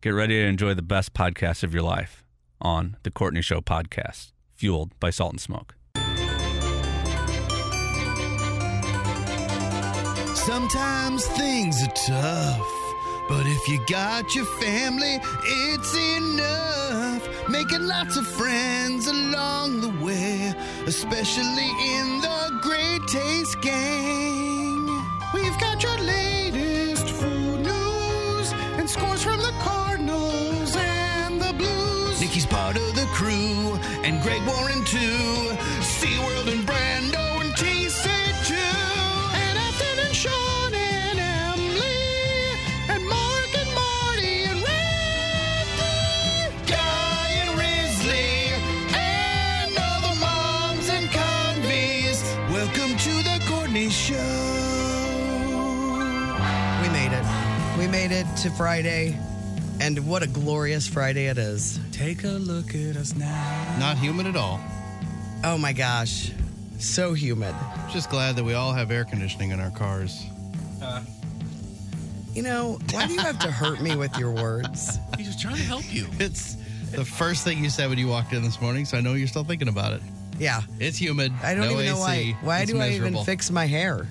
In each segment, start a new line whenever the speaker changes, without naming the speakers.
Get ready to enjoy the best podcast of your life on The Courtney Show Podcast, fueled by Salt and Smoke.
Sometimes things are tough, but if you got your family, it's enough. Making lots of friends along the way, especially in the Great Taste Gang. We've got your latest food news and scores from the Cardinals and the Blues. Nikki's part of the crew, and Greg Warren too. SeaWorld and Brando and TC too. And Ethan and Sean and Emily. And Mark and Marty and Randy. Guy and Risley. And all the moms and convies. Welcome to the Courtney Show.
We made it. We made it to Friday. And what a glorious Friday it is.
Take a look at us now.
Not human at all.
Oh my gosh. So humid.
Just glad that we all have air conditioning in our cars.
You know, why do you have to hurt me with your words?
He's just trying to help you.
It's the first thing you said when you walked in this morning, so I know you're still thinking about it.
Yeah.
It's humid.
I don't
no
even know
AC,
why. Why
it's
do I
miserable.
even fix my hair?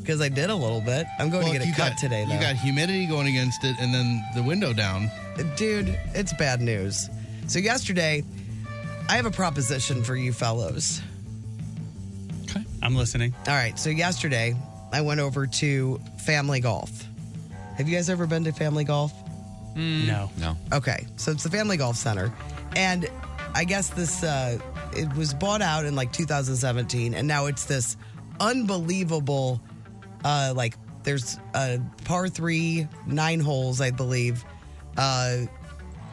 Because I did a little bit. I'm going
Well,
to get
you
a cut
got-
today, though.
You got humidity going against it, and then the window down.
Dude, it's bad news. So, yesterday, I have a proposition for you fellows.
Okay. I'm listening.
All right. So, yesterday, I went over to Family Golf. Have you guys ever been to Family Golf?
Mm. No.
No.
Okay, so it's the Family Golf Center, and I guess this uh, it was bought out in like 2017, and now it's this unbelievable uh, like there's a par three nine holes, I believe, uh,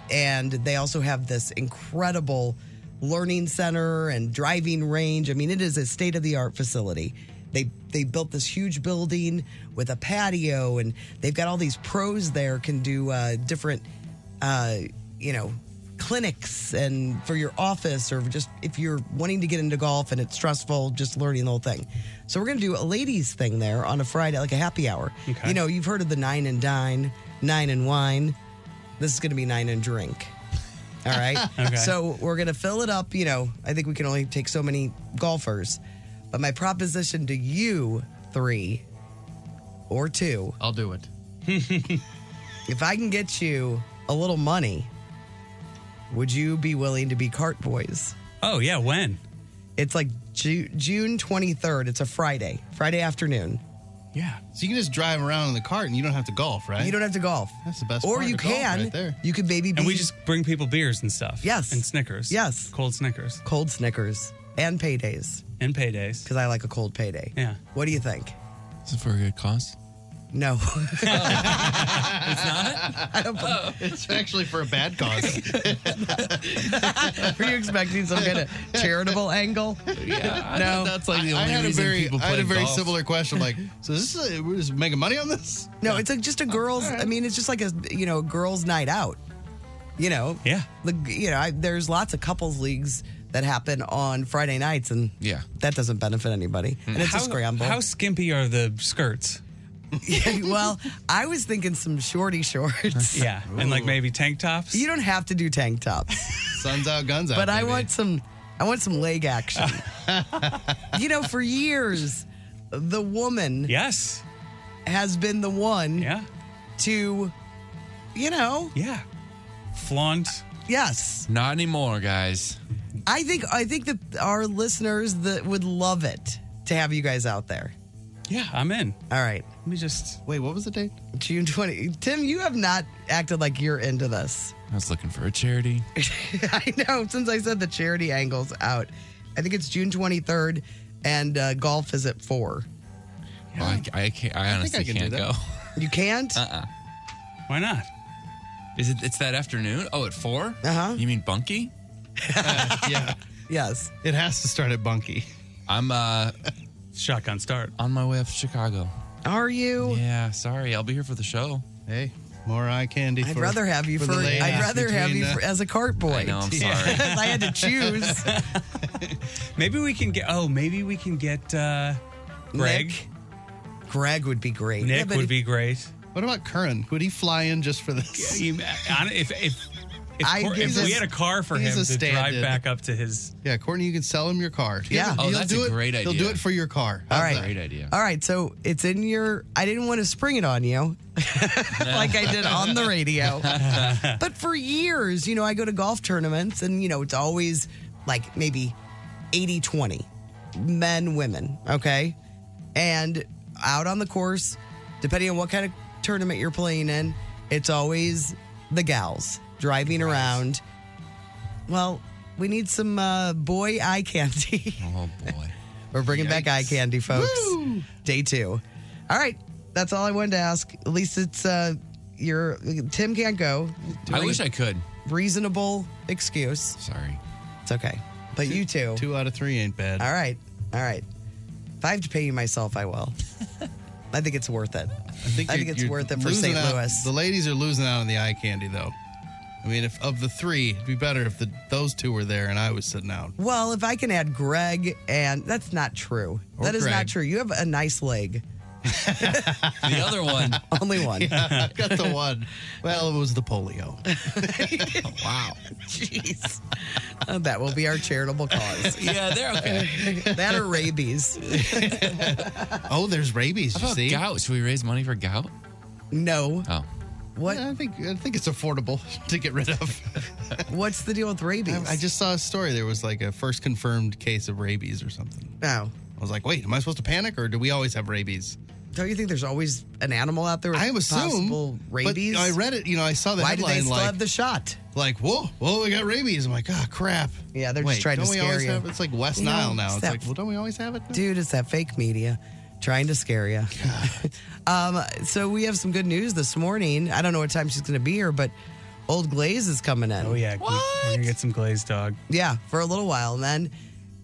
and they also have this incredible learning center and driving range. I mean, it is a state of the art facility. They they built this huge building with a patio, and they've got all these pros there can do uh, different, uh, you know, clinics and for your office or just if you're wanting to get into golf and it's stressful, just learning the whole thing. So we're gonna do a ladies thing there on a Friday, like a happy hour.
Okay.
You know, you've heard of the nine and dine, nine and wine. This is gonna be nine and drink. All right.
Okay.
So we're going to fill it up. You know, I think we can only take so many golfers. But my proposition to you three or two
I'll do it.
if I can get you a little money, would you be willing to be cart boys?
Oh yeah. When?
It's like Ju- June 23rd. It's a Friday, Friday afternoon.
Yeah.
So you can just drive around in the cart, and you don't have to golf, right?
You don't have to golf.
That's the best
Or
part
you
of golf
can.
right there.
You could maybe be
And we just bring people beers and stuff.
Yes.
And Snickers.
Yes.
Cold Snickers.
cold Snickers and paydays
And paydays.
because I like a cold payday.
Yeah.
What do you think?
Is it for a good cause?
No.
It's not.
It's actually for a bad cause.
Were you expecting some kind of charitable angle?
Uh,
Yeah. No.
That's like the
I
only
had a
reason
very,
people
I
play
had a very
golf.
similar question. Like, so this is a, we're just making money on this?
No, it's like just a girls. I mean, it's just like a you know girls' night out. You know.
Yeah.
The, you know, I, there's lots of couples leagues that happen on Friday nights, and
Yeah.
that doesn't benefit anybody. And it's
how,
a scramble.
How skimpy are the skirts?
well, I was thinking some shorty shorts.
Yeah. And like maybe tank tops.
You don't have to do tank tops.
Sun's out, guns out.
but I
baby.
want some I want some leg action. you know, for years the woman
yes.
has been the one
Yeah.
to you know,
Yeah. Flaunt.
yes.
Not anymore, guys.
I think I think that our listeners that would love it to have you guys out there.
Yeah. I'm in.
All right.
Let me just.
Wait, what was the date?
June 20. Tim, you have not acted like you're into this.
I was looking for a charity.
I know since I said the charity angles out. I think it's June 23rd and uh, golf is at 4.
Oh, I, I can't. I honestly
I can do
can't
Uh-uh.
that.
go.
You can't?
Why not?
Is it? It's that afternoon. Oh, at four.
Uh-huh.
You mean Bunky?
yeah.
Yes.
It has to start at Bunky.
I'm uh
Shotgun start.
on my way up to Chicago.
Are you?
Yeah. Sorry, I'll be here for the show.
Hey, more eye candy.
I'd
for-
rather have you
for
for,
the ladies
I'd rather have
between,
you
uh,
for, as a cart boy.
I know. I'm sorry.
Because I had to choose.
Maybe we can get. Oh, maybe we can get uh, Greg.
Nick. Greg would be great.
Nick
Yeah, but
would be great.
What about Curran? Would he fly in just for this?
He- I- if if, if,
I-
Cor- if
he's a-
we had a car for
he's
him
a
to drive
stand-in.
back up to his,
Yeah, Courtney, you can sell him your car. He'll-
Yeah.
Oh,
he'll
that's
do
a
it-
great
He'll do
idea.
it for your car.
All
How's
right.
that?
Great idea.
All right, so it's in your. I didn't want to spring it on you like I did on the radio. but for years, you know, I go to golf tournaments and, you know, it's always like maybe 80 20 men, women, okay? And out on the course, depending on what kind of tournament you're playing in, it's always the gals driving around. Well, we need some uh, boy eye candy.
Oh boy.
We're bringing back eye candy, folks. Day two. All right, that's all I wanted to ask. At least it's uh, your Tim can't go.
I wish I could.
Reasonable excuse.
Sorry.
It's okay, but you too.
Two out of three ain't bad.
All right, all right. If I have to pay you myself, I will. I think it's worth it. I think
you're-
it's
you're
worth it for
losing
St.
out-
Louis.
The ladies are losing out on the eye candy, though. I mean, if of the three, it'd be better if the, those two were there and I was sitting out.
Well, if I can add Greg, and that's not true.
Or
that is not
Greg.
true. You have a nice leg,
The other one.
only one.
I've got the one. Well, it was the polio. wow.
Jeez, Oh, that will be our charitable cause.
Yeah, they're okay.
that or rabies.
Oh, there's rabies. You
How about
see?
gout? Should we raise money for gout?
No.
Oh.
What
Yeah, I think I think it's affordable to get rid of.
What's the deal with rabies?
I just saw a story. There was like a first confirmed case of rabies or something.
no.
I was like, wait, am I supposed to panic or do we always have rabies?
Don't you think there's always an animal out there with
I assume
possible
but
rabies?
I read it. You know, I saw the
Why do
headline
they still
like,
have the shot?
like, whoa, whoa, we got rabies. I'm like, oh crap.
Yeah, they're just
wait,
trying to
don't we
scare
always
you.
Have, it's like West
You know,
Nile now. It's
step-
like, well, don't we always have it? now?
Dude, it's that fake media trying to scare you. um, so we have some good news this morning. I don't know what time she's going to be here, but Old Glaze is coming in.
oh yeah, we- we're gonna get some glazed dog.
Yeah, for a little while. And then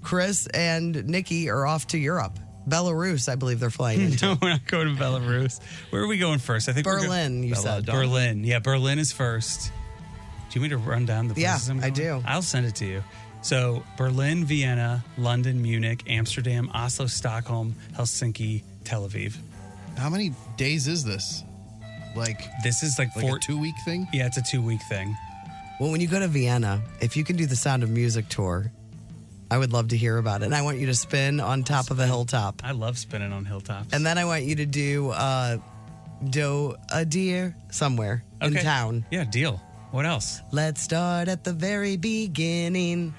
Chris and Nikki are off to Europe. Belarus, I believe they're flying
Hmm.
into.
No, we're not going to Belarus. Where are we going first? I think we're go-
Berlin, you said.
Berlin. Yeah, Berlin is first. Do you want me to run down the
Yeah,
places I'm
I
going?
do.
I'll send it to you. So Berlin, Vienna, London, Munich, Amsterdam, Oslo, Stockholm, Helsinki, Tel Aviv.
How many days is this? Like,
This is like,
like
four
a two week thing?
Yeah, it's a two week thing.
Well, when you go to Vienna, if you can do the Sound of Music tour, I would love to hear about it. And I want you to spin on top of a hilltop.
I love spinning on hilltops.
And then I want you to do uh, do a deer somewhere in
Okay.
town.
yeah, deal. What else?
Let's start at the very beginning.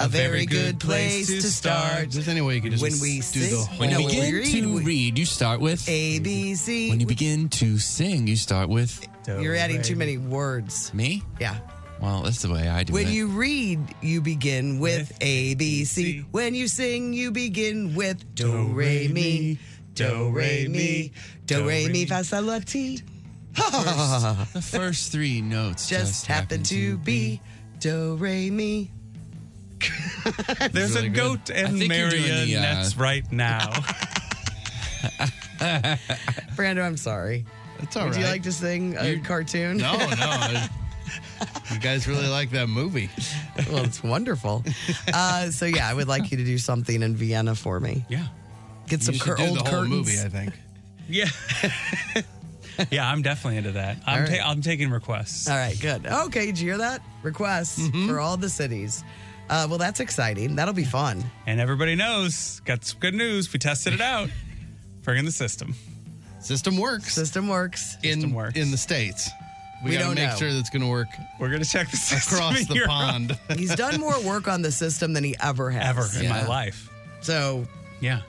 A, very, good place to start.
There's any way you could just
When we
do
sing-
the whole
When
No,
you
when we
begin
read,
to
we-
read, you start with.
A B C.
When you begin to sing, you start with
Do
You're adding
re
too many words.
me.
Yeah.
Well, that's the way I do
When
it.
you read, you begin with
With
A B C.
C.
When you sing, you begin with Do Re Mi, Do Re Mi, Do Re Mi Fa Sol La Ti.
the first three notes
Just happen to be Do Re Mi.
There's a goat
think
and
you're doing the, uh,
marionettes right now.
Brando, I'm sorry.
It's all
Would
right.
you like to sing a cartoon?
No, no. I- you guys really like that movie.
well, it's wonderful. Uh, so yeah, I would like you to do something in Vienna for me.
yeah.
Get some
you should
cur-
do
old
the whole
curtains.
movie, I think.
Yeah. yeah, I'm definitely into that. I'm,
All right.
ta- I'm taking requests.
All right, good. Okay, did you hear that? Requests
Mm-hmm.
for all the cities. Uh, well, that's exciting. That'll be fun.
And everybody knows, got some good news. We tested it out. Bring in the system.
System works
System works.
in
System works.
in the states. We,
We
gotta
don't
make
know.
sure that's gonna work
We're going to check the system.
across
in
the
Europe.
pond.
He's done more work on the system than he ever has.
Ever in my
Yeah.
life.
So,
Yeah.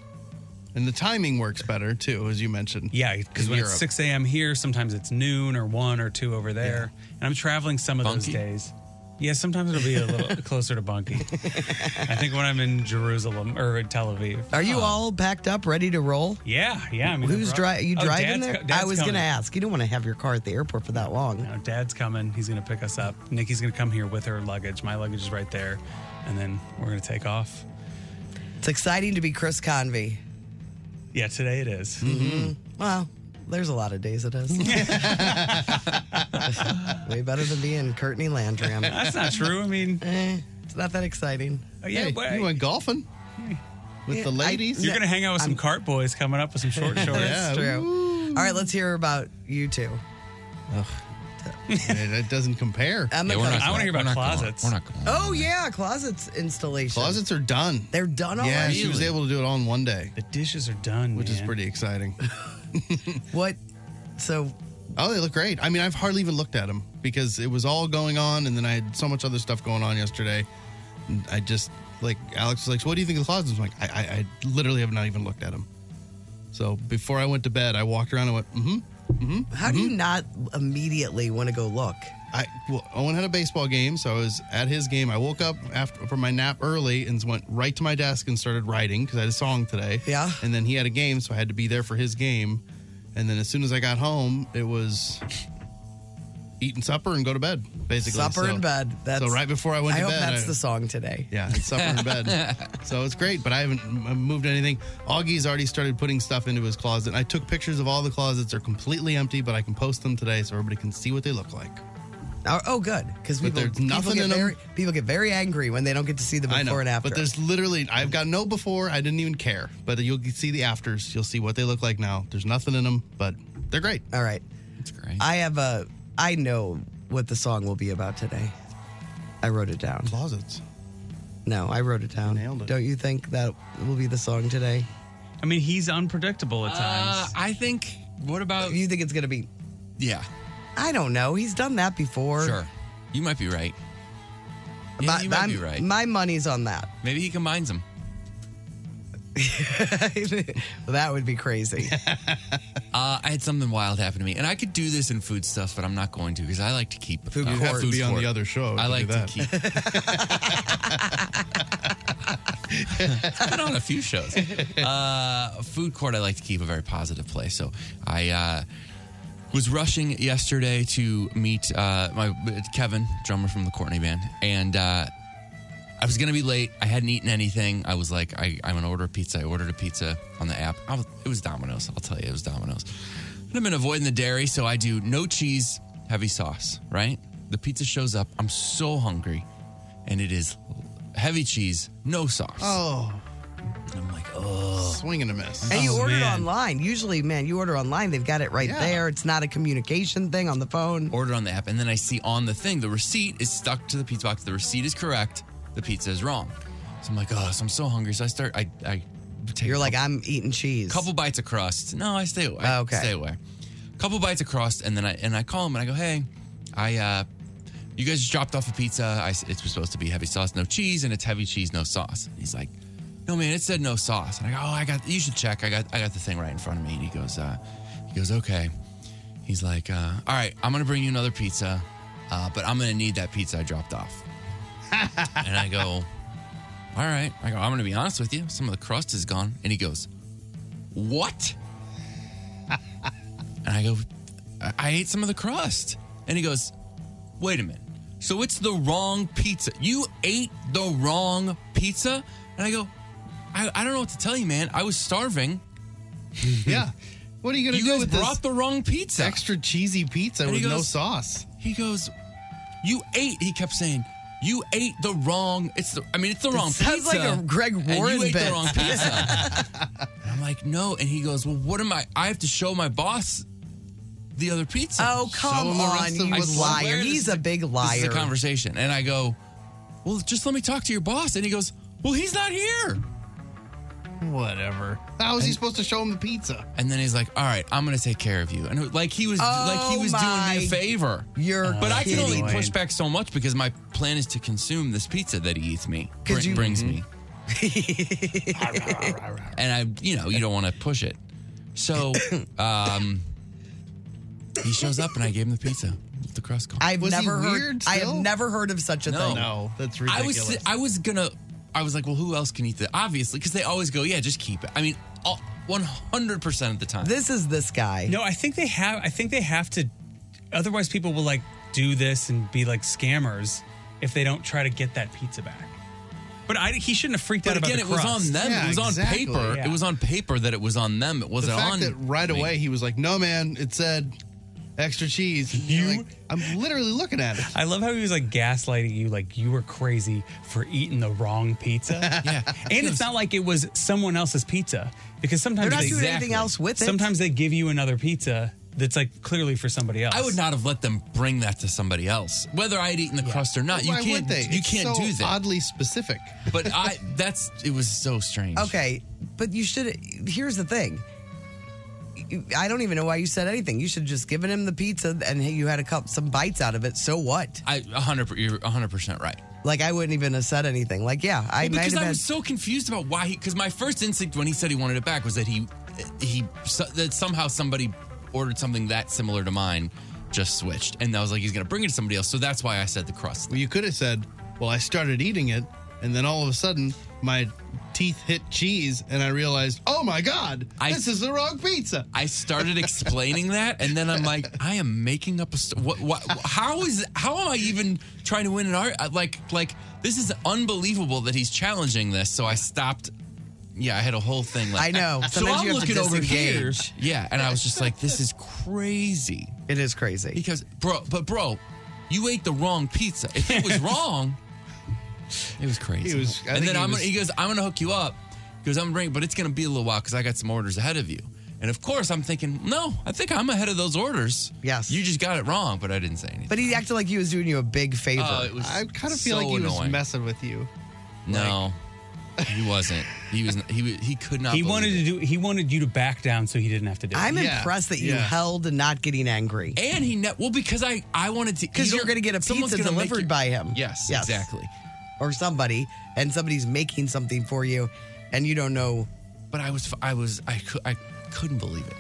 and the timing works better too, as you mentioned.
Yeah, because
In
when
Europe.
it's 6 a.m. here, sometimes it's noon or 1 or 2 over there. And I'm traveling some of
Funky.
those days. Yeah, sometimes it'll be a little closer to Bunky. I think when I'm in Jerusalem or in Tel Aviv.
Are you all packed up, ready to roll?
Yeah, yeah. I mean,
Who's
I brought-
driving? You
Oh,
driving
Dad's
there?
co- Dad's
I was
coming.
gonna ask. You don't want to have your car at the airport for that long.
No, Dad's coming. He's going to pick us up. Nikki's going to come here with her luggage. My luggage is right there, and then we're going to take off.
It's exciting to be Chris Convey.
Yeah, today it is.
Mm-hmm. Well, there's a lot of days it is. Way better than being Courtney Landram.
That's not true. I mean,
Eh, it's not that exciting.
oh, yeah,
Hey,
but-
you went golfing with the ladies.
you're going to hang out with some cart boys coming up with some short shorts.
Yeah.
That's true. All right, let's hear about you two.
Yeah, that doesn't compare.
Emma
Yeah, we're
comes-
not
I
going-
wanna hear
we're not
about
going-
closets.
We're not going.
oh yeah, closets installation.
Closets are done.
They're done
yeah,
already.
she was able to do it all in one day,
The dishes are done,
which is
man.
pretty exciting.
What? So
Oh, they look great. I mean, I've hardly even looked at them because it was all going on, and then I had so much other stuff going on yesterday. And I just like Alex was like, "So "What do you think of the closets?" I'm like, I, I, "I literally have not even looked at them." So before I went to bed, I walked around and went, "Mm-hmm."
how do you not immediately want to go look?
I well, Owen had a baseball game, so I was at his game. I woke up after from my nap early and went right to my desk and started writing because I had a song today.
Yeah.
and then he had a game, so I had to be there for his game. And then as soon as I got home, it was eating supper and go to bed. Basically,
Supper
So-
in bed. That's
so right before I went
I
to
hope
bed,
that's
I-
the song today.
yeah, it's supper in bed. So it's great, but I haven't m- moved anything. Augie's already started putting stuff into his closet. I took pictures of all the closets. They're completely empty, but I can post them today so everybody can see what they look like.
Oh, oh, good, because
But
people,
there's
people
nothing
get
in 'em.
very people get very angry when they don't get to see the before
I know,
and after.
but there's literally I've got no before. I didn't even care, but you'll see the afters. You'll see what they look like now. There's nothing in them, but they're great.
all right.
That's great.
I have a. I know what the song will be about today. I wrote it down.
Closets.
No, I wrote it down.
Nailed it.
Don't you think that will be the song today?
I mean, he's unpredictable at
Uh,
times.
I think. What about?
You think it's gonna be?
Yeah,
I don't know. He's done that before.
sure. You might be right. Yeah,
My,
you might
I'm-
be right.
my money's on that.
Maybe he combines them.
that would be crazy.
Uh, I had something wild happen to me, and I could do this in food stuff, but I'm not going to because I like to keep
Food
uh,
court.
Have to be on
court.
the other show.
I
do
like to
that.
keep. I've been on a few shows. Uh, food court, I like to keep a very positive place. So I uh, was rushing yesterday to meet uh, my Kevin, drummer from the Courtney Band, and uh, I was gonna be late. I hadn't eaten anything. I was like, I, I'm gonna order a pizza. I ordered a pizza on the app. I was, it was Domino's. I'll tell you, it was Domino's. And I've been avoiding the dairy, so I do no cheese, heavy sauce. Right? The pizza shows up. I'm so hungry, and it is heavy cheese, no sauce.
Oh,
And I'm like, oh,
swing and a miss.
And you
Oh,
ordered
man.
online. Usually, man, you order online. They've got it right
Yeah.
there. It's not a communication thing on the phone.
ordered on the app, and then I see on the thing the receipt is stuck to the pizza box. The receipt is correct. The pizza is wrong. So I'm like, oh, so I'm so hungry. So I start, I, I take
You're
a
like, I'm eating cheese.
couple bites of crust. No, I stay away.
Oh, okay.
Stay away. Couple bites of crust, and then I and I call him and I go, hey, I uh, you guys just dropped off a pizza. I, s- it's supposed to be heavy sauce, no cheese, and it's heavy cheese, no sauce. And he's like, no man, it said no sauce. And I go, oh, I got. You should check. I got I got the thing right in front of me. And he goes, uh, he goes, okay. He's like, uh, all right, I'm gonna bring you another pizza, uh, but I'm gonna need that pizza I dropped off. and I go, all right. I go, I'm gonna be honest with you. Some of the crust is gone. And he goes, what? and I go, I-, I ate some of the crust. And he goes, wait a minute. So it's the wrong pizza. You ate the wrong pizza? And I go, I, I don't know what to tell you, man. I was starving.
yeah. What are you gonna
You
do
guys
with this
brought the wrong pizza.
extra cheesy pizza
And he
with no
goes-
sauce?
He goes, you ate. He kept saying, you ate the wrong. It's the. I mean, it's the wrong
sounds
pizza.
like a Greg
and
Warren
you ate
bit.
the wrong pizza. and I'm like, no. And he goes, well, what am I? I have to show my boss the other pizza.
Oh, come
him the
on,
rest of
you
I
swear
liar.
this
He's
is
a big
This is
liar.
a conversation. And I go, well, just let me talk to your boss. And he goes, well, he's not here.
Whatever. How is he supposed to show him the pizza?
And then he's like, all right, I'm going to take care of you. And like he was,
Oh,
like he was doing me
my-
a favor.
You're
But I can only
kidding.
push back so much because my plan is to consume this pizza that he eats me,
Could
br-
you- Mm-hmm.
brings me. and I, you know, you don't want to push it. So um, he shows up and I gave him the pizza. the crust coffee.
I've
Was he
never heard.
weird
I have
still?
never heard of such a
No.
thing.
No, that's
I
ridiculous.
was thi- I was gonna I was like, well, who else can eat that? Obviously, because they always go, yeah, just keep it. I mean, one hundred percent of the time.
This is this guy.
No, I think they have. I think they have to. Otherwise, people will like do this and be like scammers if they don't try to get that pizza back. But I, he shouldn't have freaked
but
out
again,
about
it
the
was
crust.
on them.
Yeah,
it was on
exactly.
paper.
Yeah.
It was on paper that it was on them. It
the
wasn't
fact
on
that right
me.
away he was like, "No, man, it said extra cheese." And you're like, I'm literally looking at it.
I love how he was like gaslighting you, like you were crazy for eating the wrong pizza.
Yeah.
and it's not like it was someone else's pizza because sometimes
they're not
they,
doing anything
Exactly.
else with it.
sometimes they give you another pizza that's like clearly for somebody else.
I would not have let them bring that to somebody else, whether I had eaten the crust or not. You
Why
can't.
would they?
You
It's
can't
so
do that.
Oddly specific. Uh,
But I. That's. It was so strange.
Okay, but you should. Here's the thing. You- I don't even know why you said anything. You should have just given him the pizza and you had a couple some bites out of it. So what?
I 100 you're 100% right.
Like I wouldn't even have said anything. Like yeah, I
Well,
might
because
have
I
had-
was so confused about why he cuz my first instinct when he said he wanted it back was that he he so- that somehow somebody ordered something that similar to mine just switched and I was like he's going to bring it to somebody else. So that's why I said the crust.
Well, you could have said, "Well, I started eating it, and then all of a sudden, my teeth hit cheese, and I realized, oh my god,
I-
this is the wrong pizza."
I started explaining that and then I'm like I am making up a st- what, what how is how am I even trying to win an art like like this is unbelievable that he's challenging this. So I stopped yeah, I had a whole thing like
I know.
So
Sometimes
I'm
you have to
looking over here.
disengage.
Yeah, and I was just like this is crazy.
It is crazy.
Because, bro, but bro, you ate the wrong pizza. If it was wrong, it was crazy.
He was- I
and
think
then
he
I'm
was-
gonna, he goes, I'm gonna hook you up. He goes, I'm gonna bring, but it's gonna be a little while because I got some orders ahead of you. And of course, I'm thinking, no, I think I'm ahead of those orders.
Yes.
you just got it wrong, but I didn't say anything.
But he acted like he was doing you a big favor.
Oh, it was
I kind of feel
so
like he
annoying.
was messing with you.
No, he wasn't. He was. He was- he could not.
He
believe
wanted
it.
to do. He wanted you to back down so he didn't have to do.
I'm
it.
Yeah,
impressed that you
yeah.
held and not getting angry.
And he ne- well because I I wanted to
Because
you
you're
don't-
going to get a
someone's
pizza
gonna make
delivered
you-
by him.
Yes,
Yes.
exactly.
Or somebody, and somebody's making something for you, and you don't know.
But I was I was I cou- I couldn't believe it.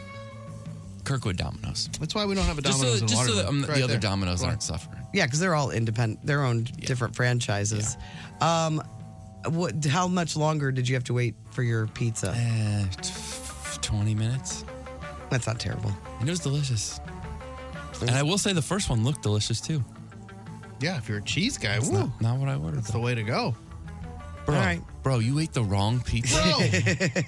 Kirkwood Dominoes.
That's why we don't have a
just
Domino's
so,
in
just so
Waterloo.
that um,
It's right
the other
there.
dominoes
Right.
aren't suffering.
Yeah, because they're all independent, their own different franchises. Um, what? How much longer did you have to wait for your pizza?
Uh, t- f- 20 minutes.
That's not terrible.
And it was delicious. And I will say the first one looked delicious too.
Yeah, if you're a cheese guy,
It's
woo,
not, not what I ordered
that's the
though.
way to go,
Bro,
All right.
bro, you ate the wrong pizza.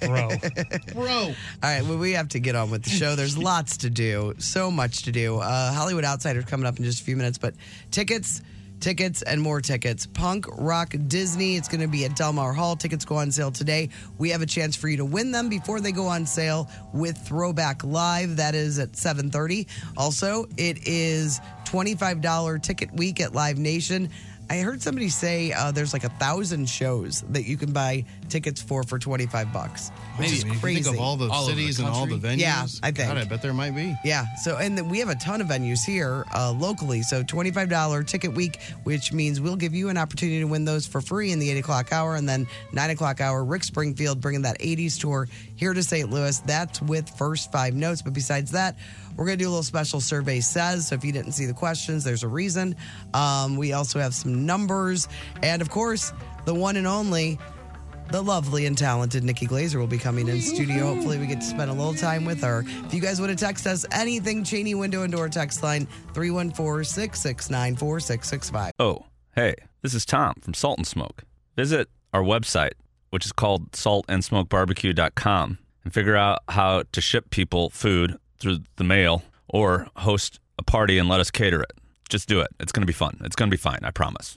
bro.
bro.
bro,
All right, well, we have to get on with the show. There's lots to do, so much to do. Uh, Hollywood Outsiders coming up in just a few minutes, but tickets, tickets, and more tickets. Punk Rock Disney. It's going to be at Delmar Hall. Tickets go on sale today. We have a chance for you to win them before they go on sale with Throwback Live. That is at 7:30. Also, it is $25 ticket week at Live Nation. I heard somebody say uh, there's like a thousand shows that you can buy tickets for for 25 bucks. Which
Maybe
is
I mean, if
crazy.
you think of all the
All over the
cities and all the venues.
Yeah, I think.
God, I bet there might be.
Yeah. So, and then we have a ton of venues here uh, locally. So, $25 ticket week, which means we'll give you an opportunity to win those for free in the 8 o'clock hour. And then 9 o'clock hour, Rick Springfield bringing that 80s tour here to St. Louis. That's with first five notes. But besides that, we're going to do a little special survey says. So, if you didn't see the questions, there's a reason. Um, we also have some numbers. And of course, the one and only the lovely and talented Nikki Glazer will be coming in studio. Hopefully, we get to spend a little time with her. If you guys want to text us anything, Cheney Window and Door text line 314 669 4665.
Oh, hey, this is Tom from Salt and Smoke. Visit our website, which is called saltandsmokebarbecue.com, and figure out how to ship people food through the mail or host a party and let us cater it. Just do it. It's going to be fun. It's going to be fine. I promise.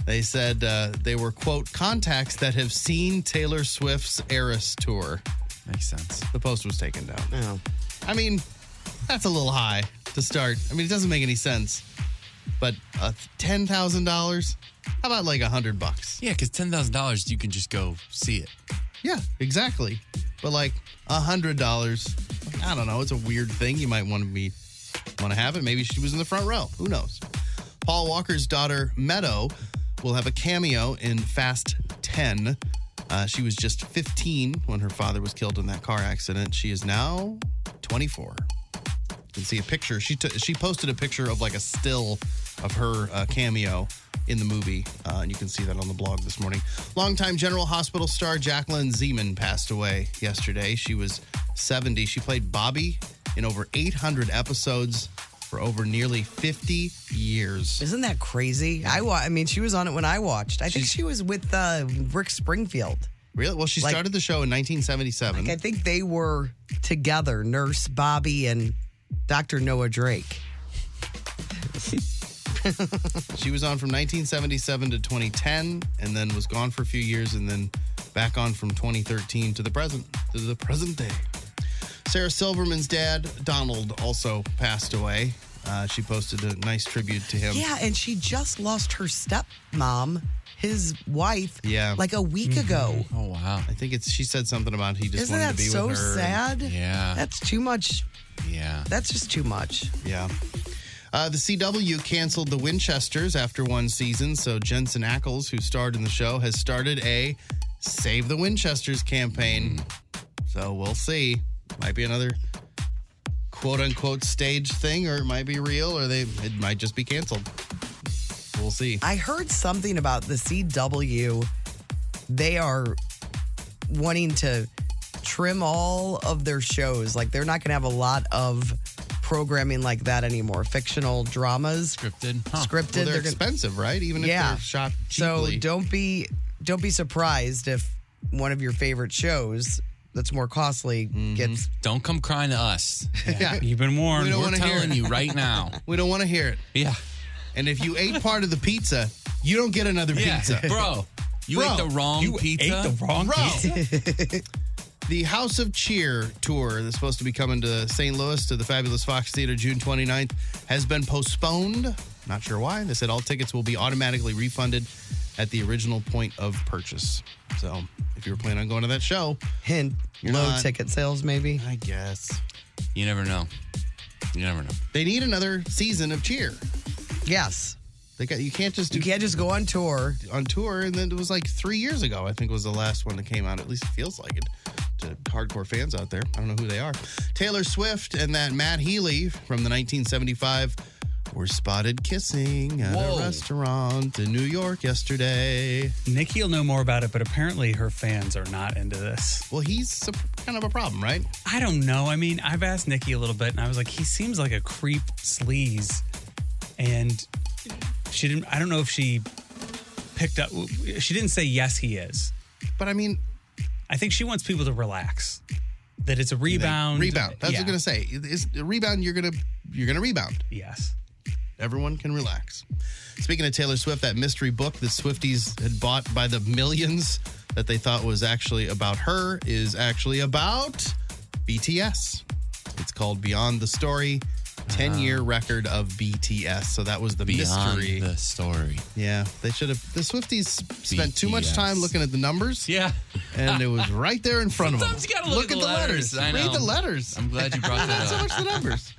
They said uh, they were quote contacts that have seen Taylor Swift's Eras tour.
Makes sense.
The post was taken down.
Oh.
I mean, that's a little high to start. I mean, it doesn't make any sense. But uh, ten thousand dollars? How about like a hundred bucks?
Yeah, because ten thousand dollars, you can just go see it.
Yeah, exactly. But like a hundred dollars, I don't know. It's a weird thing. You might want to be want to have it. Maybe she was in the front row. Who knows? Paul Walker's daughter Meadow will have a cameo in Fast Ten. Uh, she was just 15 when her father was killed in that car accident. She is now 24. You can see a picture. She took. she posted a picture of like a still of her uh, cameo in the movie. Uh, and you can see that on the blog this morning. Longtime General Hospital star Jacqueline Zeman passed away yesterday. She was 70. She played Bobby in over 800 episodes for over nearly 50 years.
Isn't that crazy? I wa- I mean, she was on it when I watched. I think she was with uh, Rick Springfield.
Really? Well, she
Like-
started the show in 1977.
Like, I think they were together, Nurse Bobby and Dr. Noah Drake.
She was on from 1977 to 2010, and then was gone for a few years, and then back on from 2013 to the present to the present day. Sarah Silverman's dad, Donald, also passed away. Uh, she posted a nice tribute to him.
Yeah, and she just lost her stepmom, his wife,
Yeah.
like a week ago.
Oh wow.
I think it's. She said something about he just
Isn't
wanted to
that
be
so
with her.
sad?
Yeah.
That's too much.
Yeah.
That's just too much.
Yeah. Uh, the CW canceled the Winchesters after one season, so Jensen Ackles, who starred in the show, has started a Save the Winchesters campaign.
Hmm.
So we'll see. Might be another quote unquote stage thing, or it might be real, or they it might just be canceled. We'll see.
I heard something about the CW. They are wanting to trim all of their shows. Like they're not going to have a lot of programming like that anymore. Fictional dramas,
Scripted. Huh.
scripted.
Well, they're
they're gonna-
expensive, right? Even if
Yeah.
they're shot
so
cheaply.
don't be don't be surprised if one of your favorite shows that's more costly
Mm-hmm.
gets
Don't come crying to us.
yeah.
You've been warned.
We don't
We're
wanna hear
telling
it.
you right now.
We don't want to hear it.
Yeah.
And if you ate part of the pizza, you don't get another
Yeah.
pizza.
Bro. You
Bro,
ate the wrong
You
pizza.
ate the wrong pizza.
The House of Cheer tour that's supposed to be coming to St. Louis to the Fabulous Fox Theater June 29th has been postponed. Not sure why. They said all tickets will be automatically refunded at the original point of purchase. So if you were planning on going to that show,
hint
You're
low
not-
ticket sales maybe.
I guess
You never know. You never know.
they need another season of Cheer.
Yes.
They got you can't just do
You can't just go on tour.
on tour, and then it was like three years ago. I think was the last one that came out. At least it feels like it to hardcore fans out there. I don't know who they are. Taylor Swift and that Matt Healy from the 1975 were spotted kissing at
Whoa.
a restaurant in New York yesterday.
Nikki'll know more about it, but apparently her fans are not into this.
Well, he's a, kind of a problem, right?
I don't know. I mean, I've asked Nikki a little bit, and I was like, he seems like a creep sleaze, and she didn't. I don't know if she picked up. She didn't say yes, he is.
But I mean,
I think she wants people to relax. That it's a
they-
rebound.
rebound. That's
Yeah.
what I'm gonna say. It's a rebound. You're gonna you're gonna rebound.
Yes.
Everyone can relax. Speaking of Taylor Swift, that mystery book that Swifties had bought by the millions that they thought was actually about her is actually about BTS. It's called Beyond the Story 10
Ah.
year record of BTS. So that was the
Beyond
mystery.
the story.
yeah, they should have. The Swifties spent too much
BTS.
time looking at the numbers,
Yeah.
and it was right there in front of them.
Sometimes you gotta look at the letters. I know.
Read the letters.
I'm glad you brought that
Not so
up.
much the numbers.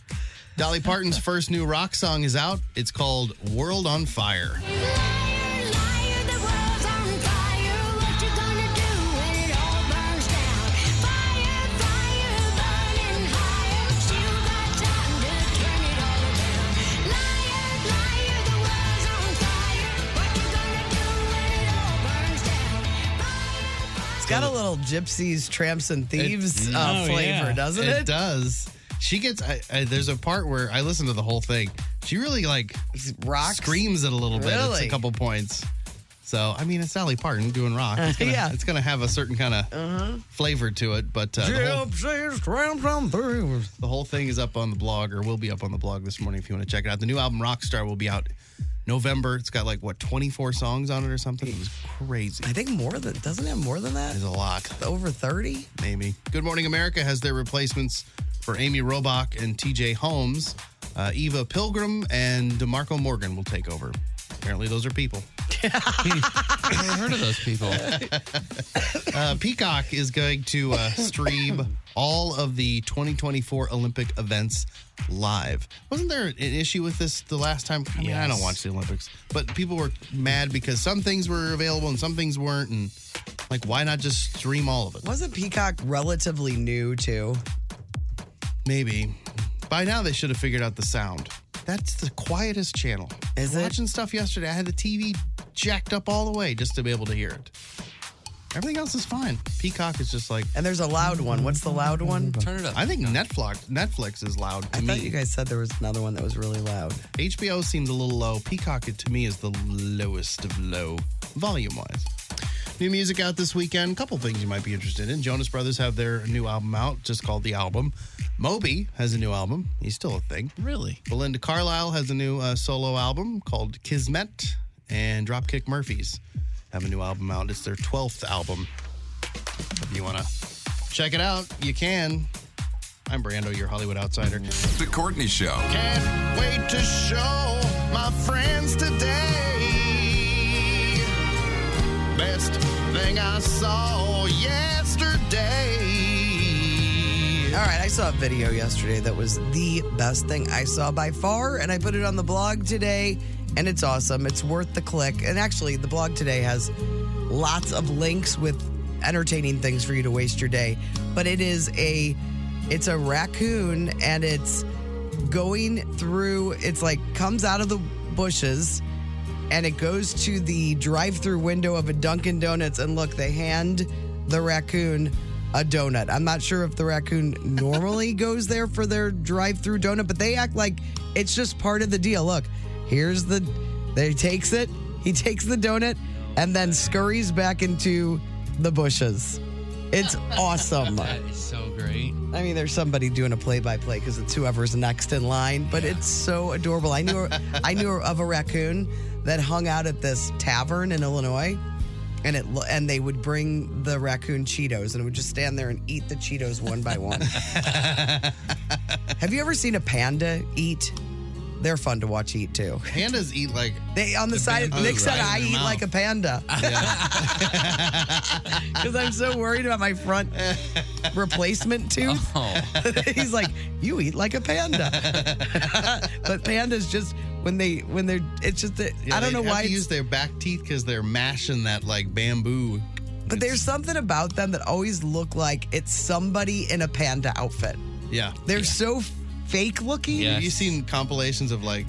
Dolly Parton's first new rock song is out. It's called World on Fire.
It's got a little gypsies, tramps, and thieves uh,
Oh,
flavor,
yeah.
doesn't
It
it?
does. She gets. I, I, there's a part where I listened to the whole thing. She really like
Rocks.
screams it a little bit. It's a
Really?
couple points. So I mean, it's Sally Parton doing rock. It's gonna,
Yeah.
it's gonna have a certain kind of flavor to it. But uh, the, whole,
Gypsies, tramps, and thieves.
the whole thing is up on the blog, or will be up on the blog this morning if you want to check it out. The new album Rockstar will be out November. It's got like what 24 songs on it or something. It was crazy.
I think more than doesn't it have more than that.
It's a lot.
Over thirty.
Amy. Good Morning America has their replacements for Amy Robach and TJ Holmes. Uh, Eva Pilgrim and DeMarco Morgan will take over. Apparently, those are people.
I've never heard of those people.
Uh, Peacock is going to uh, stream all of the 2024 Olympic events live. Wasn't there an issue with this the last time? I mean, I don't
Yes.
watch the Olympics, but people were mad because some things were available and some things weren't. And like, why not just stream all of it?
Wasn't Peacock relatively new too?
Maybe. By now, they should have figured out the sound. That's the quietest channel.
Is it?
Watching stuff yesterday, I had the TV jacked up all the way just to be able to hear it. Everything else is fine. Peacock is just like
And there's a loud one. What's the loud one?
Turn it up.
I think Netflix Netflix is loud to
I
me.
thought you guys said there was another one that was really loud.
HBO seems a little low. Peacock it, to me is the lowest of low volume wise. New music out this weekend. Couple things you might be interested in. Jonas Brothers have their new album out, just called The Album. Moby has a new album. He's still a thing.
really?
Belinda Carlisle has a new uh, solo album called Kismet, and Dropkick Murphys have a new album out. It's their 12th album. If you want to check it out, you can. I'm Brando, your Hollywood outsider.
The Courtney Show.
Can't wait to show my friends today. Best thing I saw yesterday.
All right, I saw a video yesterday that was the best thing I saw by far, and I put it on the blog today, and it's awesome. It's worth the click. And actually, the blog today has lots of links with entertaining things for you to waste your day. But it is a it's a raccoon and it's going through it's like comes out of the bushes and it goes to the drive-through window of a Dunkin' Donuts, and look, they hand the raccoon a donut. I'm not sure if the raccoon normally goes there for their drive-through donut, but they act like it's just part of the deal. Look, here's the. They takes it. He takes the donut, and then scurries back into the bushes. It's awesome.
That is so great.
I mean, there's somebody doing a play-by-play because it's whoever's next in line, but it's so adorable. I knew I knew of a raccoon that hung out at this tavern in Illinois, and it lo- and they would bring the raccoon Cheetos, and it would just stand there and eat the Cheetos one by one. Have you ever seen a panda eat? They're fun to watch eat too.
Pandas eat like
They on the, side.
bamboo
Nick said
right in
I
their
eat
mouth."
like a panda because I'm so worried about my front replacement tooth.
Oh,
He's like, you eat like a panda. but pandas just when they when they're it's just that
Yeah,
I don't
they
know
have
why.
to
it's-
use their back teeth because they're mashing that like bamboo.
but there's something about them that always look like it's somebody in a panda outfit.
Yeah,
They're so f- fake looking.
Yeah.
Have you seen compilations of like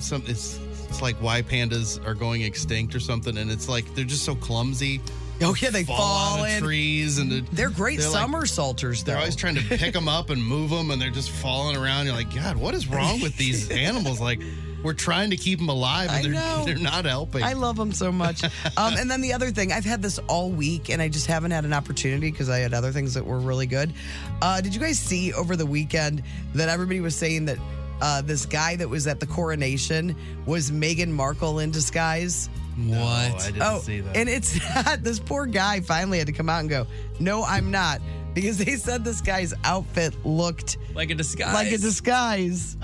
some? It's it's like why pandas are going extinct or something, and it's like they're just so clumsy.
Oh yeah, they fall,
fall, out of
in.
trees and it-
They're great
They're like-
somersaulters though.
They're always trying to pick them up and move them, and they're just falling around. You're like, God, what is wrong with these animals? Like, we're trying to keep them alive, and
I
they're,
know.
they're not helping.
I love them so much. Um, and then the other thing, I've had this all week and I just haven't had an opportunity because I had other things that were really good. Uh, did you guys see over the weekend that everybody was saying that uh, this guy that was at the coronation was Meghan Markle in disguise? Oh,
No,
what?
I didn't see that.
And it's not. This poor guy finally had to come out and go, No, I'm not. Because they said this guy's outfit looked
like a disguise.
like a disguise.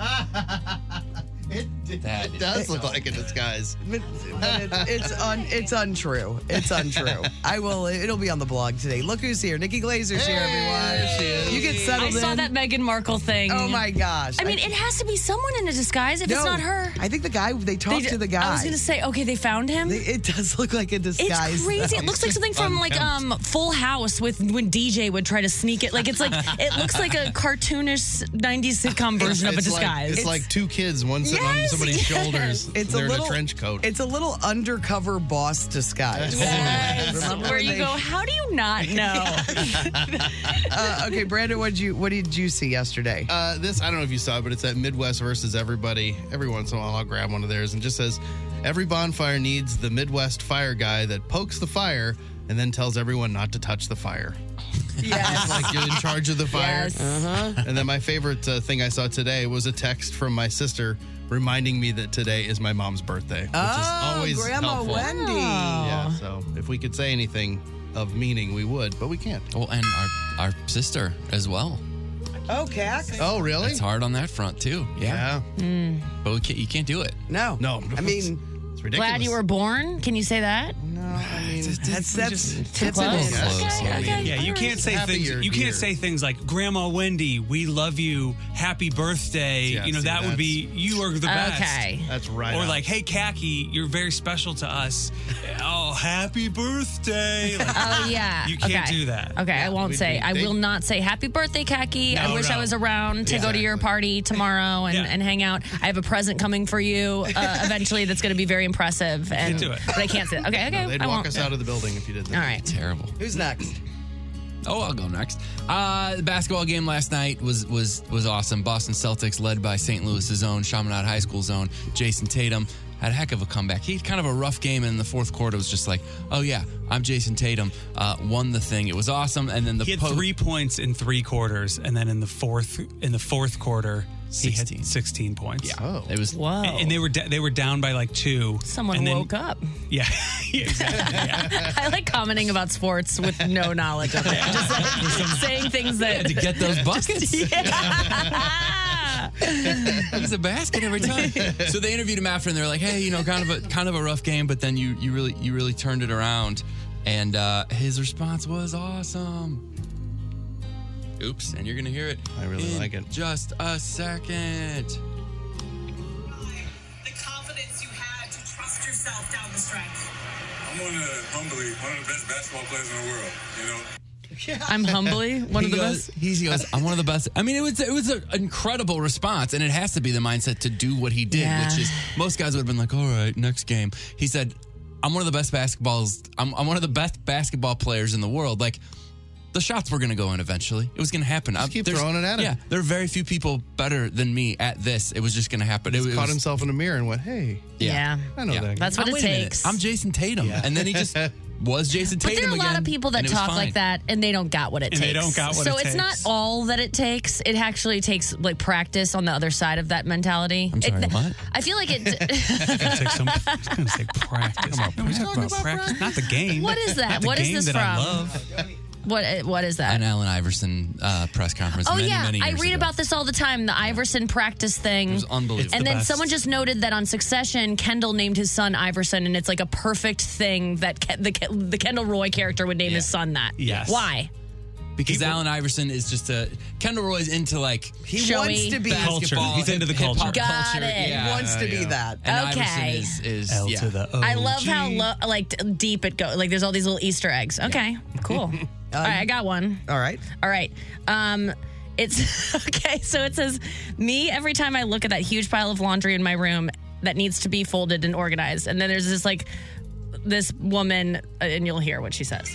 it,
That
it
is
does look
so
like a disguise.
But, but it's it's, un, it's untrue. It's untrue. I will. It'll be on the blog today. Look who's here. Nikki Glazer's here, everyone. You get
I
settled
saw
in.
that Meghan Markle thing.
Oh my gosh.
I mean, it has to be someone in a disguise if
No.
it's not her.
I think the guy. They
They
talked
d-
to the guy.
I was gonna say, okay, they found him.
They- It does look like a
it's
disguise.
crazy. It looks like something from like um Full House with when DJ would try to sneak it. Like it's like it looks like a cartoonish '90s sitcom version of a
It's like-
disguise.
it's, like two kids, one sitting on
Yes,
somebody's
yes.
shoulders.
It's
and
a
they're
little
in a trench coat.
It's a little undercover boss disguise.
Yes.
Remember
where
when
you
they-
go, how do you not know?
Uh, okay, Brandon, what did you what did you see yesterday?
uh, this I don't know if you saw it, but it's that Midwest versus everybody. Every once in a while, I'll grab one of theirs and just says, "Every bonfire needs the Midwest fire guy that pokes the fire and then tells everyone not to touch the fire."
yes.
like you're in charge of the fire.
Yes.
And then my favorite uh, thing I saw today was a text from my sister reminding me that today is my mom's birthday, which
oh,
is always
Grandma
helpful.
Wendy.
Yeah. So if we could say anything of meaning, we would, but we can't.
Well, and our our sister as well.
Oh, Cax.
Oh, really?
It's hard on that front too. Yeah,
Yeah.
but we can't, you can't do it.
No.
No.
I mean,
it's ridiculous.
Glad you were born. Can you say that?
no. I mean, that's that's
Tip
that's an
it in.
insult.
yeah, you can't say
Happy
things.
you're
You
here.
can't say things like "Grandma Wendy, we love you, happy birthday."
Yeah,
you know
see,
that would be you are the best.
Okay. That's right
Or
on.
like, "Hey, Khaki, you're very special to us. oh, happy birthday!" Like,
Oh yeah.
you can't
okay.
do that.
Okay, I won't
we-
say.
we-
I
they-
will not say happy birthday, Khaki. I
No,
wish I
no.
was around to go to your party tomorrow and, and hang out. I have a present coming for you uh, eventually that's going to be very impressive. And
do it.
but I can't say. Okay, okay.
No, they'd
I
walk
won't.
us out of the building if you did that.
All right.
Terrible.
Who's next?
Oh, I'll go next. Uh, the basketball game last night was was was awesome. Boston Celtics led by St. Louis's own Chaminade High School's own Jason Tatum had a heck of a comeback. He had kind of a rough game in the fourth quarter. It was just like, oh yeah, I'm Jason Tatum. Uh, won the thing. It was awesome. And then the
he had
po-
three points in three quarters, and then in the fourth in the fourth quarter, he had sixteen points. Yeah,
it was
wow.
And, and they were da- they were down by like two.
Oh. Someone
and then-
woke up.
Yeah, yeah, exactly.
I like commenting about sports with no knowledge of it. Just like, saying things that
to get those buckets. He's a basket every time. so they interviewed him after, and they're like, "Hey, you know, kind of a kind of a rough game, but then you you really you really turned it around." And uh, his response was awesome. Oops, and you're gonna hear it. I really like it. Just a second.
The confidence you had to trust yourself down the stretch.
I'm one of the, humbly, one of the best basketball players in the world, you know?
I'm humbly one
He
of the
goes-
best.
He goes, "I'm one of the best." I mean, it was it was an incredible response, and it has to be the mindset to do what he did,
Yeah.
which is most guys would have been like, "All right, next game." He said, "I'm one of the best basketballs. I'm, I'm one of the best basketball players in the world." Like. The shots were going to go in eventually. It was going to happen. Just
keep throwing it at him.
Yeah, there are very few people better than me at this. It was just going to happen.
Just
it, it
caught
was,
himself in a mirror and went, "Hey,
Yeah.
I know that."
That's what
Oh,
it
wait a minute.
takes.
I'm Jason Tatum, and then he just was Jason
But
Tatum.
there are a lot of
again,
people that
and it was
talk
fine.
like that and they don't got what it
And
takes.
they don't got what
so
it
it's not
takes.
all that it takes. It actually takes like practice on the other side of that mentality.
I'm sorry,
It-
what?
I feel like it.
It's gonna say practice. No, we're talking about practice, not the game.
What is that?
Not the
What is
game
this
that I
from?
love.
what uh, what is that?
An Allen Iverson uh, press conference.
Oh
many,
yeah,
many
I
years
read
ago.
about this all the time. The Iverson practice thing.
It was unbelievable.
And
It's the
then
best.
someone just noted that on Succession, Kendall named his son Iverson, and it's like a perfect thing that Ke- the Ke- the Kendall Roy character would name his son that.
Yes.
Why?
Because Allen Iverson is just a Kendall Roy's into like
He Showy. wants to be-
basketball,
Culture. He's
hip-
into the
hip-hop
culture.
Got
culture.
it.
Yeah.
Wants to be
Yeah.
that.
And
Okay.
Iverson is, is
L
yeah.
to the
I love how lo- like d- deep it goes. Like there's all these little Easter eggs. Okay, cool. all right, I got one.
All right.
All right. Um, it's okay. So it says, me every time I look at that huge pile of laundry in my room that needs to be folded and organized, and then there's this like this woman, uh, and you'll hear what she says.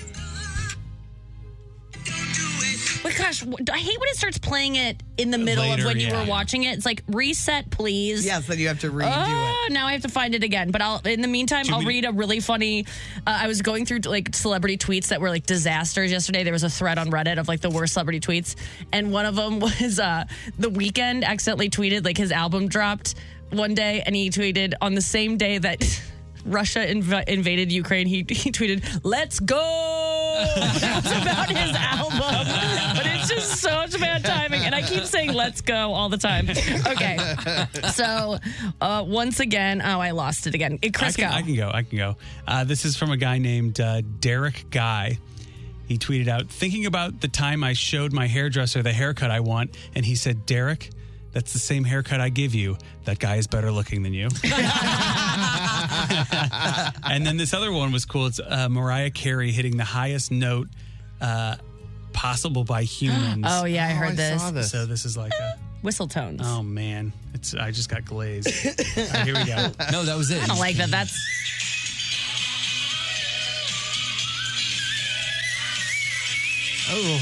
But gosh, wh- I hate when it starts playing it in the middle
Later,
of when you
yeah.
were watching it. It's like reset, please.
Yes, then you have to redo it.
Oh, now I have to find it again. But I'll in the meantime,
Do you
I'll
mean-
read a really funny. Uh, I was going through like celebrity tweets that were like disasters yesterday. There was a thread on Reddit of like the worst celebrity tweets, and one of them was uh, the weekend accidentally tweeted like his album dropped one day, and he tweeted on the same day that. Russia inv- invaded Ukraine. He, he tweeted, "Let's go." it's about his album, but it's just such bad timing. And I keep saying "Let's go" all the time. Okay, so uh, once again, oh, I lost it again. It, Chris,
I can,
go.
I can go. I can go. Uh, this is from a guy named uh, Derek Guy. He tweeted out, thinking about the time I showed my hairdresser the haircut I want, and he said, Derek, that's the same haircut I give you. That guy is better looking than you. and then this other one was cool. It's uh, Mariah Carey hitting the highest note uh, possible by humans.
Oh, yeah, I Oh, heard I this. saw this.
So this is like a.
Whistle tones.
Oh man, it's I just got glazed. All right, here we go.
No, that was
I don't like that. That's
Oh.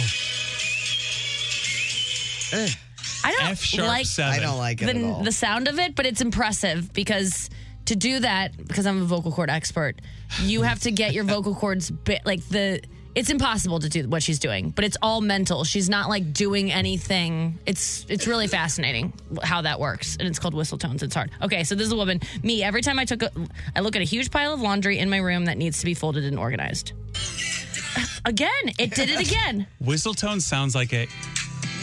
I don't
F sharp
like.
seven. I don't like it
the,
at all.
the sound of it, but it's impressive because to do that, because I'm a vocal cord expert, you have to get your vocal cords bit like the. It's impossible to do what she's doing, but it's all mental. She's not like doing anything. It's it's really fascinating how that works, and it's called whistle tones. It's hard. Okay, so this is a woman. Me, every time I took, a, I look at a huge pile of laundry in my room that needs to be folded and organized. Again, it did it again.
Whistle tone sounds like a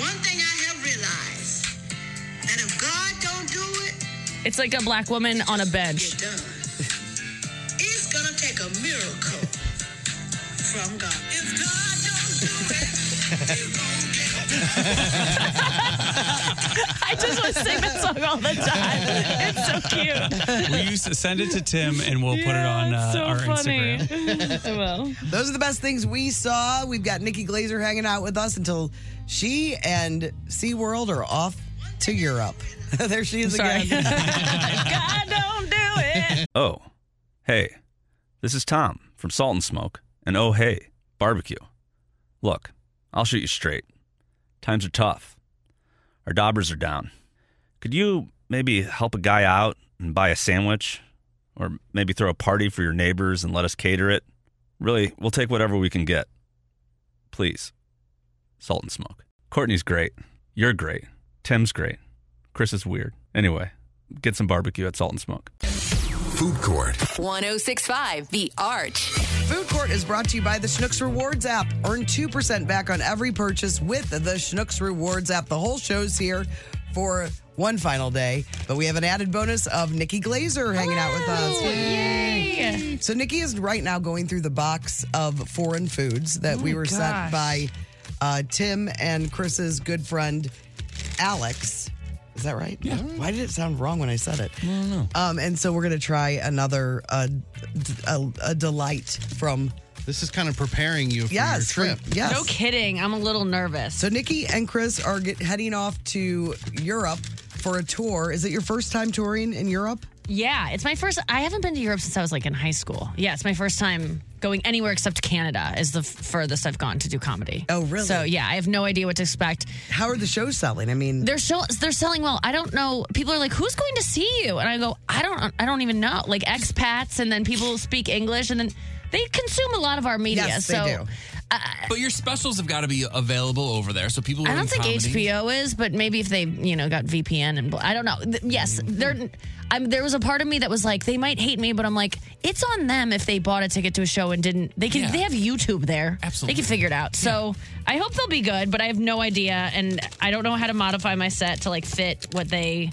One thing I have realized that if God don't do it,
It's like a black woman on a bench.
it's gonna take a miracle from God.
I just want to sing that song all the time. It's so cute.
we used to send it to Tim, and we'll put it on uh, our Instagram.
Those are the best things we saw. We've got Nikki Glazer hanging out with us until she and SeaWorld are off to Europe. there she is
Sorry.
again.
God, don't do it.
Oh, hey, this is Tom from Salt and Smoke, and oh, hey, barbecue. Look, I'll shoot you straight. Times are tough. Our daubers are down. Could you maybe help a guy out and buy a sandwich? Or maybe throw a party for your neighbors and let us cater it? Really, we'll take whatever we can get. Please. Salt and Smoke. Courtney's great. You're great. Tim's great. Chris is weird. Anyway, get some barbecue at Salt and Smoke.
Food Court.
1065 The Arch.
Food Court is brought to you by the Schnooks Rewards app. Earn 2% back on every purchase with the Schnooks Rewards app. The whole show's here for one final day, but we have an added bonus of Nikki Glazer hanging out with us.
Yay.
So, Nikki is right now going through the box of foreign foods that
Oh
we
my
were
gosh.
sent by uh, Tim and Chris's good friend, Alex. Is that right? Yeah. Why did it sound wrong when I said it? I don't know. Um, and so we're going to try another uh, d- a, a delight from.
This is kind of preparing you for
yes,
your trip.
For, yes.
No kidding. I'm a little nervous.
So Nikki and Chris are get, heading off to Europe for a tour. Is it your first time touring in Europe?
Yeah, it's my first. I haven't been to Europe since I was like in high school. Yeah, it's my first time going anywhere except Canada is the f- furthest I've gone to do comedy. Oh, really? So yeah, I have no idea what to expect.
How are the shows selling? I mean,
they're show, they're selling well. I don't know. People are like, "Who's going to see you?" And I go, "I don't. I don't even know." Like expats, and then people who speak English, and then they consume a lot of our media.
Yes, they
so uh,
do. But your specials have got to be available over there, so people.
I
who are
don't
in
think
comedy-
HBO is, but maybe if they, you know, got VPN and bl- I don't know. Th- yes, there. I'm, there was a part of me that was like, they might hate me, but I'm like, it's on them if they bought a ticket to a show and didn't. They can.
Yeah.
They have YouTube there. Absolutely, they can figure it out. So I hope they'll be good, but I have no idea, and I don't know how to modify my set to like fit what they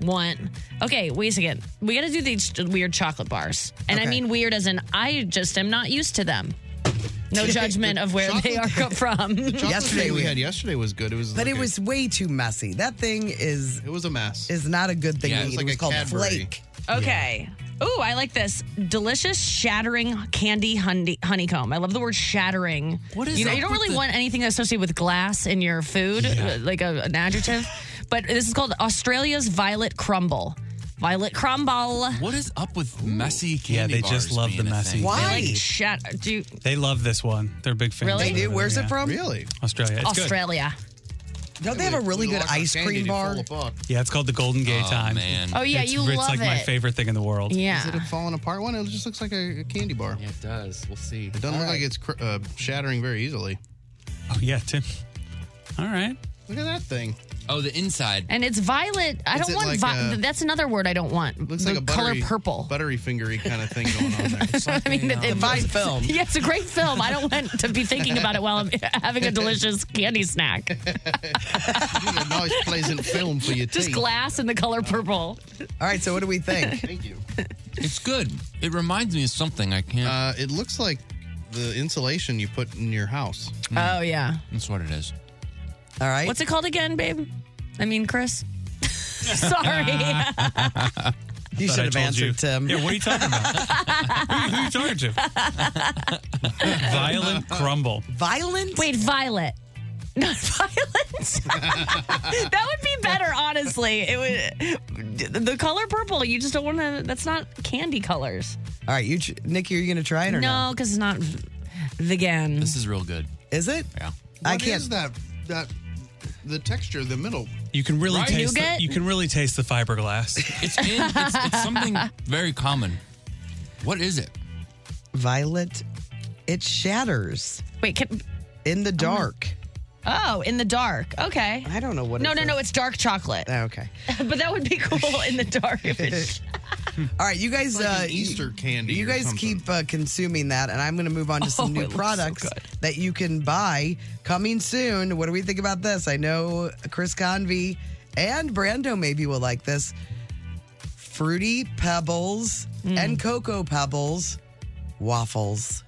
want. Okay, wait a second. We got to do these ch- weird chocolate bars, and I
Okay.
mean weird as in I just am not used to them. No judgment of where they are from.
Chocolate thing we had yesterday was good. It was,
But it
like a-
was way too messy. That thing is. It
was a mess.
Is not a good thing
Yeah,
to
it's
eat.
like
it was
a
called
Cadbury.
flake.
Okay. Ooh, I like this delicious shattering candy honey- honeycomb. I love the word shattering. What
is
you know?
up
You don't
with
really
the-
want anything associated with glass in your food, uh, like a, an adjective. but this is called Australia's violet crumble. Violet crumble.
What is up with messy candy
they just
bars
love
being
the
a
messy.
thing?
Why?
They like shat. Do you-
They love this one. They're big fans.
Really? They do? Where's it from?
Really?
Australia. It's good.
Australia.
Don't they have a really good ice cream bar?
Yeah, it's called the Golden Gate
Oh,
Time.
man.
Oh, yeah,
it's,
you
It's
love
like my
it.
favorite thing in the world.
Yeah.
Is it a falling apart one? It just looks like a, a candy bar.
Yeah, it does. We'll see.
It doesn't look like it's cr- uh, shattering very easily.
Oh yeah, Tim. All right.
Look at that thing.
Oh, the inside.
And it's violet. I
Is
don't
it
want.
like
vi-
a-
that's another word I don't want.
Looks
the
like a
color
buttery,
purple.
buttery fingery kind of thing going on there.
I mean, it, it-
fine film.
Yeah, it's a great film. I don't want to be thinking about it while I'm having a delicious candy snack.
a nice, pleasant film for your
Just
teeth.
glass and the color
Oh.
purple.
All right, so what do we think?
Thank you.
It's good. It reminds me of something I can't.
Uh, it looks like the insulation you put in your house.
Oh yeah.
That's what it is.
Mm. All right.
What's it called again, babe? I mean, Chris. Sorry.
Uh, You
Thought
should
I
have
told
answered,
you.
Tim.
Yeah, what are you talking about? Who are you talking to? Violent crumble.
Violent?
Wait, violet. Not violent. that would be better, honestly. It would. The color purple. You just don't want to. That's not candy colors.
All right, you, ch- Nikki, are you going to try it or
No, because it's not v- vegan.
This is real good.
Is it?
Yeah.
I
What
can't.
is that? That the texture, the middle.
You can really
Right?
taste. The,
Nougat?
you can really taste the fiberglass.
It's, in, it's, it's something very common. What is it?
Violet. It shatters.
Wait, can,
in the dark.
Oh, in the dark. Okay.
I don't know what.
No,
it's
no, no. It's dark chocolate.
Okay.
but that would be cool in the dark. If it's
All right, you guys. uh, Easter
candy.
You
or
guys
something.
keep uh, consuming that, and I'm going to move on to
Oh,
some new products that you can buy coming soon. What do we think about this? I know Chris Convey and Brando maybe will like this. Fruity
Mm.
Pebbles and Cocoa Pebbles waffles.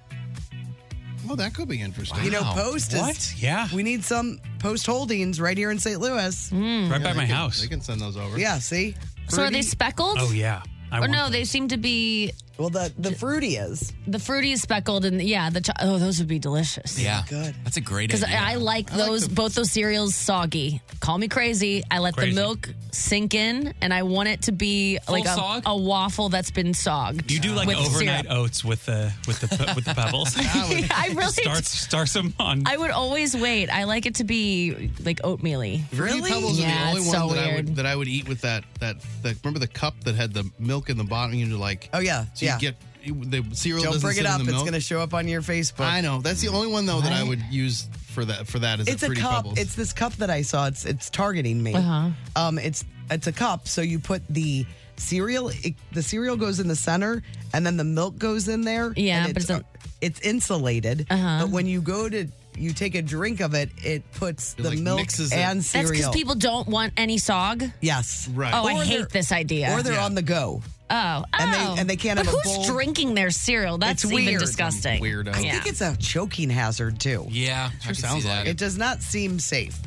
Well, Oh, that could be interesting.
You know, Post is.
Yeah.
We need some Post holdings right here in St. Louis.
Right by my house.
They can send those over.
Yeah, see?
Mm. So are they
Fruity?
speckled?
Oh yeah. I
or
want
no, they seem to be.
Well, the the fruity is.
The fruity is speckled, and yeah, the cho- oh, those would be delicious.
Yeah, good. That's a great
Because
idea.
I, I like those both those cereals soggy. Call me crazy. I let
Crazy.
the milk sink in, and I want it to be
Full
like a,
sog?
a waffle that's been sogged.
You do like
with
overnight
syrup.
oats with the with the pe- with the pebbles.
Yeah, I really
starts starts them on.
I would always wait. I like it to be like oatmeal-y.
Fruity Pebbles
yeah,
are the only
it's so
one that I,
weird.
would, that I would eat with that, that that remember the cup that had the milk in the bottom and you're like
Oh, yeah.
so
yeah.
you get you- the cereal
Don't
doesn't
bring
sit
it
in
up.
the
It's
milk.
going to show up on your Facebook.
I know. That's the only one though that I would use for that for that is
it's
the
a
Fruity
cup.
Pebbles.
It's this cup that I saw. It's it's targeting me.
Uh-huh.
Um, it's it's a cup. So you put the cereal. It, the cereal goes in the center, and then the milk goes in there.
Yeah,
and
but
it's
it's a-
it's insulated. Uh-huh. But when you go to you take a drink of it, it puts the
like,
milk
mixes it.
and
That's
cereal.
because people don't want any sog.
Yes. Right.
Oh, I
Or they're-
hate this idea.
Or they're on the go.
Oh,
And they-
oh.
and they can't
But
have a
who's
bowl.
drinking their cereal? That's
it's
even
weird.
disgusting.
Weirdo.
I think it's a choking hazard too.
yeah, I can see
sounds
that.
like
It does not seem safe.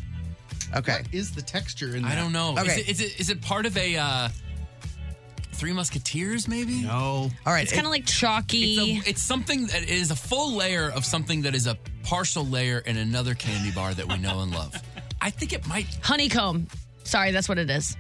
Okay.
is the texture in
I don't know. Is,
Okay.
it, is it is it part of a uh, Three Musketeers? Maybe.
No.
All right.
It's kind of like chalky.
It's, a, it's something that is a full layer of something that is a partial layer in another candy bar that we know and love. I think it might
honeycomb. Sorry, that's what it is.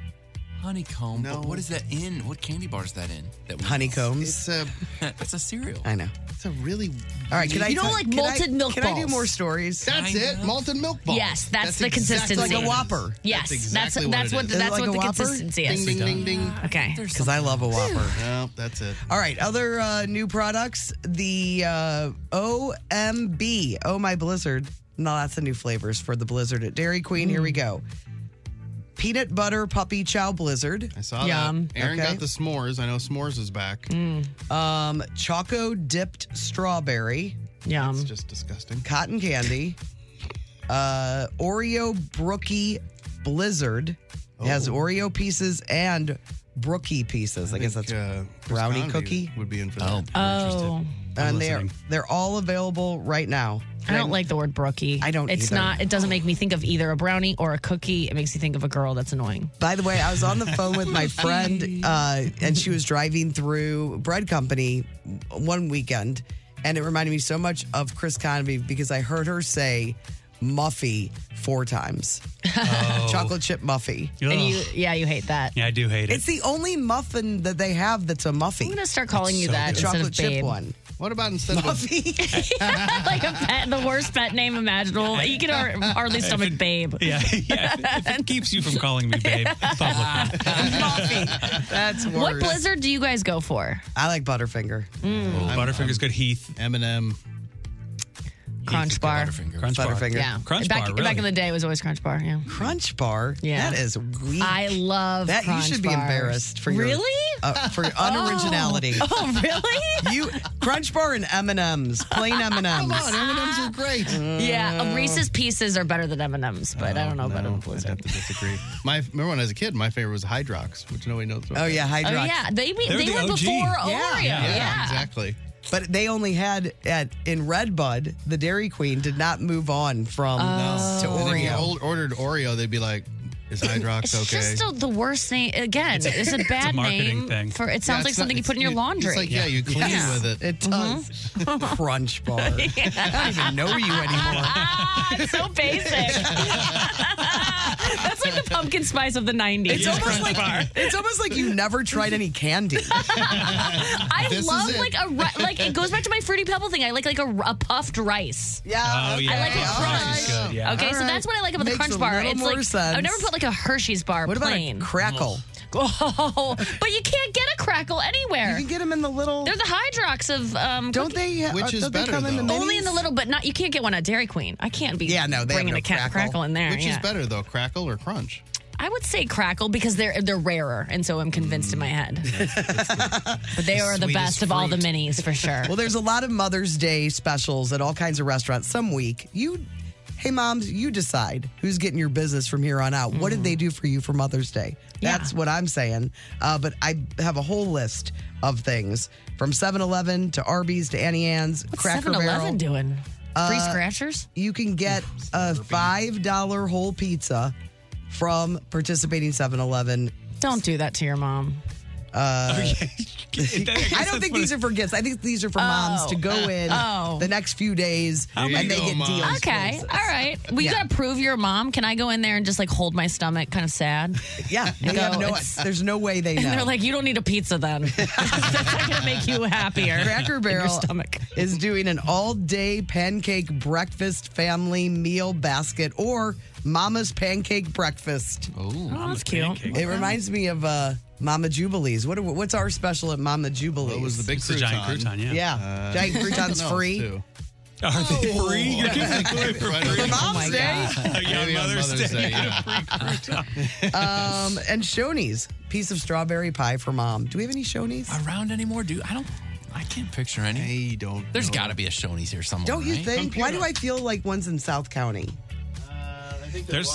honeycomb.
No.
But what is that in? What candy bar is that in? That we
honeycombs.
It's a
That's a cereal.
I know.
it's a really
All right. Can I?
You don't
t-
like
can
malted
I-
milk
Can I do
balls.
more stories?
That's
Kind
it.
of.
Malted milk balls.
Yes, that's the
exactly
consistency.
what
Like a
it is.
Whopper.
Yes, that's
exactly
that's what,
it is.
that's
Is it
what
like
the
a Whopper?
consistency
Ding
is.
ding ding ding.
Okay.
There's
Because I love a Whopper.
No, that's it.
All right, other uh, new products. The uh, OMB, Oh My Blizzard. No, that's the new flavors for the Blizzard at Dairy Queen. Here
Mm.
we go. Peanut butter puppy chow blizzard,
I saw
Yum. Mm.
that. Aaron
Okay.
got the s'mores. I know s'mores is back.
um, choco dipped strawberry,
Yum.
It's just disgusting.
cotton candy, uh, Oreo brookie blizzard. It has Oreo pieces and brookie pieces. I, guess that's
uh,
brownie
Chris Convey
cookie?
would be in for that.
Oh,
and
listening.
they're they're all available right now.
I don't like the word brookie.
I don't
It's
either.
not. It doesn't make me think of either a brownie or a cookie. It makes me think of a girl that's annoying.
By the way, I was on the phone with my friend, uh, and she was driving through Bread Company one weekend, and it reminded me so much of Chris Convey because I heard her say "Muffy" four times, chocolate chip Muffy.
Oh. And you,
Ugh.
yeah, you hate that.
yeah, I do hate it.
It's the only muffin that they have that's a
I'm
Muffy,
gonna start calling you
so
that
good.
instead
chocolate
of
chip
babe.
one.
What about instead of a,
Muffy.
like a pet, the worst pet name imaginable. You can har- hardly stomach babe.
yeah, yeah. If it keeps you from calling me babe publicly.
Muffy. That's worse.
What blizzard do you guys go for?
I like Butterfinger.
Mm.
Oh, Butterfinger's good. Heath.
M&M?
Crunch bar.
Crunch bar.
Butterfinger.
Yeah.
Crunch
back,
bar,
back
really.
in the day, it was always Crunch bar. Yeah.
Crunch bar.
Yeah.
That is weak.
I love
that. You
Crunch
should be
bars.
embarrassed for your
really.
uh, for your unoriginality.
Oh, really?
You Crunch Bar and M and M's, plain M and M's.
M&M's are great.
Mm. yeah, Reese's Pieces are better than M and M's, but I don't know about a
I'd
Blizzard.
have to disagree. My remember when I was a kid, my favorite was Hydrox, which nobody knows. About
Oh yeah,
Oh
Hydrox.
yeah, they be,
They're
they
the
were
OG.
before
Yeah.
Oreo.
Yeah,
Yeah,
Yeah, exactly.
But they only had at in Redbud, the Dairy Queen did not move on from
Oh.
to
And if you
Oreo.
old- ordered Oreo, they'd be like, "Is Hydrox
It's
okay?"
just a, the worst name. Again, it's a, bad
marketing
name
thing.
for. It
Yeah,
sounds like
it's not-
something you
it's-
put in your laundry.
It's like, yeah, you clean
Yeah.
with it.
It Mm-hmm. does. Crunch Bar. I don't even know you anymore.
Ah, it's so basic. That's like the pumpkin spice of the 90s.
It's almost like it's almost like you never tried any candy.
I
This is
love
it.
like a ri- like it goes back to my fruity pebble thing. I like like a, a puffed rice.
Yeah.
Oh yeah.
like a
yeah,
crunch.
This is good, yeah.
Okay,
All
so
right.
that's what I like about
Makes
the
a
crunch bar.
little
It's
more
like
sense.
I've never put like a Hershey's bar
What about a
plain.
crackle?
oh, but you can't get a crackle
You
anywhere.
can get them in the little.
They're the Hydrox of um.
Don't they?
Which
uh,
is
don't
better,
they come in the
though?
only in the
minis?
little, but not you can't get one at Dairy Queen. I can't be
Yeah, no, they have
bringing
no
a cat
crackle.
crackle in there.
Which
yeah.
is better though, crackle or crunch?
I would say crackle because they're they're rarer, and so I'm convinced in my head.
Mm.
but they are the best of all the minis for sure.
Well, there's a lot of Mother's Day specials at all kinds of restaurants some week. You, hey moms, you decide who's getting your business from here on out. What did
Mm.
they do for you for Mother's Day? That's what I'm saying. Uh, but I have a whole list of things from 7-Eleven to Arby's to Annie Ann's,
What's
Cracker Barrel. Uh,
7-Eleven doing? Free scratchers?
You can get a $5 whole pizza from participating 7 Eleven.
Don't do that to your mom.
Uh, I
that's
don't think
what
these
it-
are for gifts. I think these are for moms
Oh.
to go in
Oh.
the next few days
There you
and they
go,
get
Mom.
deals.
Okay. All right. Well, you got to prove you're a mom. Can I go in there and just like hold my stomach, kind of sad?
Yeah.
And
They
go,
have no,
it's-
there's no way they know.
And they're like, you don't need a pizza then. That's not going to make you happier.
Cracker
in your
Barrel
stomach.
is doing an all-day pancake breakfast family meal basket or Mama's pancake breakfast.
Oh, that's cute.
It reminds me of uh, Mama Jubilees. What are, what's our special at Mama Jubilees?
It was the big Uh,
It's the giant crouton, Uh, yeah.
Yeah, giant croutons free. Oh.
Are they free? You're giving it away for
Right.
free? Oh
For
Mom's
my
Day.
God. A young
Maybe on
Mother's,
Mother's
Day.
Day, yeah.
Um, and Shoney's piece of strawberry pie for mom. Do we have any Shoney's?
Around anymore, dude? I don't. I can't picture any.
I don't.
There's
know.
got to be a Shoney's here somewhere.
Don't you
right?
think? Why do I feel like one's in South County?
There's,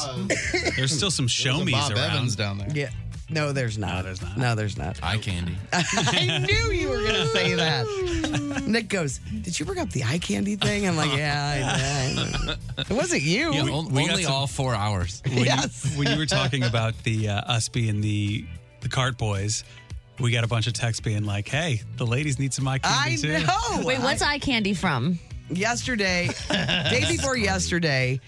there's still some show
There's a
me's
Bob
around.
Evans down there.
Yeah. No, there's not. No,
there's not.
No, there's not.
Eye candy.
I knew you were going to say that. Nick goes, Did you bring up the eye candy thing? I'm like, Yeah, I know. It wasn't you.
Yeah,
We-
on-
we got
only
some-
all four hours.
yes.
when you were talking about the uh, us being the the cart boys, we got a bunch of texts being like, "Hey, the ladies need some eye
I
candy too."
know.
Wait, what's eye candy from?
yesterday, day before yesterday,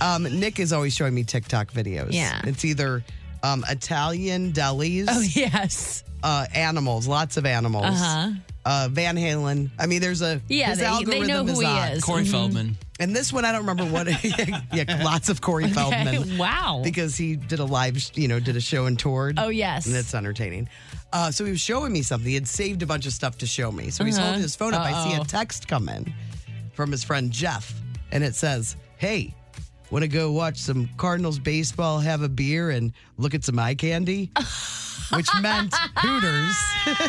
um, Nick is always showing me TikTok videos.
Yeah.
It's either um, Italian delis,
Oh, yes.
uh, animals, lots of animals.
Uh-huh.
Uh, Van Halen. I mean, there's a
Yeah,
his
they, they
algorithm
know who
odd.
he is. Mm-hmm.
Corey Feldman.
And this one, I don't remember what. yeah, lots of Corey
Okay.
Feldman
Wow.
because he did a live, sh- you know, did a show and toured.
Oh, yes.
and it's entertaining. Uh, so he was showing me something. He had saved a bunch of stuff to show me. So he's holding his phone up. I see a
Uh-huh. Uh-oh.
text come in from his friend Jeff, and it says, "Hey, want to go watch some Cardinals baseball, have a beer, and look at some eye candy?" Which meant Hooters.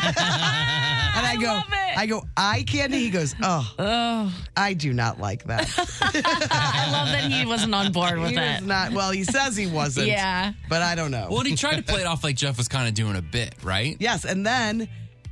and I, go,
love it.
I go eye candy. He goes, oh, I do not like that.
I love that he wasn't on board with
he
it.
was not. Well, he says he wasn't.
Yeah.
but I don't know.
Well, and he tried to play it off like Jeff was kind of doing a bit, right?
Yes, and then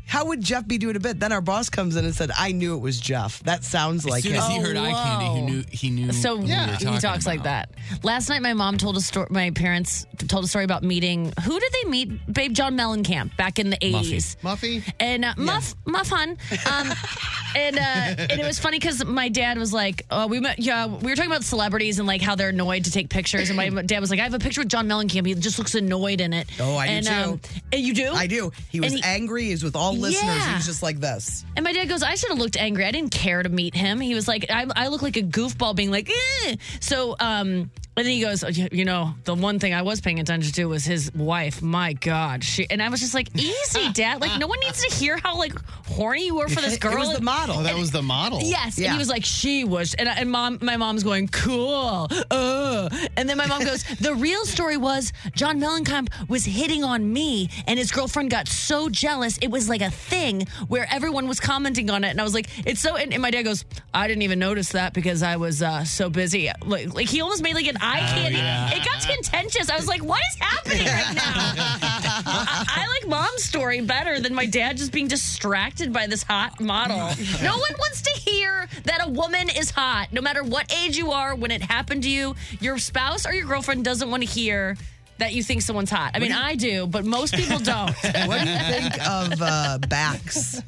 how would Jeff be doing a bit? Then our boss comes in and said, "I knew it was Jeff. That sounds
As
like
soon
him."
as he heard eye
whoa.
candy, he knew he knew.
Oh, So
who we were
he
talking
talks like
about.
that. Last night, my mom told a story. My parents told a story about meeting. Who did they meet? Babe John Mellencamp back in the eighties.
Muffy.
And uh, Muff Muff Hun, um, and uh, and it was funny because my dad was like, oh, we met, yeah, we were talking about celebrities and like how they're annoyed to take pictures, and my dad was like, I have a picture with John Mellencamp. He just looks annoyed in it.
Oh, I do
and, um,
too.
and you do?
I do. He was
And he-
angry. He was with all listeners. He
Yeah.
was just like this.
And my dad goes, I should have looked angry. I didn't care to meet him. He was like, I, I look like a goofball being like, eh. So, um, and then he goes, "Oh, you you know, the one thing I was paying attention to was his wife. My God. She, and I was just like, easy, dad. Like, no one needs to hear how, like, horny you were for this girl.
It was the model.
Oh, that was the model.
Yes, and
Yeah.
he was like, she was, and, I- and mom, my mom's going, cool, uh. and then my mom goes, the real story was John Mellencamp was hitting on me, and his girlfriend got so jealous, it was like a thing where everyone was commenting on it, and I was like, it's so, and, and my dad goes, I didn't even notice that because I was uh, so busy, like, like he almost made like an eye candy. It got contentious. I was like, what is happening right now? I, I like mom's story better than my dad just being distracted by this hot model. No one wants to hear that a woman is hot, no matter what age you are, when it happened to you. Your spouse or your girlfriend doesn't want to hear that you think someone's hot. I mean, I do, but most people don't.
What do you think of uh, backs?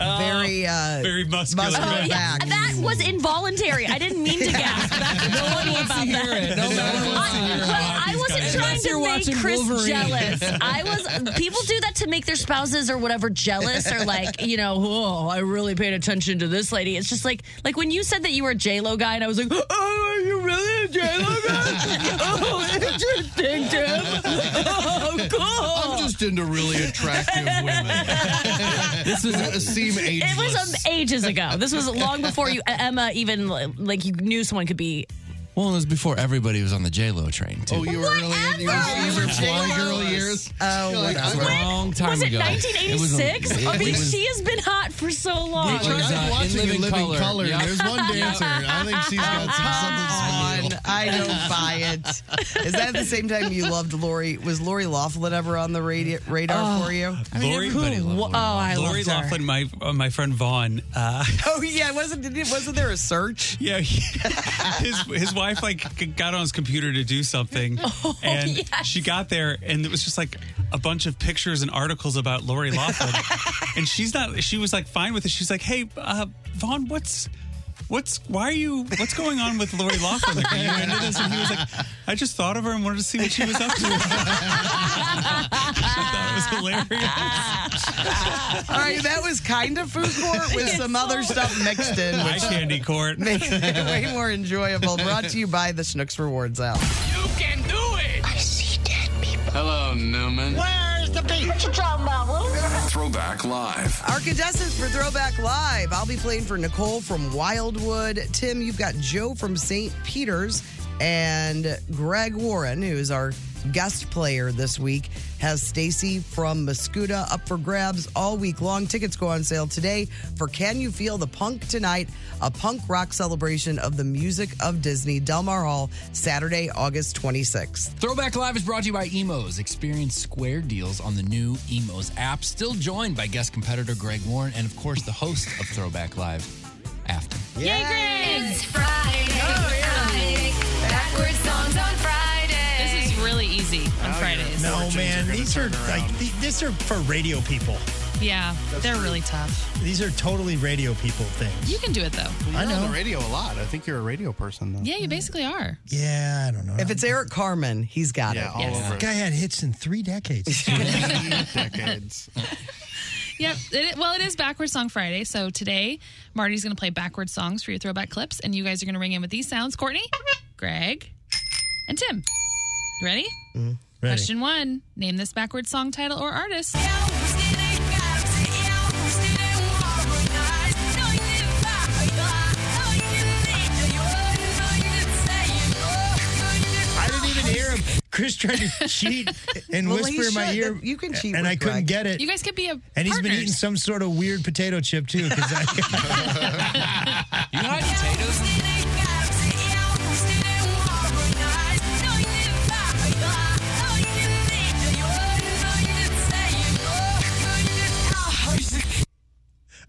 Oh,
very, uh,
very muscular
Oh, yeah.
backs.
That was involuntary. I didn't mean to gasp. That's no one wants to hear it. No
one wants to hear about
I,
these
wasn't
guys.
trying
Unless
to
you're
make
watching
Chris
Wolverine.
jealous. I was. People do that to make their spouses or whatever jealous or like you know. Oh, I really paid attention to this lady. It's just like like when you said that you were a J Lo guy, and I was like, Oh, are you really a J Lo guy? oh, interesting, Tim.
Uh-huh.
Oh, cool.
I'm just into really attractive women. this is a seem ageless.
It E-, was um, ages ago. This was long before you Emma even like you knew someone could be
Well, it was before everybody was on the J Lo train too.
Oh, you were early in your, you were fly girl years.
uh,
Oh,
You're like,
whatever.
I'm-
When? Long time
was it
ago.
1986?
It was-
I mean,
it was-
she has been hot for so long.
It was, uh,
watching
in living,
Living
color.
Color,
Yeah.
there's one dancer. I think she's got
Uh-huh.
Come on, I don't buy it. Is that at the same time you loved Lori? Was Lori Laughlin ever on the radio, radar for you?
Lori,
oh, I
Lori
loved her.
Laughlin, my uh, my friend Vaughn. Uh,
Oh yeah, wasn't did it- wasn't there a search?
Yeah, his his wife like g- got on his computer to do something, and she got there, and it was just like a bunch of pictures and articles about Lori Laughlin, and she's not. She was like fine with it. She's like, hey, uh, Vaughn, what's What's why are you? What's going on with Lori Laughlin? Like, are you into this? And he was like, "I just thought of her and wanted to see what she was up to." that was hilarious.
All right, that was kind of food court with some other stuff mixed in,
Eye
which
candy court.
makes it way more enjoyable. Brought to you by the Schnooks Rewards app.
You can do it! I see dead people.
Hello, Newman.
Where's the beach? What you talking about,
Throwback Live.
Our contestants for Throwback Live. I'll be playing for Nicole from Wildwood. Tim, you've got Joe from St. Peter's. And Greg Warren, who is our guest player this week, has Stacy from Muscuda up for grabs all week long. Tickets go on sale today for Can You Feel the Punk Tonight, a punk rock celebration of the music of Disney, Delmar Hall, Saturday, August 26th.
Throwback Live is brought to you by Emos. Experience square deals on the new Emos app. Still joined by guest competitor Greg Warren and, of course, the host of Throwback Live, Afton.
It's Friday.
Oh,
Oh, Friday. Backwards songs on Friday. This is really easy on Fridays.
Oh, No, man, these are like th- these are for radio people.
Yeah, they're really tough.
These are totally radio people things.
You can do it though.
I know. on the radio a lot. I think you're a radio person, though.
Yeah, you basically are.
Yeah, I don't know.
If it's Eric Carmen, he's got
Yeah,
it.
all Yes. over it.
Guy had hits in three decades.
decades.
Yep. It, well, it is Backwards Song Friday. So today, Marty's going to play backwards songs for your throwback clips, and you guys are going to ring in with these sounds Courtney, Greg, and Tim. You ready?
Ready.
Question one Name this backwards song title or artist.
I didn't even hear him. Chris tried to cheat and
Well, he
whisper in my
should.
ear.
You can cheat
and
with
I couldn't
Greg.
get it.
You guys could be a
And he's been
partners.
eating some sort of weird potato chip too. Because I,
you hide potatoes?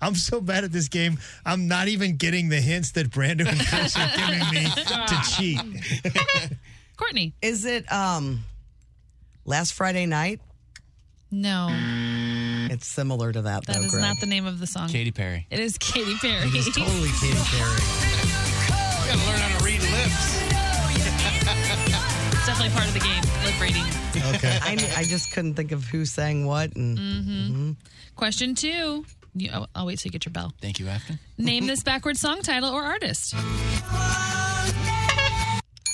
I'm so bad at this game. I'm not even getting the hints that Brando and Chris are giving me to cheat.
Courtney.
Is it um last Friday night?
No.
Oh. It's similar to that,
That
though,
is
Oh, Greg.
not the name of the song.
Katy Perry.
It is Katy Perry.
Katy Perry.
I gotta learn how to read lips.
it's definitely part of the game. Lip reading.
Okay.
I, knew- I just couldn't think of who sang what. And
Mm-hmm.
Mhm.
Question two. You, I'll, I'll wait till you get your bell.
Thank you, Afton.
Name this backwards song title or artist.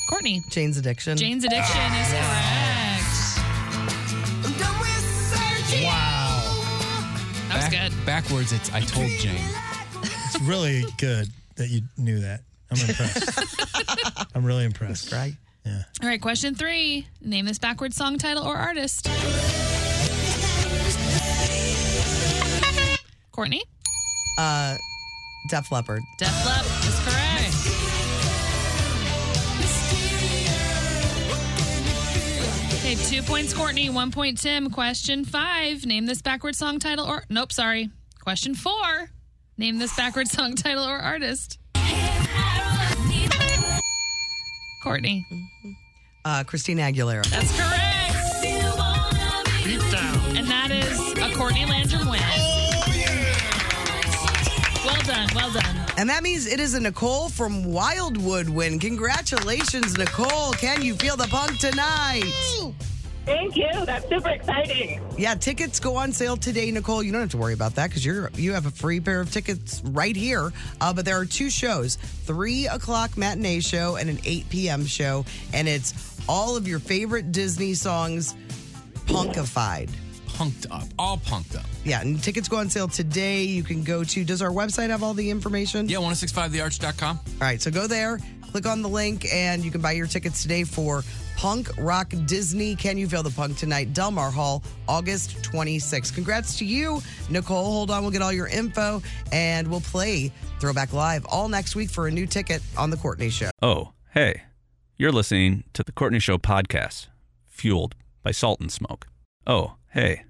Courtney.
Jane's Addiction.
Jane's Addiction
Ah.
is correct.
Wow.
That was good.
Backwards, it's I told Jane.
It's really good that you knew that. I'm impressed. I'm really impressed. Right?
All right, question three. Name this backwards song title or artist. Courtney.
Uh, Def Leppard.
Def Lep is correct. Okay, two points, Courtney, one point, Tim. Question five. Name this backward song title or. Nope, sorry. Question four. Name this backward song title or artist. Courtney.
Uh, Christina Aguilera.
That's correct. And that is a Courtney Landrum win. Well done, well done.
And that means it is a Nicole from Wildwood win. Congratulations, Nicole. Can you feel the punk tonight?
Thank you. That's super exciting.
Yeah, tickets go on sale today, Nicole. You don't have to worry about that because you're you have a free pair of tickets right here. Uh, but there are two shows: three o'clock matinee show and an eight p.m. show, and it's all of your favorite Disney songs, punkified.
Punked up. All punked up.
Yeah, and tickets go on sale today. You can go to. Does our website have all the information?
Yeah, 1065thearch.com.
All right, so go there, Click on the link and you can buy your tickets today for Punk Rock Disney Can You Feel the Punk Tonight, Delmar Hall, August 26th. Congrats to you, Nicole. Hold on, we'll get all your info and we'll play Throwback Live all next week for a new ticket on The Courtney Show.
Oh, hey, you're listening to the Courtney Show podcast, fueled by salt and smoke. Oh, hey,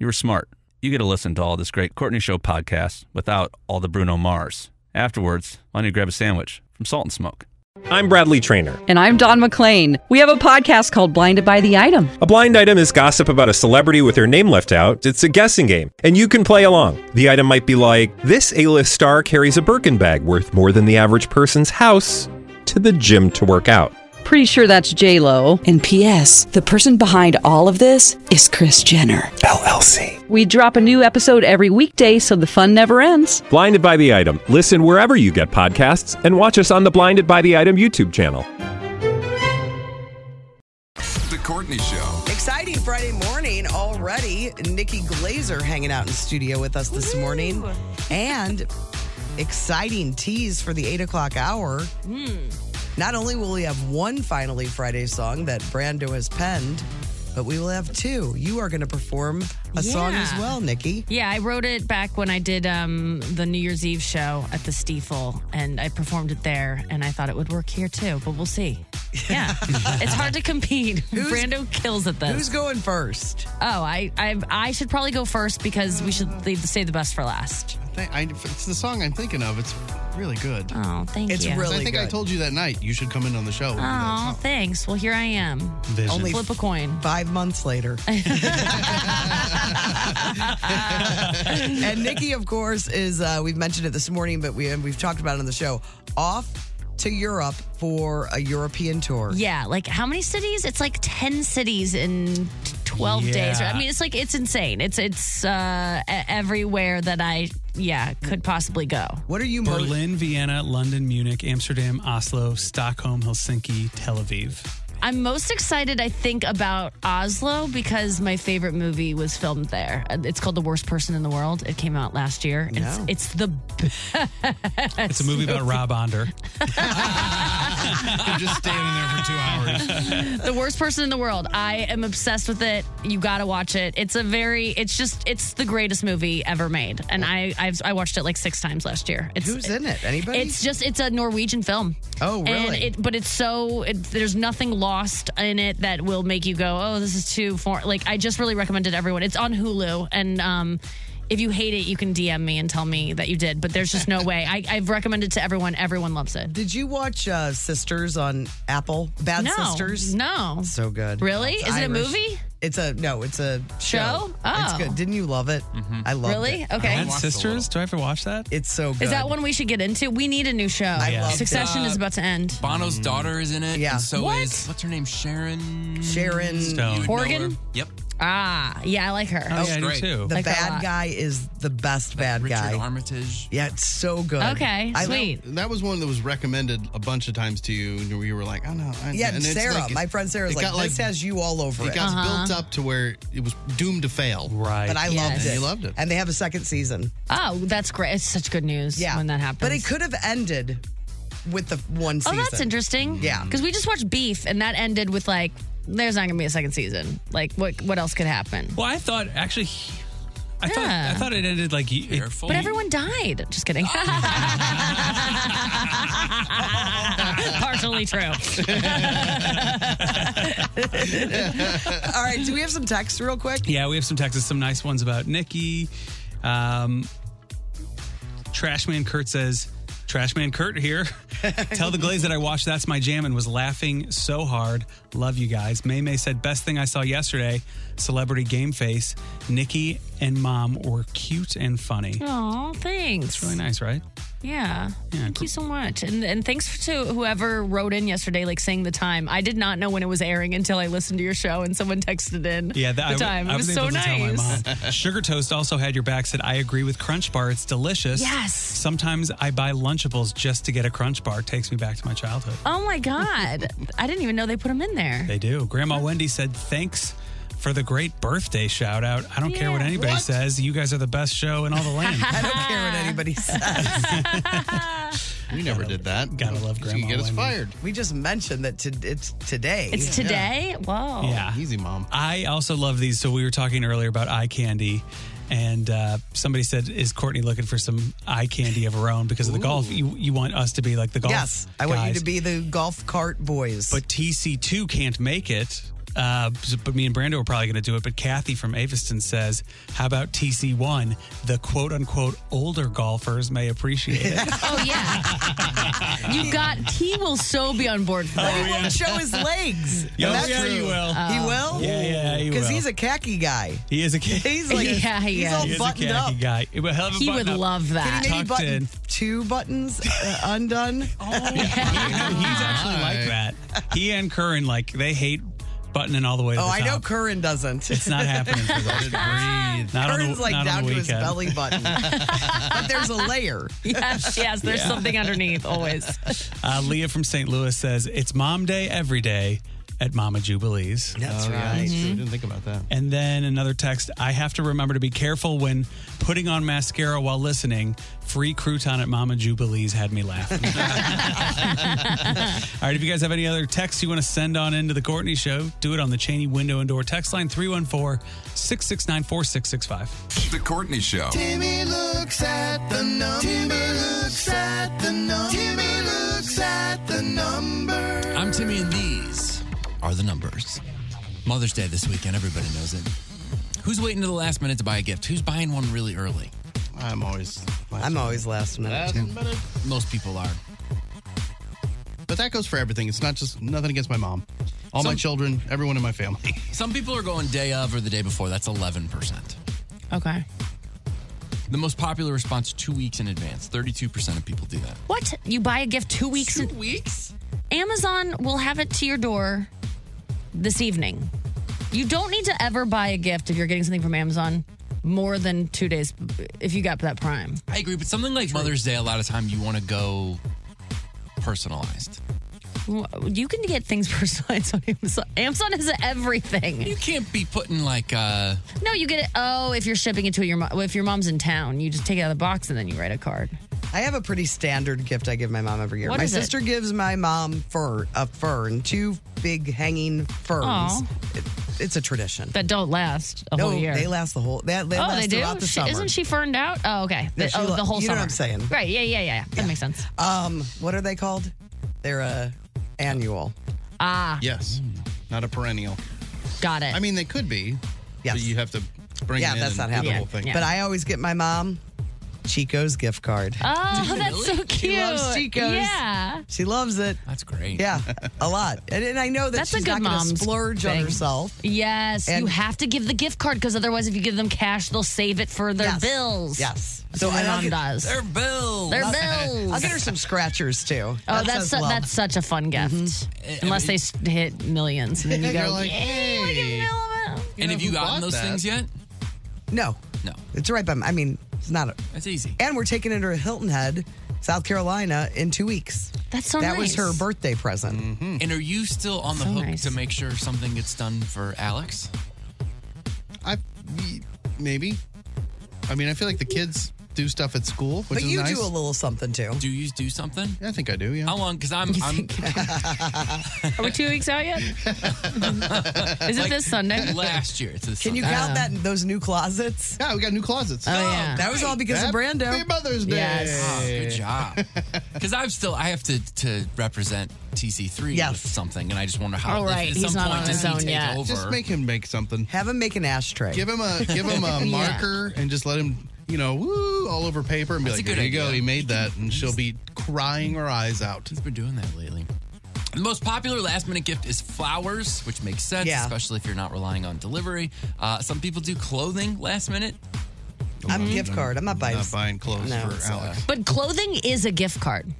you were smart. You get to listen to all this great Courtney Show podcast without all the Bruno Mars. Afterwards, why don't you grab a sandwich from Salt and Smoke?
I'm Bradley Trainer.
And I'm Don McClain. We have a podcast called Blinded by the Item.
A blind item is gossip about a celebrity with their name left out. It's a guessing game, and you can play along. The item might be like this: A-list star carries a Birkin bag worth more than the average person's house to the gym to work out.
Pretty sure that's J Lo. And P.S. The person behind all of this is Chris Jenner LLC. We drop a new episode every weekday, so the fun never ends.
Blinded by the item. Listen wherever you get podcasts, and watch us on the Blinded by the Item YouTube channel.
The Courtney Show.
Exciting Friday morning already. Nikki Glazer hanging out in studio with us this morning. And exciting tease for the eight o'clock hour. Not only will we have one Finally Friday song that Brando has penned, but we will have two. You are going to perform a song as
Yeah.
well, Nikki.
Yeah, I wrote it back when I did um, the New Year's Eve show at the Stiefel, and I performed it there, and I thought it would work here too, but we'll see. Yeah, it's hard to compete. Brando kills at this.
Who's going first?
Oh, I, I I should probably go first because we should leave the save the best for last.
I, I, it's the song I'm thinking of. It's really good.
Oh, thank
it's
you.
Really I
really
think I
good.
told you that night you should come in on the show.
Oh, thanks. Well, here I am.
Vision.
Only
Only
flip a coin.
Five months later. and Nikki, of course, is uh, we've mentioned it this morning, but we and we've talked about it on the show. Off to Europe for a European tour.
Yeah, like how many cities? It's like ten cities in twelve days.
Yeah.
I mean, it's like it's insane. It's it's uh, e- everywhere that I yeah could possibly go.
What are you?
Berlin, Vienna, London, Munich, Amsterdam, Oslo, Stockholm, Helsinki, Tel Aviv.
I'm most excited, I think, about Oslo because my favorite movie was filmed there. Uh, It's called The Worst Person in the World. It came out last year. and It's,
No.
it's the best.
It's a movie about Rob Onder.
I'm just standing there for two hours.
the worst person in the world. I am obsessed with it. You got to watch it. It's a very. It's just. It's the greatest movie ever made, and I I've, I watched it like six times last year. It's,
Who's in it? Anybody?
It's just. It's a Norwegian film.
Oh,
And
really?
it, but it's so. It, there's nothing lost in it that will make you go, oh, this is too foreign. Like I just really recommend it. to Everyone, it's on Hulu, and um. If you hate it, you can DM me and tell me that you did, but there's just no way. I, I've recommended to everyone. Everyone loves it.
Did you watch uh, Sisters on Apple? Bad
No,
Sisters.
No.
So good.
Really?
It's
Is it a
Irish.
movie?
It's a no. It's a show.
Show? Oh.
It's good. Didn't you love it? I love it.
Really? Okay. I
Mm-hmm. Bad
watched a
Sisters? Do I have to watch that?
It's so
Is that one we should get into? We need a new show.
loved it.
Succession is about to end.
Bono's daughter is in it. Yeah. And so is what's her name? Sharon.
Sharon
You would know
Horgan?
her. Yep.
Ah, yeah, I like her.
Oh, The
Like her a
bad
lot.
guy is the best bad guy.
Armitage.
Yeah, it's so good.
I-
sweet.
That, was one that was recommended a bunch of times to you, and you were like, "Oh no." I,
Yeah,
and it's
Sarah,
like-
my friend Sarah's
it
like,
got,
this has you all over it.
It got
Uh-huh.
built up to where it was doomed to fail. Right.
But I loved it.
You loved it.
And they have a second season.
Oh, that's great. It's such good news
Yeah.
when that happens.
But it could have ended with the one
Oh,
season.
that's interesting.
Yeah.
Because we just watched Beef and that ended with like, there's not going to be a second season. Like, what what else could happen?
Well, I thought actually, I
Yeah.
thought I thought it ended like you- it,
But everyone died. Just kidding.
Oh.
Partially true.
All right, do we have some texts real quick?
Yeah, we have some texts, some nice ones about Nikki. Um, Trashman Kurt says, Trashman Kurt here. Tell the Glaze that I watched That's My Jam and was laughing so hard. Love you guys. May May said, Best thing I saw yesterday celebrity game face. Nikki and mom were cute and funny.
Oh, thanks.
It's really nice, right?
Yeah.
Yeah,
Thank you so much. And and thanks to whoever wrote in yesterday, like saying the time. I did not know when it was airing until I listened to your show and someone texted in
Yeah,
the
that, I,
time.
I
it
was,
was so
able to
nice.
tell my mom. Sugar Toast also had your back. Said I agree with Crunch Bar. It's delicious.
Yes.
Sometimes I buy Lunchables just to get a Crunch Bar. It takes me back to my childhood.
Oh my God. I didn't even know they put them in there.
They do. Grandma Wendy said thanks for the great birthday shout out. I don't care what
Yeah.
anybody
What?
says. You guys are the best show in all the land.
I don't care what anybody says.
We never did that. Gotta love grandma. You get us
Wendy.
fired.
We just mentioned that to, it's today.
It's today? Wow.
Yeah.
Easy, mom.
Um, I also love these. So we were talking earlier about eye candy, and uh, somebody said, "Is Courtney looking for some eye candy of her own because of the golf? You you want us to be like the golf?
Yes, I want you
guys.
to be the golf cart boys.
But TC2 can't make it. Uh, so- but me and Brando are probably going to do it. But Kathy from Aviston says, "How about TC1? The quote unquote older golfers may appreciate it."
Oh yeah. you got. He will so be on board. For
But he
that.
won't show his legs.
Yeah,
And
oh,
that's
yeah, he
true.
will.
He
Oh.
will?
Yeah, yeah, he
Because
will.
he's a khaki guy.
He is a kid.
He's like- Yeah, he he's is. all
He is
buttoned
a khaki
up.
guy. He would, have a
He
button
would
up.
love that. Can he maybe
Tucked
button
in.
Two buttons uh, undone. oh,
He's actually like that. He and Curran, like, they hate buttoning all the way to
Oh,
the
I know
top.
Curran doesn't.
It's not happening for them. Not on the-
Curran's like
not on
down
the
to his
weekend.
belly button. but there's a layer.
Yes, yes. There's
Yeah.
something underneath always.
Uh, Leah from St. Louis says, It's mom day every day at Mama Jubilees.
That's All right. right. Mhm. We didn't think about that.
And then another text I have to remember to be careful when putting on mascara while listening. Free crouton at Mama Jubilees had me laughing. All right, if you guys have any other texts you want to send on into the Courtney Show, do it on the Cheney window and door text line 314 669 4665.
The Courtney Show.
Timmy looks at the number. Timmy looks at the number. Timmy looks at the number.
I'm Timmy, and these are the numbers. Mother's Day this weekend. Everybody knows it. Who's waiting to the last minute to buy a gift? Who's buying one really early?
I'm always.
I'm always last minute.
Most people are.
But that goes for everything. It's not just nothing against my mom. All my
Some-
children, everyone in my family.
Some people are going day of or the day before. That's 11%.
Okay.
The most popular response two weeks in advance. 32% of people do that.
What? You buy a gift two weeks? Two
weeks?
Amazon will have it to your door this evening. You don't need to ever buy a gift if you're getting something from Amazon more than two days if you got that Prime.
I agree, but something like Mother's Day, a lot of time you want to go personalized.
You can get things personalized on Amazon. Amazon has everything.
You can't be putting like uh
No, you get it. Oh, if you're shipping it to your mom, if your mom's in town, you just take it out of the box and then you write a card.
I have a pretty standard gift I give my mom every year.
What
my
is it?
sister gives my mom fur, a fern, two big hanging ferns.
Aw.
It- it's a tradition.
That don't last a
no,
whole year.
they last the whole. They, they
oh,
last
they do.
throughout the
She-
summer.
Isn't she ferned out? Oh, okay.
No,
The-
she
oh,
lo-
the whole
you know
summer.
what I'm saying.
Right? Yeah, yeah, yeah. yeah. That makes sense.
Um, what are they called? They're a annual.
Ah,
Yes. Not a perennial.
got it.
I mean, they could be.
Yes.
But you have to bring
yeah,
it in
that's
and
not
do
happening.
The whole thing.
But I always get my mom Chico's gift card.
Oh, that's so cute.
She loves Chico's.
Yeah.
She loves it.
That's great.
Yeah, a lot. And, and I know that
That's a
she's not
good
going to
mom's
splurge on
thing.
herself.
Yes, you
And-
have to give the gift card because otherwise, if you give them cash, they'll save it for their
Yes.
bills.
Yes.
So
So
my
and I'll
mom
get-
does.
Their
bills.
Their
I'll-
bills.
I'll get her some scratchers too.
Oh, that's
says
su-
love.
that's such a fun gift. Unless they s- hit millions, and then you
You're
go,
like,
yeah, I give
hey."
you all of them.
and have you
who
gotten
bought
those
that?
things yet?
no,
No.
it's right by. My, I mean, it's not. A,
That's easy.
and we're taking her to Hilton Head, South Carolina, in two weeks.
That's so
That was
nice.
her birthday present.
And are you still on the
So
hook
nice.
to make sure something gets done for Alex?
I maybe. I mean, I feel like the kids do stuff at school, which
But
is
you
nice.
do a little something too.
Do you do something?
I think I do. Yeah.
How long? Because I'm, I'm
Are we two weeks out yet? Is it this Sunday?
last year. It's this
Can you
Sunday.
count that those new closets?
Yeah, we got new closets.
Oh, yeah.
That was all because of
Happy
Brando.
Mother's Day.
Yes.
Oh, good job. Because I'm still, I have to to represent TC3
Yes.
with something, and I just wonder how.
Oh,
if
right.
At
He's
some
not
point,
on
does
his
he
own
take
yet.
over?
Just make him make something.
Have him make an ashtray.
Give him a give him a marker and just let him, you know, woo all over paper and be
That's
like,
a good
"There you go,
idea.
he made that," and she'll be crying her eyes out.
He's been doing that lately. The most popular last minute gift is flowers, which makes sense,
Yeah.
especially if you're not relying on delivery. Uh, some people do clothing last minute. Mm-hmm.
I'm gift card. I'm not buying.
Not buying clothes
No,
for
it's,
uh,
Alex.
But clothing is a gift card.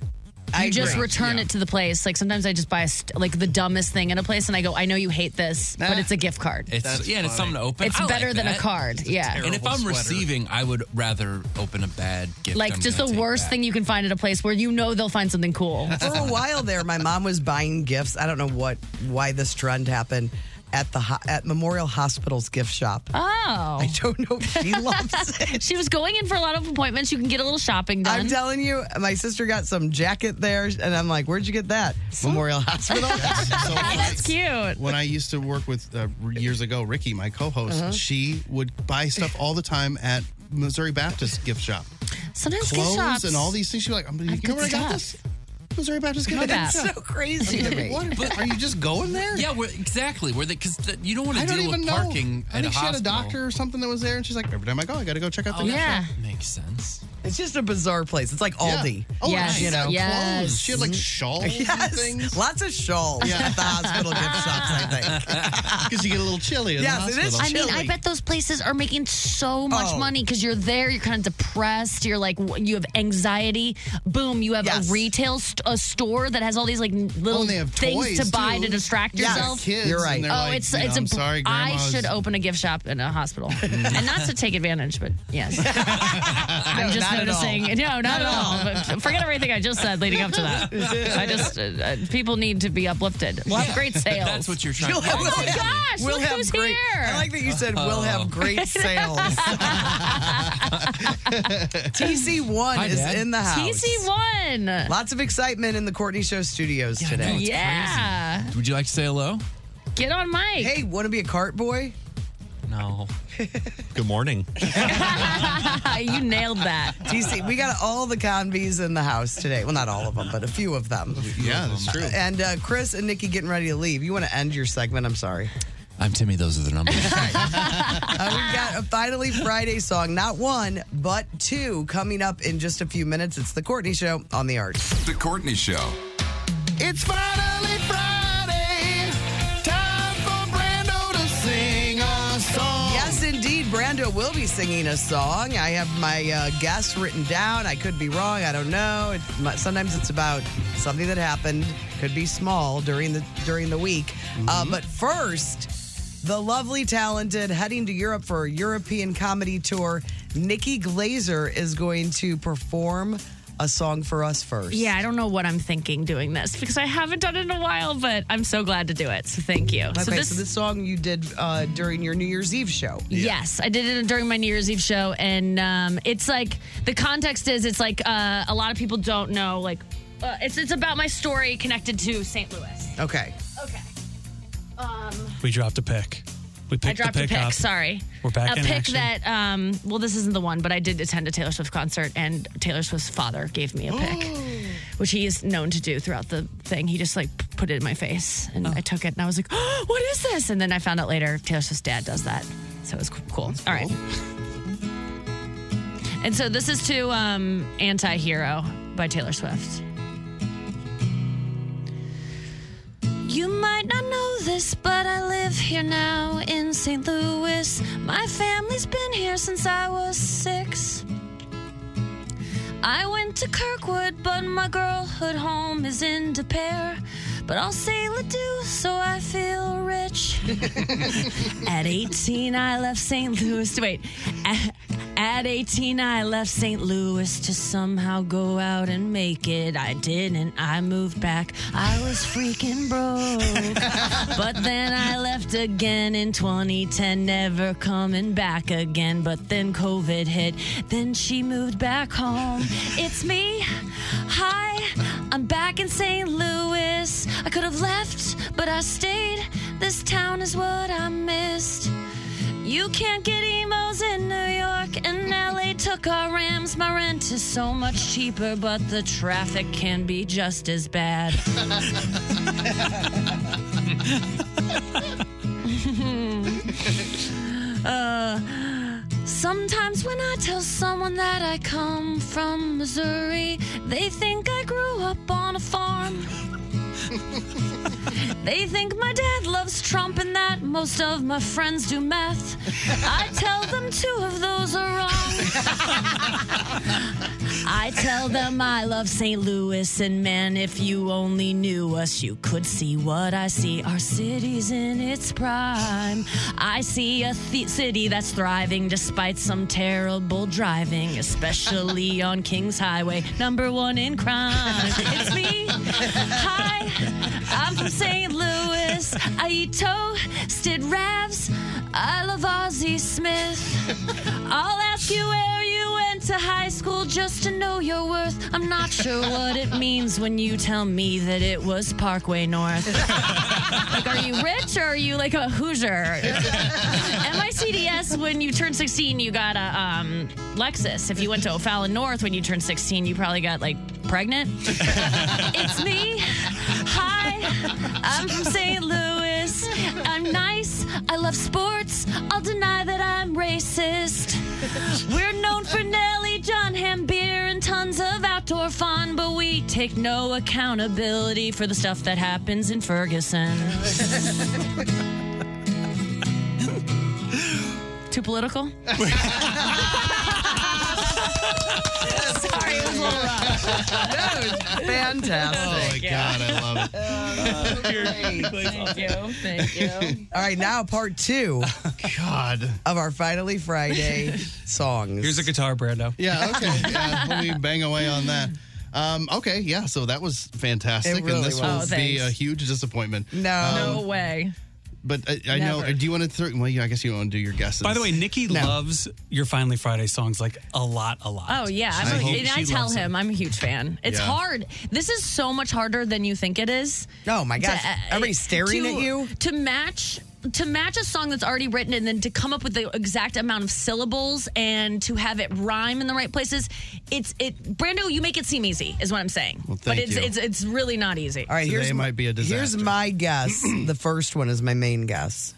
I
You just
agree.
return
Yeah.
it to the place. Like sometimes I just buy a st- like the dumbest thing in a place, and I go, I know you hate this, but
Nah.
it's a gift card.
It's
That's
yeah, and it's
funny.
something to open.
It's
I like
better than a
that.
card. Yeah.
And if I'm
Terrible sweater.
receiving, I would rather open a bad gift.
Like
I'm
just the
gonna take
worst
back.
thing you can find at a place where you know they'll find something cool.
Oh, For a while there, my mom was buying gifts. I don't know what why this trend happened, at the ho- at Memorial Hospital's gift shop.
Oh. I
don't know if she loves
it. she was going in for a lot of appointments. You can get a little shopping done.
I'm telling you, my sister got some jacket there, and I'm like, "Where'd you get that?" Memorial Hospital.
That's cute.
When I used to work with uh, years ago, Ricky, my co-host,
Uh-huh.
she would buy stuff all the time at Missouri Baptist gift shop.
Sometimes
clothes
gift shops
and all these things. She's like, I'm, you
have
know
good
where I got this?
stuff.
Missouri Baptist gift
Know
shop.
that. That's so
crazy
to me.
What? But are you just going there?
Yeah, where, exactly. Where because you don't want
I
to
don't
deal
even
with
know.
parking
I
at
think
a
she had a
hospital.
doctor or something that was there, and she's like, every time I go, I got to go check out the
Oh,
gift
yeah.
shop.
Makes sense.
It's just a bizarre place. It's like Aldi.
Oh, Yes.
you know,
Yes. clothes. She had, like, shawls and things.
Mm. Lots of shawls
Yeah.
at the hospital gift shops. I think
because you get a little chilly.
in the Yes, it is
I
hospital.
mean, I
chilly.
bet those places are making so much
Oh.
money because you're there, you're kind of depressed, you're like, w- you have anxiety. Boom, you have a retail st- a store that has all these like n- little things to
toys,
buy
too.
to distract
Yeah,
yourself.
kids, You're right. and they're
Oh,
like,
it's
you know,
it's a.
I'm
br-
sorry,
I
Grandma's-
should open a gift shop in a hospital, and not to take advantage, but yes, I'm just
not at all.
noticing. No, not,
Not
at
at
all.
all.
But forget everything I just said leading up to that. I just uh, uh, people need to be uplifted. We'll have great sales.
That's what you're trying
Oh
to do.
my gosh!
We'll
look
have
who's
great-
here.
I like that you said we'll have great sales. TC1
Hi,
is
Dad.
in the house.
TC1.
Lots of excitement in the Courtney Show studios today.
yeah.
Would you like to say hello?
Get on mic.
Hey, want to be a cart boy?
No.
Good morning.
you nailed that.
TC, we got all the convies in the house today. Well, not all of them, but a few of them.
Yeah, that's true.
And uh, Chris and Nikki getting ready to leave. You want to end your segment? I'm sorry.
I'm Timmy. Those are the numbers.
Uh, we've got a Finally Friday song, not one, but two, coming up in just a few minutes. It's The Courtney Show on the Art.
The Courtney Show.
It's finally Friday. Time for Brando to sing a song.
Yes, indeed. Brando will be singing a song. I have my uh, guess written down. I could be wrong. I don't know. It, my- sometimes it's about something that happened. Could be small during the during the week. Uh, but first, the lovely, talented, heading to Europe for a European comedy tour. Nikki Glazer is going to perform a song for us first.
Yeah, I don't know what I'm thinking doing this because I haven't done it in a while, but I'm so glad to do it. So thank you.
Okay, so this, song you did uh, during your New Year's Eve show.
Yes, I did it during my New Year's Eve show, and um, it's like the context is it's like uh, a lot of people don't know like uh, it's it's about my story connected to St. Louis.
Okay.
Okay. Um,
We dropped a pick. We picked
I dropped
the pick
a pick.
up.
Sorry,
We're back
a
in
pick
action.
that. Um, well, this isn't the one, but I did attend a Taylor Swift concert, and Taylor Swift's father gave me a pick, which he is known to do throughout the thing. He just like p- put it in my face, and I took it, and I was like, oh, "What is this?" And then I found out later Taylor Swift's dad does that, so it was c- cool. All right. And so this is to um, Anti Hero by Taylor Swift. You might not know this, but I live here now in St. Louis. My family's been here since I was six. I went to Kirkwood, but my girlhood home is in Depear. But I'll say Ledoux so I feel rich. At 18, I left St. Louis. To, wait. At, at 18, I left St. Louis to somehow go out and make it. I didn't. I moved back. I was freaking broke. but then I left again in 2010, never coming back again. But then COVID hit. Then she moved back home. It's me. Hi. I'm back in St. Louis. I could have left, but I stayed. This town is what I missed. You can't get emos in New York and LA took our Rams. My rent is so much cheaper, but the traffic can be just as bad. uh, sometimes when I tell someone that I come from Missouri, they think I grew up on a farm. They think my dad loves Trump and that most of my friends do meth. I tell them two of those are wrong. I tell them I love St. Louis, and man, if you only knew us, you could see what I see. Our city's in its prime. I see a th- city that's thriving despite some terrible driving, especially on King's Highway, number one in crime. It's me. Hi, I'm from St. Louis.
Elvis, I eat toasted ravs. I love Ozzy Smith. I'll ask you where you went to high school just to know your worth. I'm not sure what it means when you tell me that it was Parkway North. like, are you rich or are you like a Hoosier? MICDS, when you turned 16, you got a um, Lexus. If you went to O'Fallon North when you turned 16, you probably got like pregnant. it's me. Hi, I'm from St. Louis. I'm nice. I love sports. I'll deny that I'm racist. We're known for Nelly, John Ham beer, and tons of outdoor fun, but we take no accountability for the stuff that happens in Ferguson. Too political?
Sorry, it was a little rough. That was fantastic.
Oh, God, I love it.
Thank
you. Thank you.
All right, now part two.
God.
Of our Finally Friday songs.
Here's a guitar, Brando.
Yeah, okay. Yeah, let me bang away on that. Um, okay, yeah, so that was fantastic.
It really
and this
was.
will
Oh,
be
thanks.
a huge disappointment.
no
Um,
way.
But I, I know,
Never.
do you want to throw, well, yeah, I guess you want to do your guesses.
By the way, Nikki
No.
loves your Finally Friday songs like a lot, a lot.
Oh yeah,
I
I'm a,
hope
and
she
I tell
loves
him I'm a huge fan. It's
Yeah.
hard. This is so much harder than you think it is.
Oh my gosh. Everybody's staring
to-
at you?
to match to match a song that's already written and then to come up with the exact amount of syllables and to have it rhyme in the right places. It's it Brando, you make it seem easy, is what I'm saying. but
thank
it's
you.
it's it's really not easy.
All right, here's
might be a
Here's
disaster.
my guess. the first one is my main guess.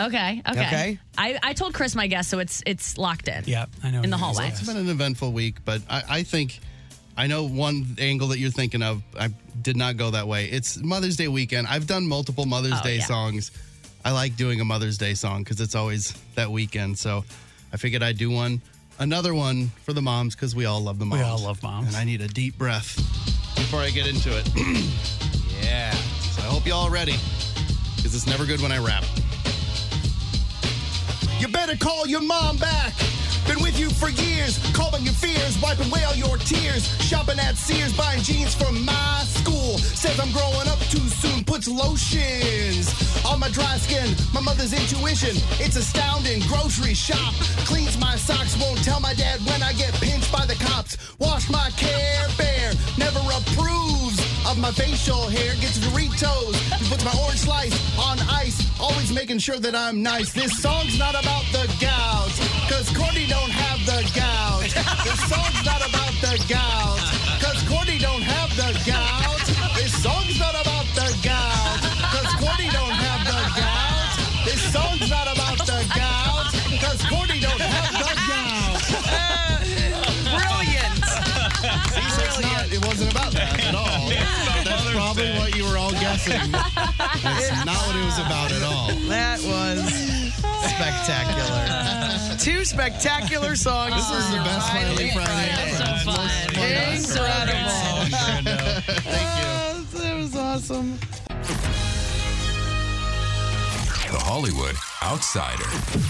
Okay, okay.
Okay.
I, I told Chris my guess, so it's it's locked in.
Yeah, I know.
In the hallway.
It's been an eventful week, but I, I think I know one angle that you're thinking of. I did not go that way. It's Mother's Day weekend. I've done multiple Mother's
Oh,
Day
yeah.
songs. I like doing a Mother's Day song because it's always that weekend. So I figured I'd do one. Another one for the moms because we all love the
We
moms.
all love moms.
And I need a deep breath before I get into it. yeah. So I hope y'all are ready because it's never good when I rap.
You better call your mom back. Been with you for years, calming your fears, wiping away all your tears. Shopping at Sears, buying jeans from my school. Says I'm growing up too soon, puts lotions on my dry skin. My mother's intuition, it's astounding. Grocery shop, cleans my socks, won't tell my dad when I get pinched by the cops. Wash my Care Bear, never approves of my facial hair. Gets Doritos, and puts my orange slice on ice. Always making sure that I'm nice. This song's not about the gouge, cause Courtney don't have the gouge. This song's not about the gouge, cause Courtney don't have the gouge. This song's not about the gouge, cause Courtney don't have the gouge. This song's not about the gouge, cause Courtney don't have the gouge.
Brilliant.
See, so it's not, it wasn't about that at all. That's probably what you were all guessing. That's not what it was about at all.
That was spectacular. Two spectacular songs. This is the best Friday Friday Incredible. Thank you. That was awesome.
The Hollywood Outsider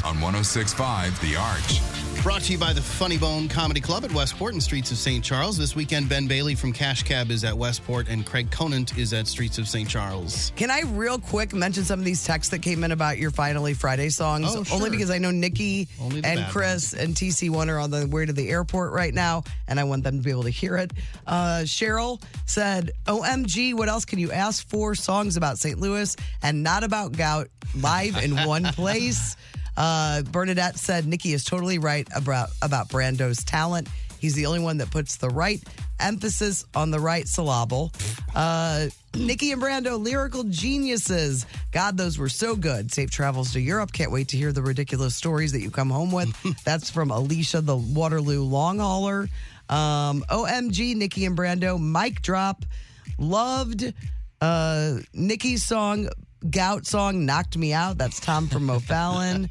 on 1065 The Arch.
Brought to you by the Funny Bone Comedy Club at Westport and Streets of St. Charles. This weekend, Ben Bailey from Cash Cab is at Westport, and Craig Conant is at Streets of St. Charles.
Can I real quick mention some of these texts that came in about your Finally Friday songs?
Oh, sure.
Only because I know Nikki
Only the
and
bad
Chris and TC1 are on the way to the airport right now, and I want them to be able to hear it. Uh, Cheryl said, OMG, what else can you ask for? Songs about St. Louis and not about gout live in one place. Uh, Bernadette said, Nikki is totally right about, about Brando's talent. He's the only one that puts the right emphasis on the right syllable. Uh, Nikki and Brando, lyrical geniuses. God, those were so good. Safe travels to Europe. Can't wait to hear the ridiculous stories that you come home with. That's from Alicia, the Waterloo long hauler. Um, OMG, Nikki and Brando, mic drop. Loved uh, Nikki's song, Gout song, Knocked Me Out. That's Tom from O'Fallon.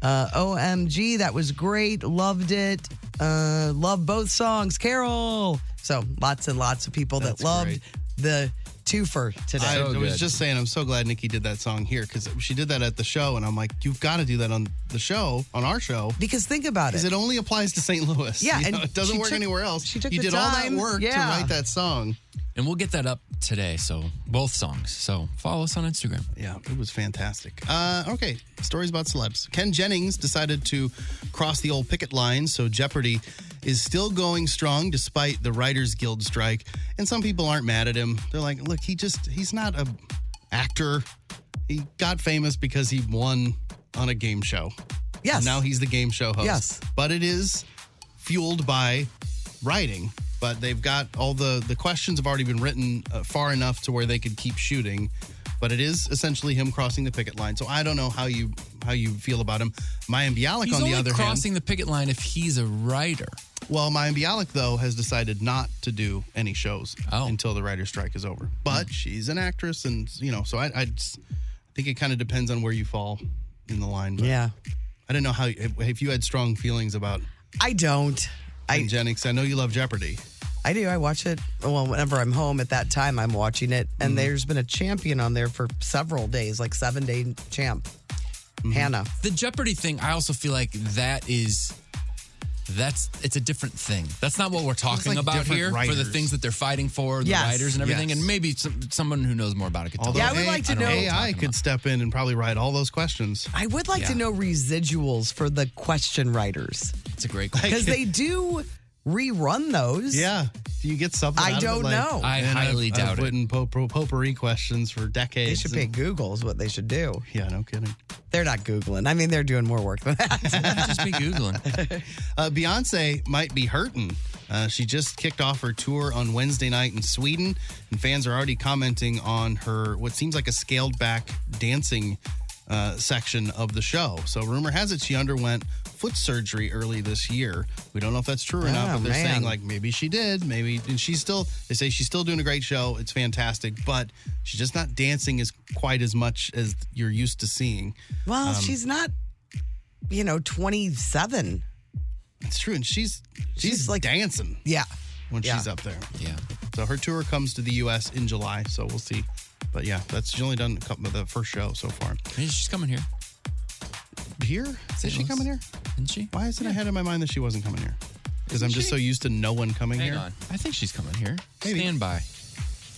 Uh, OMG, that was great. Loved it. Uh, love both songs, Carol. So lots and lots of people that loved the twofer today.
I was just saying, I'm so glad Nikki did that song here because she did that at the show, and I'm like, you've got to do that on the show, on our show.
Because think about it.
Because it only applies to St. Louis.
Yeah,
You know,
and
it doesn't
she
work
took-
anywhere else.
she took
you
the
did all that
time.
work
Yeah.
to write that song.
And we'll get that up today. So both songs. So follow us on Instagram.
Yeah, it was fantastic. Uh, okay, stories about celebs. Ken Jennings decided to cross the old picket line, so Jeopardy is still going strong despite the Writers Guild strike. And some people aren't mad at him. They're like, look, he just he's not a actor. He got famous because he won on a game show. Yes. Now he's the game show host.
Yes.
But it is fueled by writing. But they've got all the the questions have already been written uh, far enough to where they could keep shooting. But it is essentially him crossing the picket line. So I don't know how you how you feel about him. Mayim Bialik,
He's
on the
only
other hand,
crossing the picket line if he's a writer.
Well, Mayim Bialik though has decided not to do any shows
Oh.
until the writer's strike is over.
Hmm.
But she's an actress, and you know, so I I, just- I think it kind of depends on where you fall in the line. But
yeah,
I don't know how if, if you had strong feelings about.
I don't.
I Jennings, I know you love Jeopardy.
I do. I watch it. Well, whenever I'm home at that time, I'm watching it. And there's been a champion on there for several days, like seven day champ,
Mm-hmm.
Mm-hmm.
Hannah.
The Jeopardy thing, I also feel like that is that's it's a different thing. That's not what we're talking
like
about
different
here for the
writers.
things that they're fighting for, the
Yes.
writers and everything.
Yes.
And maybe some, someone who knows more about it could tell
Although
us.
A- I don't AI could step in and probably write all those questions.
I would like to know residuals for the question writers.
It's a great
Because they do rerun those.
Yeah. Do you get something?
I
out of it?
don't
Like,
know. I
man,
highly
I've,
doubt
I've
it.
written po- po- potpourri questions for
They
decades.
should pay Google is what they should do.
Yeah, no kidding.
They're not Googling. I mean, they're doing more work than that.
Just be Googling.
uh, Beyonce might be hurting. Uh, she just kicked off her tour on Wednesday night in Sweden, and fans are already commenting on her what seems like a scaled back dancing uh, section of the show. So, rumor has it she underwent foot surgery early this year. We don't know if that's true or not,
Oh,
but they're
man.
saying like maybe she did, maybe, and she's still. They say she's still doing a great show. It's fantastic, but she's just not dancing as quite as much as you're used to seeing.
well,
Um,
she's not, you know, 27.
It's true. And she's, she's, like dancing.
Yeah.
when
Yeah.
she's up there.
Yeah.
So her tour comes to the U.S. in July, so we'll see. But yeah, that's she's only done a couple of the first show so far.
Maybe she's coming here.
Here? Is she coming here?
Isn't she?
Why isn't I had in my mind that she wasn't coming here? Because I'm
Isn't
just
she?
so used to no one coming
Hang
here.
on. I think she's coming here. Stand by.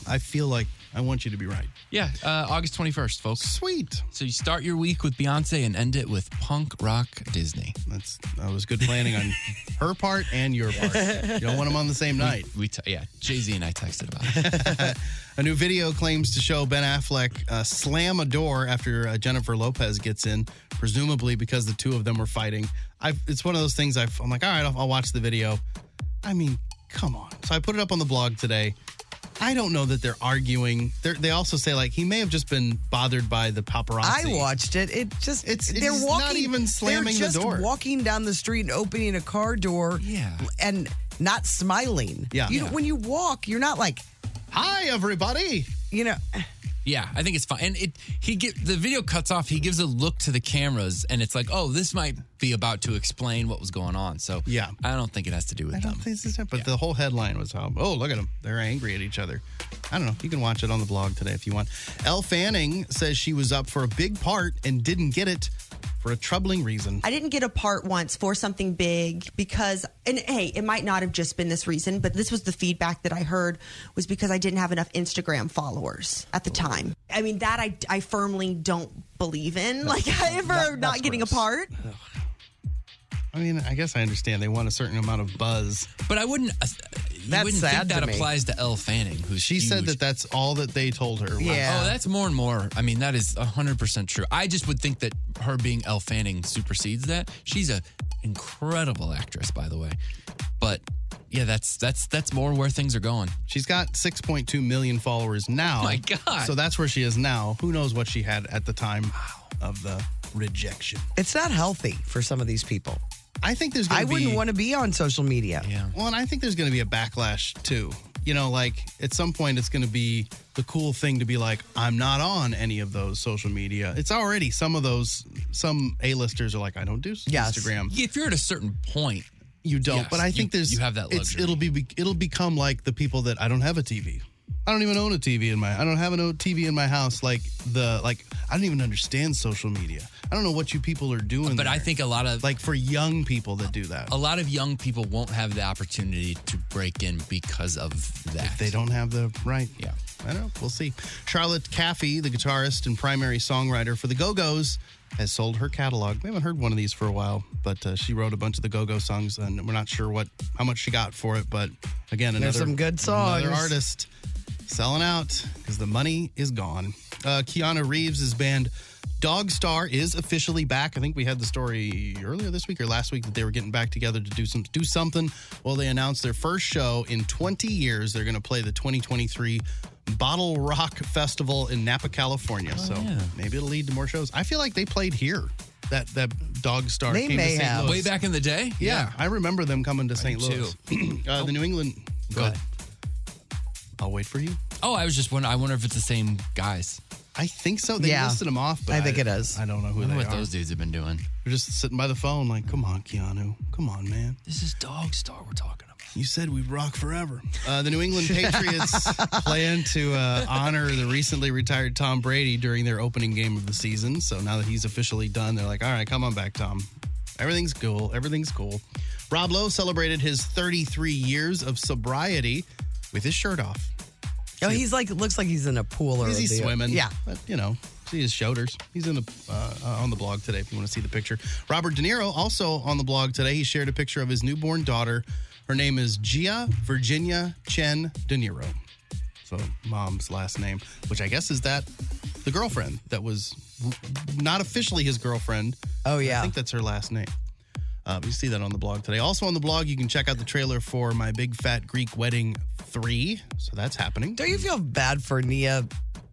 I feel like I want you to be right.
Yeah, uh, August 21st, folks.
Sweet.
So you start your week with Beyonce and end it with punk rock Disney.
That's that was good planning on her part and your part. You don't want them on the same night.
We, we t- yeah, Jay Z and I texted about it.
A new video claims to show Ben Affleck uh, slam a door after uh, Jennifer Lopez gets in, presumably because the two of them were fighting. I've, it's one of those things I've, I'm like, all right, I'll, I'll watch the video. I mean, come on. So I put it up on the blog today. I don't know that they're arguing. They're, they also say like he may have just been bothered by the paparazzi.
I watched it. It just
It's-
they're
it's not
walking,
even slamming the
they're just
door.
Walking down the street and opening a car door. Yeah, and not smiling.
Yeah.
you know,
Yeah.
when you walk, you're not like,
"Hi, everybody."
You know,
Yeah, I think it's fine. And it he get the video cuts off. He gives a look to the cameras, and it's like, oh, this might be about to explain what was going on. So yeah, I don't think it has to do with
I
them.
don't think this is um, but the whole headline was how oh look at them they're angry at each other. I don't know. You can watch it on the blog today if you want. Elle Fanning says she was up for a big part and didn't get it for a troubling reason.
I didn't get a part once for something big because, and hey, it might not have just been this reason, but this was the feedback that I heard was because I didn't have enough Instagram followers at the time. I mean, that I, I firmly don't believe in. Like, I ever not getting a part.
I mean, I guess I understand they want a certain amount of buzz.
But I wouldn't. Uh, you
That's
wouldn't
sad
think that
to me.
applies to Elle Fanning, who's
She said that that's all that they told her.
Oh, that's more and more. I mean, that is hundred percent true. I just would think that her being Elle Fanning supersedes that. She's a incredible actress, by the way. But yeah, that's that's that's more where things are going.
She's got 6.2 million followers now.
My God.
So that's where she is now. Who knows what she had at the time of the rejection.
it's not healthy for some of these people.
I think there's. gonna
I wouldn't
be-
want to be on social media.
Yeah.
Well, and I think there's going to be a backlash too. You know, like at some point, it's going to be the cool thing to be like, I'm not on any of those social media. It's already some of those, some A-listers are like, I don't do Instagram.
If you're at a certain point,
You don't,
yes,
but I think
you,
there's
you have that
it's-
luxury.
it'll be it'll become like the people that I don't have a TV. I don't even own a TV in my. I don't have an old TV in my house. Like the like. I don't even understand social media. I don't know what you people are doing.
But I think a lot of
like for young people that do that.
A lot of young people won't have the opportunity to break in because of that.
If they don't have the right. Yeah. I don't know. We'll see. Charlotte Caffey, the guitarist and primary songwriter for the Go Go's, has sold her catalog. We haven't heard one of these for a while, but uh, she wrote a bunch of the Go Go songs, and we're not sure what how much she got for it. But again, another
There's some good songs.
Another artist selling out because the money is gone. Uh, Keanu Reeves' band Dog Star is officially back. I think we had the story earlier this week or last week that they were getting back together to do some do something. Well, they announced their first show in 20 years. They're going to play the 2023 Bottle Rock Festival in Napa, California.
Oh,
so maybe it'll lead to more shows. I feel like they played here. That that Dog Star
They
came
may
to St.
have.
Louis.
Way back in the day?
Yeah,
Yeah.
I remember them coming to St.
do
Louis. uh, The New England. Go ahead. I'll wait for you.
Oh, I was just wondering. I wonder if it's the same guys.
I think so. They Yeah. listed 'em off, but I think I- it is. I don't know who they
what
are.
those dudes have been doing.
We're just sitting by the phone, like, come on, Keanu. Come on, man.
This is Dog Star we're talking about.
You said we'd rock forever. Uh, the New England Patriots plan to uh, honor the recently retired Tom Brady during their opening game of the season. So now that he's officially done, they're like, all right, come on back, Tom. Everything's cool. Everything's cool. Rob Lowe celebrated his 33 years of sobriety with his shirt off.
Oh, he's like looks like he's in a pool or
Is he
the- uh,
swimming?
Yeah.
But, you know, see his shoulders. He's in the uh, uh, on the blog today if you want to see the picture. Robert De Niro also on the blog today. He shared a picture of his newborn daughter. Her name is Gia Virginia Chen De Niro. So mom's last name, which I guess is that the girlfriend that was r- not officially his girlfriend. Oh yeah, I think that's her last name. Uh, you see that on the blog today. Also on the blog, you can check out the trailer for My Big Fat Greek Wedding 3. So that's happening.
Don't you feel bad for Nia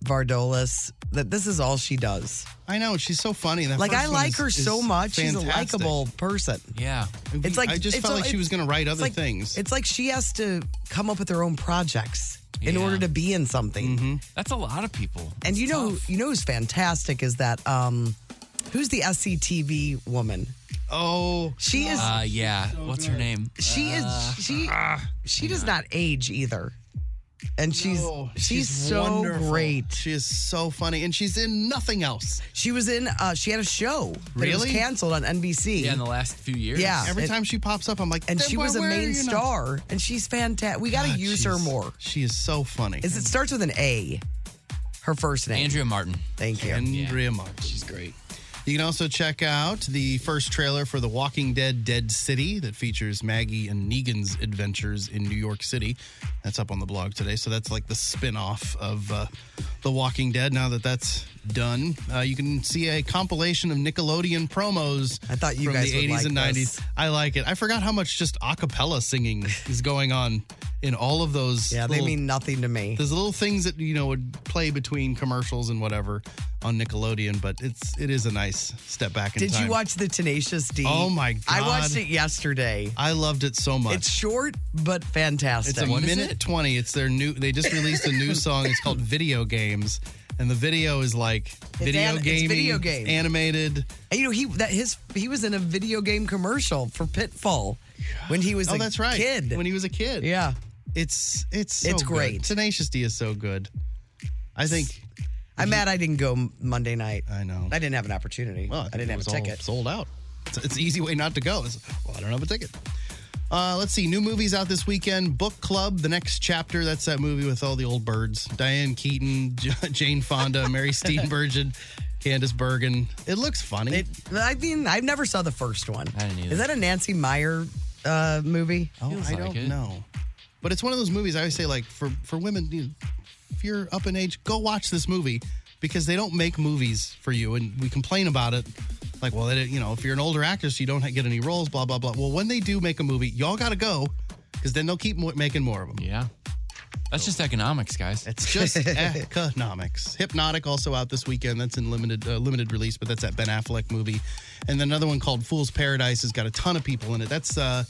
Vardolis that this is all she does?
I know she's so funny. That
like
first
I
one
like
is-
her
is
so much. She's a
fantastic.
likable person.
Yeah,
it's like
I just
it's
felt
all-
like she was going to write
it's
other
like-
things.
It's like she has to come up with her own projects in
Yeah.
order to be in something.
Mm-hmm.
That's a lot of people.
And you know, you know who's fantastic is that um, who's the SCTV woman?
Oh,
she is.
Uh, yeah. What's her name?
She
Uh,
is she she does not age either. And she's she's, so
wonderful.
great.
She is so funny and she's in nothing else.
She was in uh she had a show that was
Really?
canceled on NBC.
Yeah, in the last few years.
Yeah.
Every time she pops up, I'm like,
and
"Then
she
why-
was a
where are
main
you not-"
star and she's fantastic. We got to
God,
use her
she's-
more.
She is so funny.
Is it starts with an A. Her first name.
Andrea Martin.
Thank you.
Andrea Martin. She's great. You can also check out the first trailer for The Walking Dead Dead City that features Maggie and Negan's adventures in New York City. That's up on the blog today. So that's like the spin off of uh, The Walking Dead now that that's done. Uh, you can see a compilation of Nickelodeon promos I thought
you
from
guys
the
would
80s
like
and 90s.
this.
I like it. I forgot how much just a cappella singing is going on in all of those.
Yeah, they mean nothing to me.
There's little things that you know would play between commercials and whatever on Nickelodeon, but it's it is a nice step back in
Did
time.
you watch the Tenacious D?
Oh my god!
I watched it yesterday.
I loved it so much.
It's short but fantastic.
It's a minute twenty. It's their new. They just released a new song. It's called Video Games, and the video is like video
an- it's
gaming,
video game.
animated.
And you know he that his he was in a video game commercial for Pitfall when he was
oh,
a
that's right.
kid.
When he was a kid.
Yeah.
It's it's so
It's
good.
great.
Tenacious D is so good. I think
I'm mad I didn't go M- Monday night. I
know.
I didn't have an opportunity.
Well,
I,
think
didn't
it
have a
was all
ticket.
Sold out. It's, it's an easy way not to go. It's, well, I don't have a ticket. Uh, let's see. New movies out this weekend. Book Club, The Next Chapter. That's that movie with all the old birds. Diane Keaton, J- Jane Fonda, Mary Steenburgen, Candace Bergen. It looks funny.
It, I mean, I never saw the first one.
I didn't either.
Is that a Nancy Meyer uh, movie?
Oh, I don't know. But it's one of those movies I always say, like, for, for women, you know, if you're up in age, go watch this movie because they don't make movies for you. And we complain about it. Like, well, they, didn't- you know, if you're an older actress, you don't get any roles, blah, blah, blah. Well, when they do make a movie, y'all got to go because then they'll keep mo- making more of them.
Yeah. That's just economics, guys.
It's just economics. Hypnotic also out this weekend. That's in limited uh, limited release, but that's that Ben Affleck movie. And then another one called Fool's Paradise has got a ton of people in it. That's uh,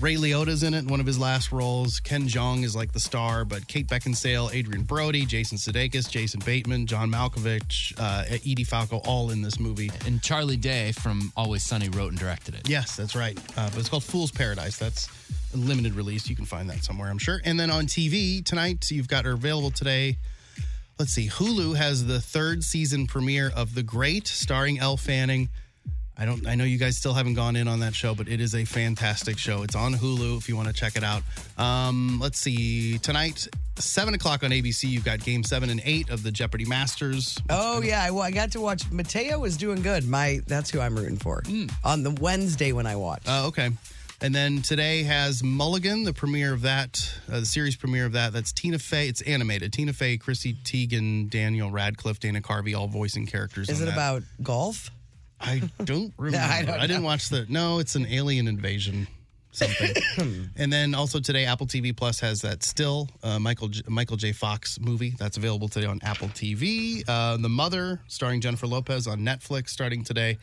Ray Liotta's in it in one of his last roles. Ken Jeong is like the star, but Kate Beckinsale, Adrian Brody, Jason Sudeikis, Jason Bateman, John Malkovich, uh, Edie Falco, all in this movie.
And Charlie Day from Always Sunny wrote and directed it.
Yes, that's right. Uh, but it's called Fool's Paradise. That's a limited release. You can find that somewhere, I'm sure. And then on TV tonight, you've got or available today. Let's see. Hulu has the third season premiere of The Great, starring Elle Fanning. I don't. I know you guys still haven't gone in on that show, but it is a fantastic show. It's on Hulu if you want to check it out. Um, let's see. Tonight, seven o'clock on ABC, you've got Game Seven and Eight of the Jeopardy Masters.
Oh yeah, I, well, I got to watch. Mateo was doing good. My that's who I'm rooting for
Hmm.
on the Wednesday when I watch.
Oh, okay. And then today has Mulligan, the premiere of that, uh, the series premiere of that. That's Tina Fey. It's animated. Tina Fey, Chrissy Teigen, Daniel Radcliffe, Dana Carvey, all voicing characters.
Is
on
it
that.
about golf?
I don't remember.
I
I,
don't
didn't
know.
watch the. No, it's an alien invasion.
Hmm.
Something. and then also today, Apple TV Plus has that still uh, Michael J, Michael J. Fox movie that's available today on Apple TV. Uh, the Mother, starring Jennifer Lopez, on Netflix starting today.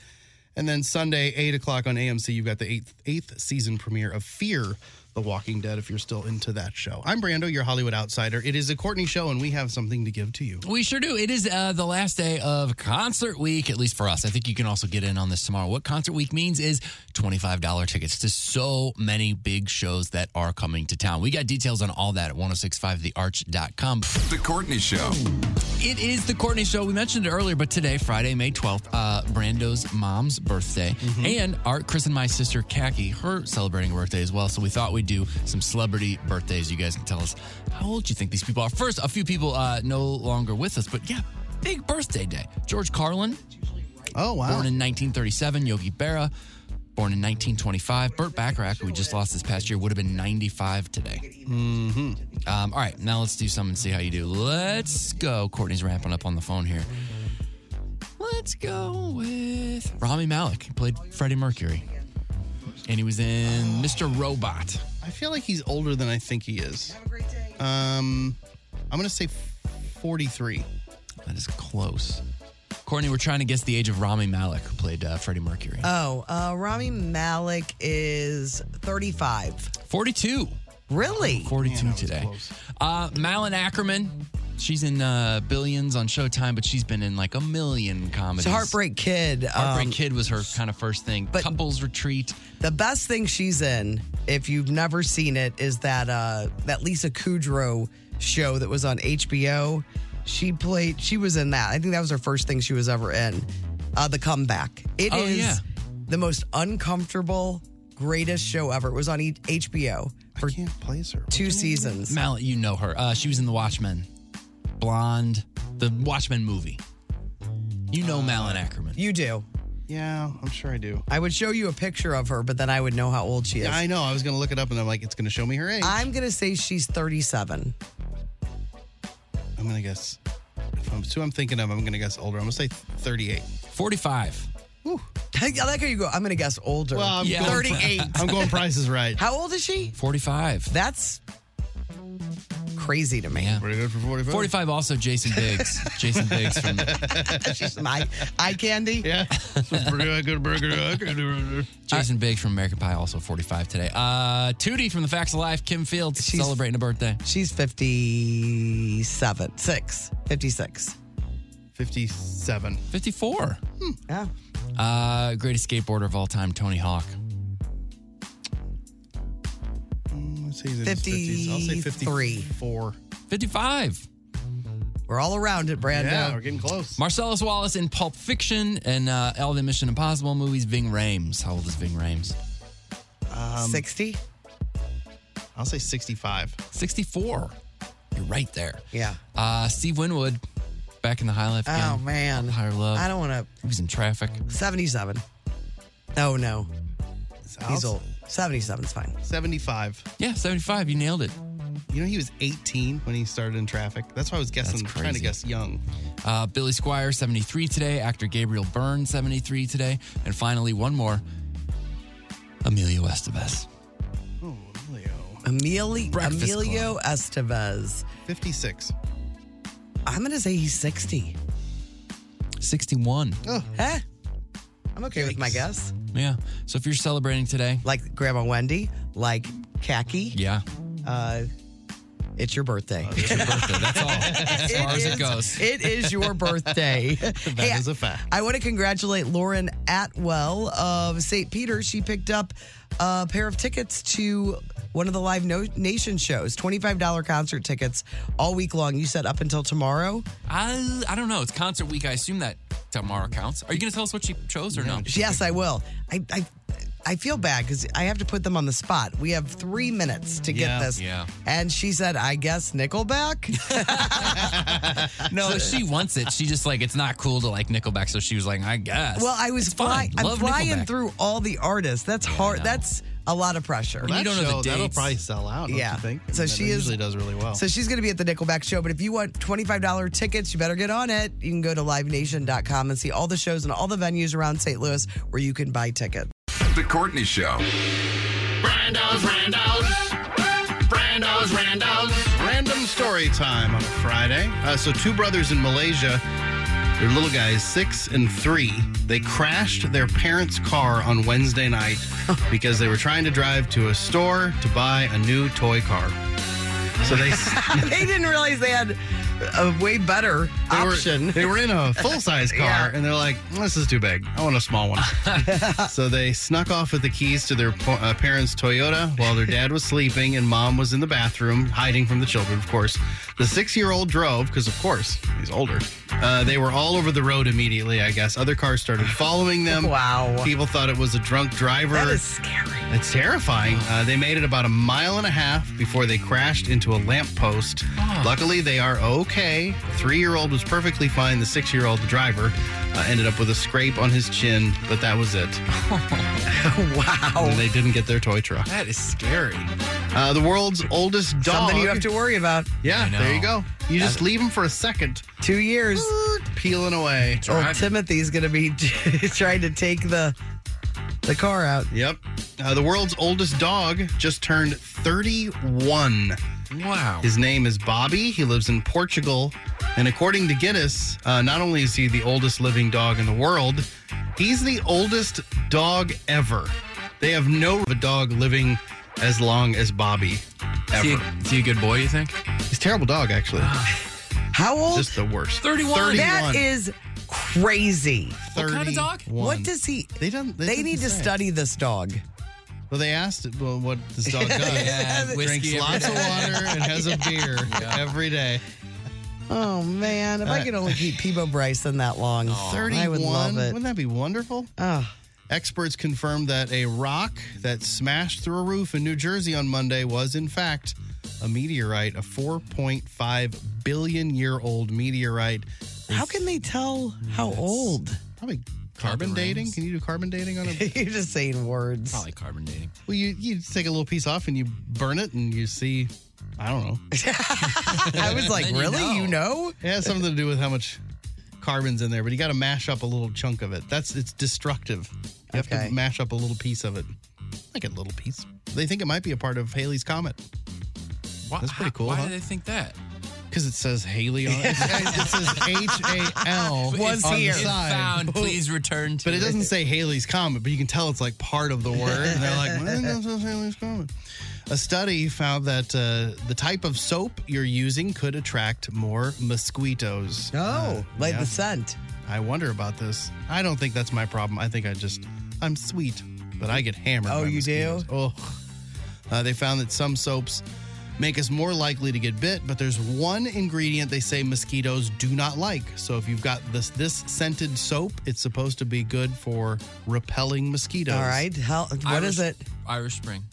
And then Sunday, eight o'clock on AMC, you've got the eighth eighth season premiere of Fear. The Walking Dead, if you're still into that show. I'm Brando, your Hollywood outsider. It is a Courtney show, and we have something to give to you.
We sure do. It is uh, the last day of concert week, at least for us. I think you can also get in on this tomorrow. What concert week means is $25 tickets to so many big shows that are coming to town. We got details on all that at 1065thearch.com.
The Courtney Show.
It is the Courtney Show. We mentioned it earlier, but today, Friday, May 12th, uh, Brando's mom's birthday.
Mm-hmm.
And Art, Chris, and my sister, Khaki, her celebrating her birthday as well. So we thought we'd do some celebrity birthdays. You guys can tell us how old you think these people are. First, a few people uh, no longer with us, but yeah, big birthday day. George Carlin.
Oh, wow.
Born in 1937. Yogi Berra. Born in 1925. Burt Bacharach, who we just lost this past year, would have been 95 today.
Mm-hmm.
Um, all right, now let's do some and see how you do. Let's go. Courtney's ramping up on the phone here. Let's go with Rami Malik. He played Freddie Mercury. And he was in Mr. Robot.
I feel like he's older than I think he is. Have a great day. Um, I'm gonna say 43.
That is close. Courtney, we're trying to guess the age of Rami Malik, who played uh, Freddie Mercury.
Oh, uh, Rami Malik is 35.
42.
Really?
42 today. Uh, Malin Ackerman. She's in uh, Billions on Showtime, but she's been in like a million comedies.
It's Heartbreak Kid.
Heartbreak
um,
Kid was her kind of first thing. Couples Retreat.
The best thing she's in, if you've never seen it, is that uh, that Lisa Kudrow show that was on HBO. She played. She was in that. I think that was her first thing she was ever in. Uh, the Comeback. It is
Oh, yeah.
the most uncomfortable, greatest show ever. It was on e- HBO for I
can't place her.
two seasons.
Mallet, you know her. Uh, she was in The Watchmen, Blonde, the Watchmen movie. You know Malin Ackerman.
You do.
Yeah, I'm sure I do.
I would show you a picture of her, but then I would know how old she is.
Yeah, I know. I was gonna look it up, and I'm like, it's gonna show me her age.
I'm gonna say she's 37.
I'm gonna guess. If I'm, so I'm thinking of. I'm gonna guess older. I'm gonna say 38.
45.
I like how you go. I'm gonna guess older.
Well, I'm going for-
38.
I'm going Price is Right.
How old is she?
45.
That's crazy to me.
Pretty good for 45.
45 also Jason Biggs. Jason Biggs from
She's my eye candy.
Yeah. Pretty good burger.
Jason Biggs from American Pie also 45 today. Uh Tootie from The Facts of Life, Kim Fields celebrating a birthday.
She's 57. 6. 56.
57.
54.
hmm.
Yeah.
Uh greatest skateboarder of all time, Tony Hawk.
Let's say he's in his 50s. I'll say
53.
54.
55.
We're all around it, Brando.
Yeah, we're getting close.
Marcellus Wallace in Pulp Fiction and uh, all the Mission Impossible movies. Ving Rhames. How old is Ving Rhames?
Um,
60?
I'll say 65.
64. You're right there.
Yeah.
Uh, Steve Winwood, back in the High Life.
Oh,
again.
man.
Higher Love.
I don't want
He was in Traffic.
to. 77. Oh, no. He's
I'll-
old. 77's fine.
75.
Yeah, 75. You nailed it.
You know, he was 18 when he started in traffic. That's why I was guessing,
That's
trying to
crazy.
guess young.
Uh, Billy Squire, 73 today. Actor Gabriel Byrne, 73 today. And finally, one more Emilio Estevez.
Oh, Leo.
Emilio,
Breakfast
Emilio Estevez.
56.
I'm going to say he's 60.
61.
Oh,
Huh? I'm I'm okay with my guess.
Yeah. So if you're celebrating today,
like Grandma Wendy, like Khaki.
Yeah.
Uh, it's your birthday.
As far as it goes.
It is your birthday. That is
a fact.
I want to congratulate Lauren Atwell of St. Peter. She picked up a pair of tickets to one of the Live no- Nation shows, $25 concert tickets all week long. You said up until tomorrow.
I I don't know. It's concert week. I assume that tomorrow counts. Are you going to tell us what she chose or no?
Yes, I will. I, I, I feel bad because I have to put them on the spot. We have three minutes to get
Yeah.
this.
Yeah.
And she said, I guess Nickelback?
No, she wants it. She just like it's not cool to like Nickelback, so she was like, I guess.
Well, I was
It's fine.
flying. I'm
Love
flying
Nickelback.
through all the artists. That's hard. That's a lot of pressure.
Well, You that don't know the show, that'll dates. probably sell out, don't
yeah.
you think?
So
That
she is,
usually does really well.
So she's going to be at the Nickelback show. But if you want twenty five dollar tickets, you better get on it. You can go to LiveNation.com and see all the shows and all the venues around St. Louis where you can buy tickets.
The Courtney Show.
Brando's, Brando's. Brando's, Brando's.
Random story time on a Friday. Uh, so, two brothers in Malaysia, they're little guys, six and three. They crashed their parents' car on Wednesday night because they were trying to drive to a store to buy a new toy car. So they.
they didn't realize they had a way better
They were,
option.
they were in a full size car,
Yeah.
and they're like, "This is too big. I want a small one." so they snuck off with the keys to their po- uh, parents' Toyota while their dad was sleeping and mom was in the bathroom hiding from the children. Of course, the six-year-old drove because, of course, he's older. Uh, they were all over the road immediately. I guess other cars started following them.
wow!
People thought it was a drunk driver.
That is scary.
It's terrifying. Uh, they made it about a mile and a half before they crashed into a lamppost.
Oh.
Luckily, they are okay. Three year old was perfectly fine. The six year old driver uh, ended up with a scrape on his chin, but that was it.
wow.
they didn't get their toy truck.
That is scary.
Uh, the world's oldest dog.
Something you have to worry about.
Yeah, there you go. You just leave him for a second.
Two years.
Peeling away.
Oh, Timothy's going to be trying to take the the car out.
Yep. Uh, the world's oldest dog just turned 31.
Wow.
His name is Bobby. He lives in Portugal. And according to Guinness, uh, not only is he the oldest living dog in the world, he's the oldest dog ever. They have no a dog living as long as Bobby ever.
he a- he a good boy, you think?
He's a terrible dog, actually.
Ah.
How old?
Just the worst.
31.
That is crazy.
What kind of dog? 31.
What does he?
They don't.
They,
They didn't
need to
say.
study this dog.
Well, they asked it, well, what this dog does.
Yeah,
Drinks
whiskey every
lots of
day.
water and has a beer every day.
Oh man, if I could only keep Peebo Bryson that long,
31.
I would love it.
Wouldn't that be wonderful? Experts confirmed that a rock that smashed through a roof in New Jersey on Monday was, in fact, a meteorite, a 4.5 billion year old meteorite.
How can they tell how old?
Probably Carbon dating? Can you do carbon dating on a.
You're just saying words.
Probably carbon dating.
well, you, you just take a little piece off and you burn it and you see, I don't know.
I was like, really? You know?
It has something to do with how much carbon's in there, but you got to mash up a little chunk of it. That's it's destructive. You have
Okay.
to mash up a little piece of it, like a little piece. They think it might be a part of Haley's comet. That's pretty cool,
Why
huh?
do they think that?
Because it says Haley on it. It says H A L
Was
on
here.
the side.
Found, please return to
But it doesn't say Haley's comet, but you can tell it's like part of the word. And they're like, "Well, that's what Haley's comet." A study found that uh, the type of soap you're using could attract more mosquitoes. Uh,
Oh, like the scent.
I wonder about this. I don't think that's my problem. I think I just I'm sweet, but I get hammered.
Oh,
by
you
mosquitoes. do? Oh, uh, they found that some soaps make us more likely to get bit, but there's one ingredient they say mosquitoes do not like. So if you've got this this scented soap, it's supposed to be good for repelling mosquitoes.
All right, how, what
Irish,
is it?
Irish Spring.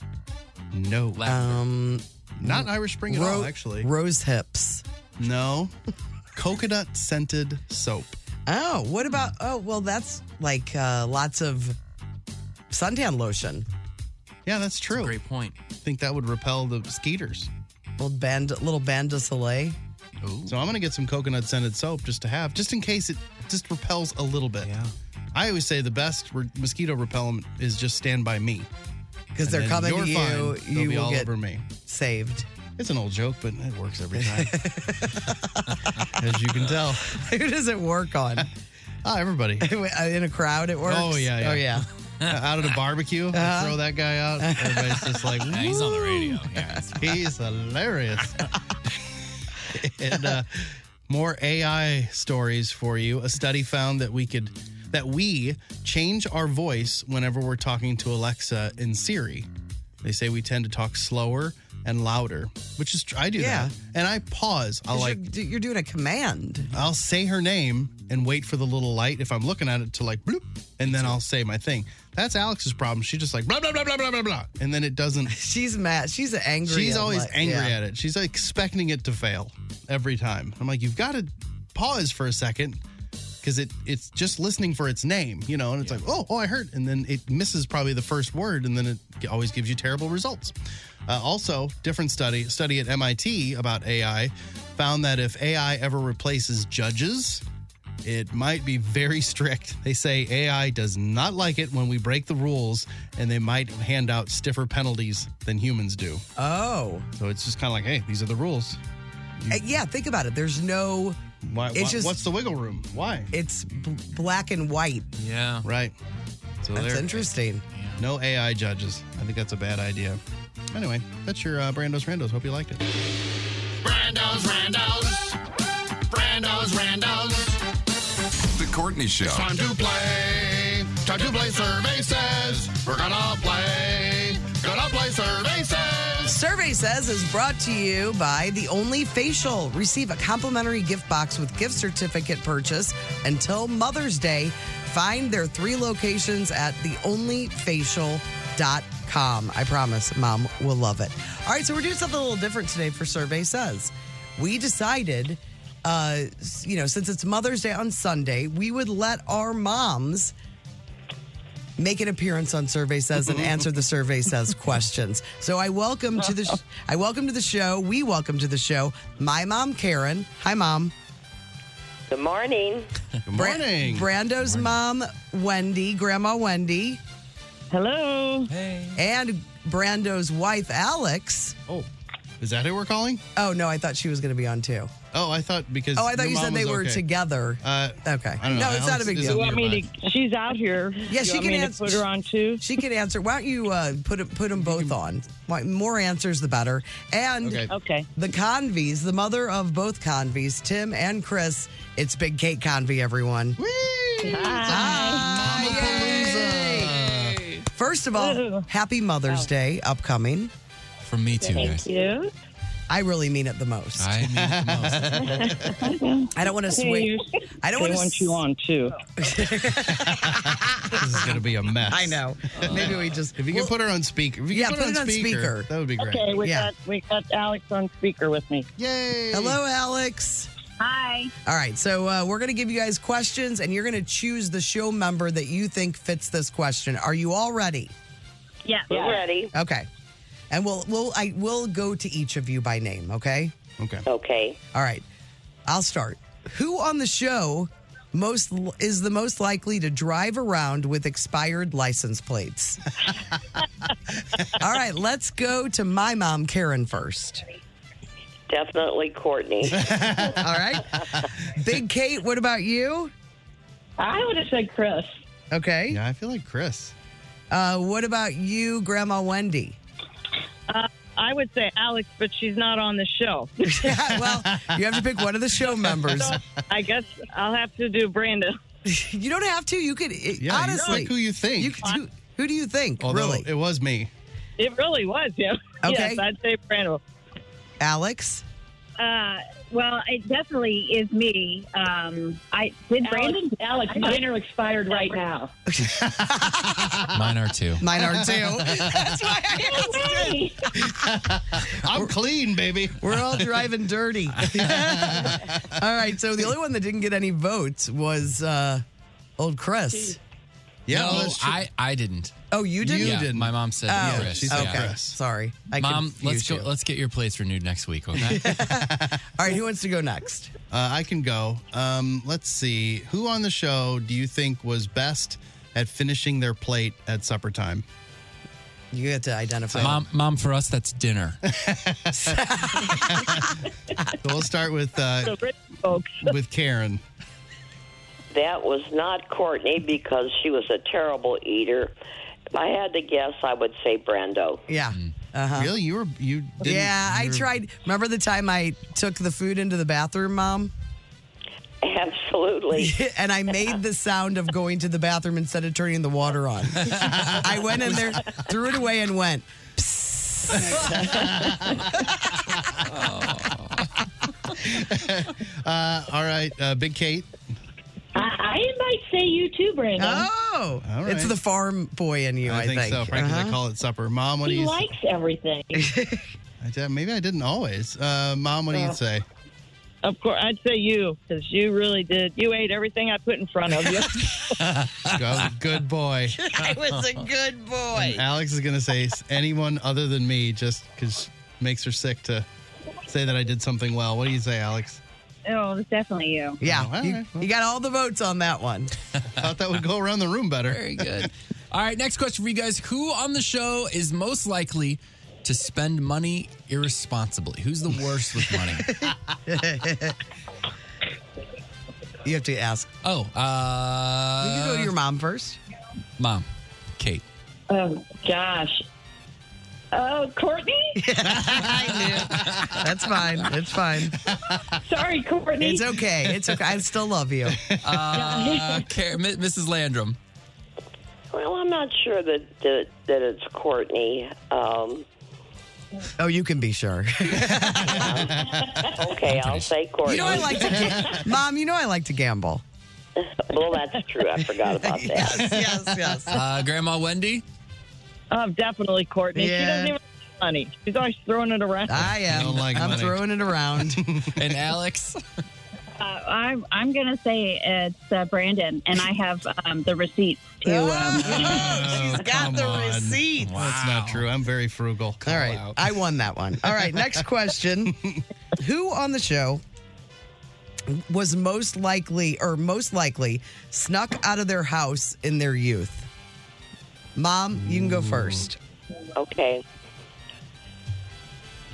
No,
Um,
not Irish Spring at all.
ro-
Actually,
rose hips.
no, coconut scented soap.
Oh, what about? Oh, well, that's like uh, lots of suntan lotion.
Yeah, that's true.
Great point.
I think that would repel the mosquitoes.
Little band, little band de soleil.
So I'm gonna get some coconut scented soap just to have, just in case it just repels a little bit. Yeah. I always say the best re- mosquito repellent is just stand by me
Because
And
they're
then
coming
you're
to you.
fine. They'll
You
be
will
all
get
over me.
saved.
It's an old joke, but it works every time, as you can tell.
Who does it work on?
Oh, everybody.
uh, In a crowd, it works.
Oh, yeah, yeah.
Oh, yeah.
out at a barbecue,
Uh-huh.
throw that guy out. Everybody's just like,
he's on the
radio. he's hilarious. and uh, more AI stories for you. A study found that we could that we change our voice whenever we're talking to Alexa and Siri. They say we tend to talk slower and louder, which is tr- I do
Yeah.
that, and I pause. I will like
you're, you're doing a command.
I'll say her name and wait for the little light if I'm looking at it to like bloop, and then I'll say my thing. That's Alex's problem. She just like blah blah blah blah blah blah blah, and then it doesn't.
She's mad. She's angry.
She's
at
always
what-
angry
yeah.
at it. She's like expecting it to fail every time. I'm like, you've got to pause for a second because it it's just listening for its name, you know, and it's like, oh, oh, I heard, and then it misses probably the first word, and then it g- always gives you terrible results. Uh, also, different study study at MIT about AI found that if AI ever replaces judges. It might be very strict. They say AI does not like it when we break the rules, and they might hand out stiffer penalties than humans do.
Oh.
So it's just kind of like, hey, these are the rules.
Uh, yeah, think about it. There's no.
Why,
It's
why-
just-
what's the wiggle room? Why?
It's b- black and white.
Yeah. Right. So
That's
there-
interesting.
No AI judges. I think that's a bad idea. Anyway, that's your uh, Brando's Randos. Hope you liked it.
Brando's Randos. Brando's Randos.
The Courtney Show.
It's time to play. Time to play survey says. We're gonna play. Gonna play survey says.
Survey Says is brought to you by The Only Facial. Receive a complimentary gift box with gift certificate purchase until Mother's Day. Find their three locations at theonlyfacial.com. I promise mom will love it. All right, so we're doing something a little different today for Survey Says. We decided, uh, s- you know, since it's Mother's Day on Sunday, we would let our moms make an appearance on Survey Says
Mm-hmm.
and answer the Survey Says questions. So I welcome to the sh- I welcome to the show. We welcome to the show my mom Karen. Hi mom.
Good morning.
Good
Bra- Brando's mom Wendy, Grandma Wendy. Hello. Hey. And Brando's wife Alex.
Oh. Is that who we're calling?
Oh no, I thought she was going to be on too.
Oh, I thought because.
Oh, I thought
your
you
mom
said they
was
were
okay.
together.
Uh,
okay.
I don't know.
No, it's not a
Alex
big
is
deal.
in nearby.
she's out here.
Yeah,
You
she
want
can
me to
answer.
put her on too.
She can answer. Why don't you uh, put 'em- put them both on? Why, more answers, the better. And
Okay. Okay.
the Convies, the mother of both Convies, Tim and Chris. It's Big Kate Convy, everyone. Hi. Yay. First of all, happy Mother's Day upcoming.
From me too, Thank guys.
Oh. you.
I really mean it the most.
I mean it
I don't want to swing. I don't
They
want to
want you on too.
This is going to be a mess. Uh,
I know. Maybe we just.
If you
well-
can put her on speaker. If you
Yeah,
can put, her on, speaker, That would be great.
Okay, we got we got Alex on speaker with me.
Yay!
Hello, Alex. Hi. All right, so uh, we're going to give you guys questions, and you're going to choose the show member that you think fits this question. Are you all ready?
Yeah, we're ready.
Okay, and we'll we'll I will go to each of you by name. Okay.
Okay.
Okay.
All right, I'll start. Who on the show most l- is the most likely to drive around with expired license plates? all right, let's go to my mom, Karen, first.
Definitely Courtney.
All right. Big Kate, what about you?
I would have said Chris.
Okay.
Yeah, I feel like Chris.
Uh, what about you, Grandma Wendy?
Uh, I would say Alex, but she's not on the show.
well, you have to pick one of the show members.
I guess I'll have to do Brandon.
you don't have to. You could it,
Yeah, you
honestly.
pick
who you think.
You could, who, who do you think?
Although
really,
it was me.
It really was him.
Okay.
Yes, I'd say Brandon.
Alex.
Uh, well, it definitely is me. Um, I did Brandon.
Alex,
I-
mine are expired right now.
Mine are too.
Mine are too. That's why I
I'm clean, baby.
We're all driving dirty. all right. So the only one that didn't get any votes was uh, old Chris.
Yeah,
No,
no, I, I didn't.
Oh, you didn't.
Yeah, My mom said
Oh,
Chris.
okay. Sorry. I
mom, let's
confused
go.
you.
Let's get your plates renewed next week. Okay.
All right. Who wants to go next?
Uh, I can go. Um, let's see. Who on the show do you think was best at finishing their plate at supper time?
You have to identify.
mom, mom, for us that's dinner.
So we'll start with uh,
folks.
with Karen.
That was not Courtney because she was a terrible eater. If I had to guess, I would say Brando.
Yeah. Uh-huh.
Really? You were you? Didn't,
yeah, I
you were-
tried. Remember the time I took the food into the bathroom, Mom?
Absolutely.
and I made the sound of going to the bathroom instead of turning the water on. I went in there, threw it away, and went.
Uh, all right, uh, Big Kate.
I, I might say you too, Brandon.
Oh,
All right.
it's the farm boy in you. I,
think, so. Probably 'cause I
Uh-huh.
call it supper. Mom, what do
he
you?
likes everything.
I did- maybe I didn't always. Uh, Mom, what do you
Well.
say?
Of course, I'd say you because you really did. You ate everything I put in front of you.
Go- good boy.
I was a good boy.
And Alex is going to say s- anyone other than me just because makes her sick to say that I did something well. What do you say, Alex?
Oh, it's definitely you.
Yeah,
Oh, all
you,
right,
you got all the votes on that one.
Thought that would go around the room better.
Very good. All right, next question for you guys. Who on the show is most likely to spend money irresponsibly? Who's the worst with money?
you have to ask.
Oh, uh,
you can go to your mom first.
Mom, Kate.
Oh gosh. Oh, Courtney.
That's fine. That's fine.
Sorry, Courtney.
It's okay. It's okay. I still love you.
Uh, Karen- Mi- Mrs. Landrum.
Well, I'm not sure that that, that it's Courtney. Um,
Oh, you can be sure.
okay, I'll say Courtney.
You know I like to, ga- mom. You know I like to gamble.
well, that's true. I forgot about that.
yes, yes.
Uh, Grandma Wendy.
Oh, definitely Courtney. She
Yeah.
doesn't even have money. She's always throwing it around.
I am.
Don't like
I'm
money.
throwing it around.
and Alex.
Uh, I'm I'm gonna say it's uh, Brandon, and I have um, the receipts to. Um,
Oh,
Oh,
she's got the receipts.
That's not true. I'm very frugal.
All right, I won that one. All right, next question: Who on the show was most likely, or most likely, snuck out of their house in their youth? Mom, you can go first.
Okay.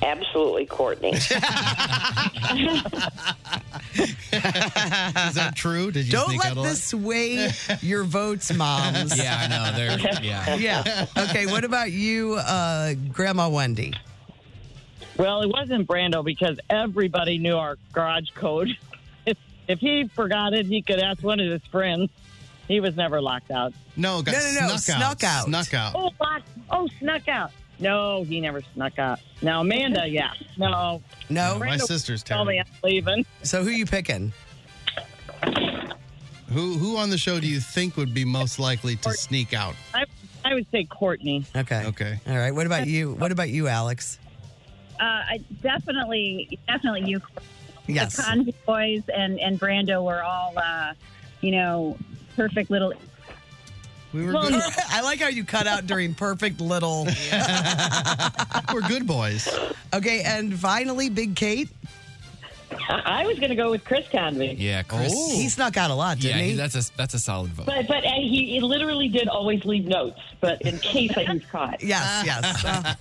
Absolutely, Courtney.
Oh,
Is that true? Did you
Don't
sneak
let
out a lot?
this sway your votes, moms.
Yeah, I know. They're, yeah.
yeah. Okay. What about you, uh, Grandma Wendy?
Well, it wasn't Brando because everybody knew our garage code. If, if he forgot it, he could ask one of his friends. He was never locked out.
No, got snuck out. Snuck out.
Oh, locked. Oh, snuck out. No, he never snuck out. Now, Amanda, yeah. No.
No.
My sister's
Tell me I'm leaving.
So who you picking?
Who who on the show do you think would be most likely to sneak out?
I, I would say Courtney.
Okay.
Okay.
All right. What about you? What about you, Alex?
uh, I definitely, definitely you.
Yes.
The Convoy boys and and Brando were all, uh, you know, perfect little.
We
were Well, good.
I like how you cut out during perfect little.
We're good boys.
Okay, and finally, Big Kate.
I, I was going to go with Chris Convey.
Yeah, Chris.
He snuck out a lot,
yeah,
Ah, didn't he?
that's a that's a solid vote.
But but and he, he literally did always leave notes, but in case I was caught.
Yes, yes. Uh,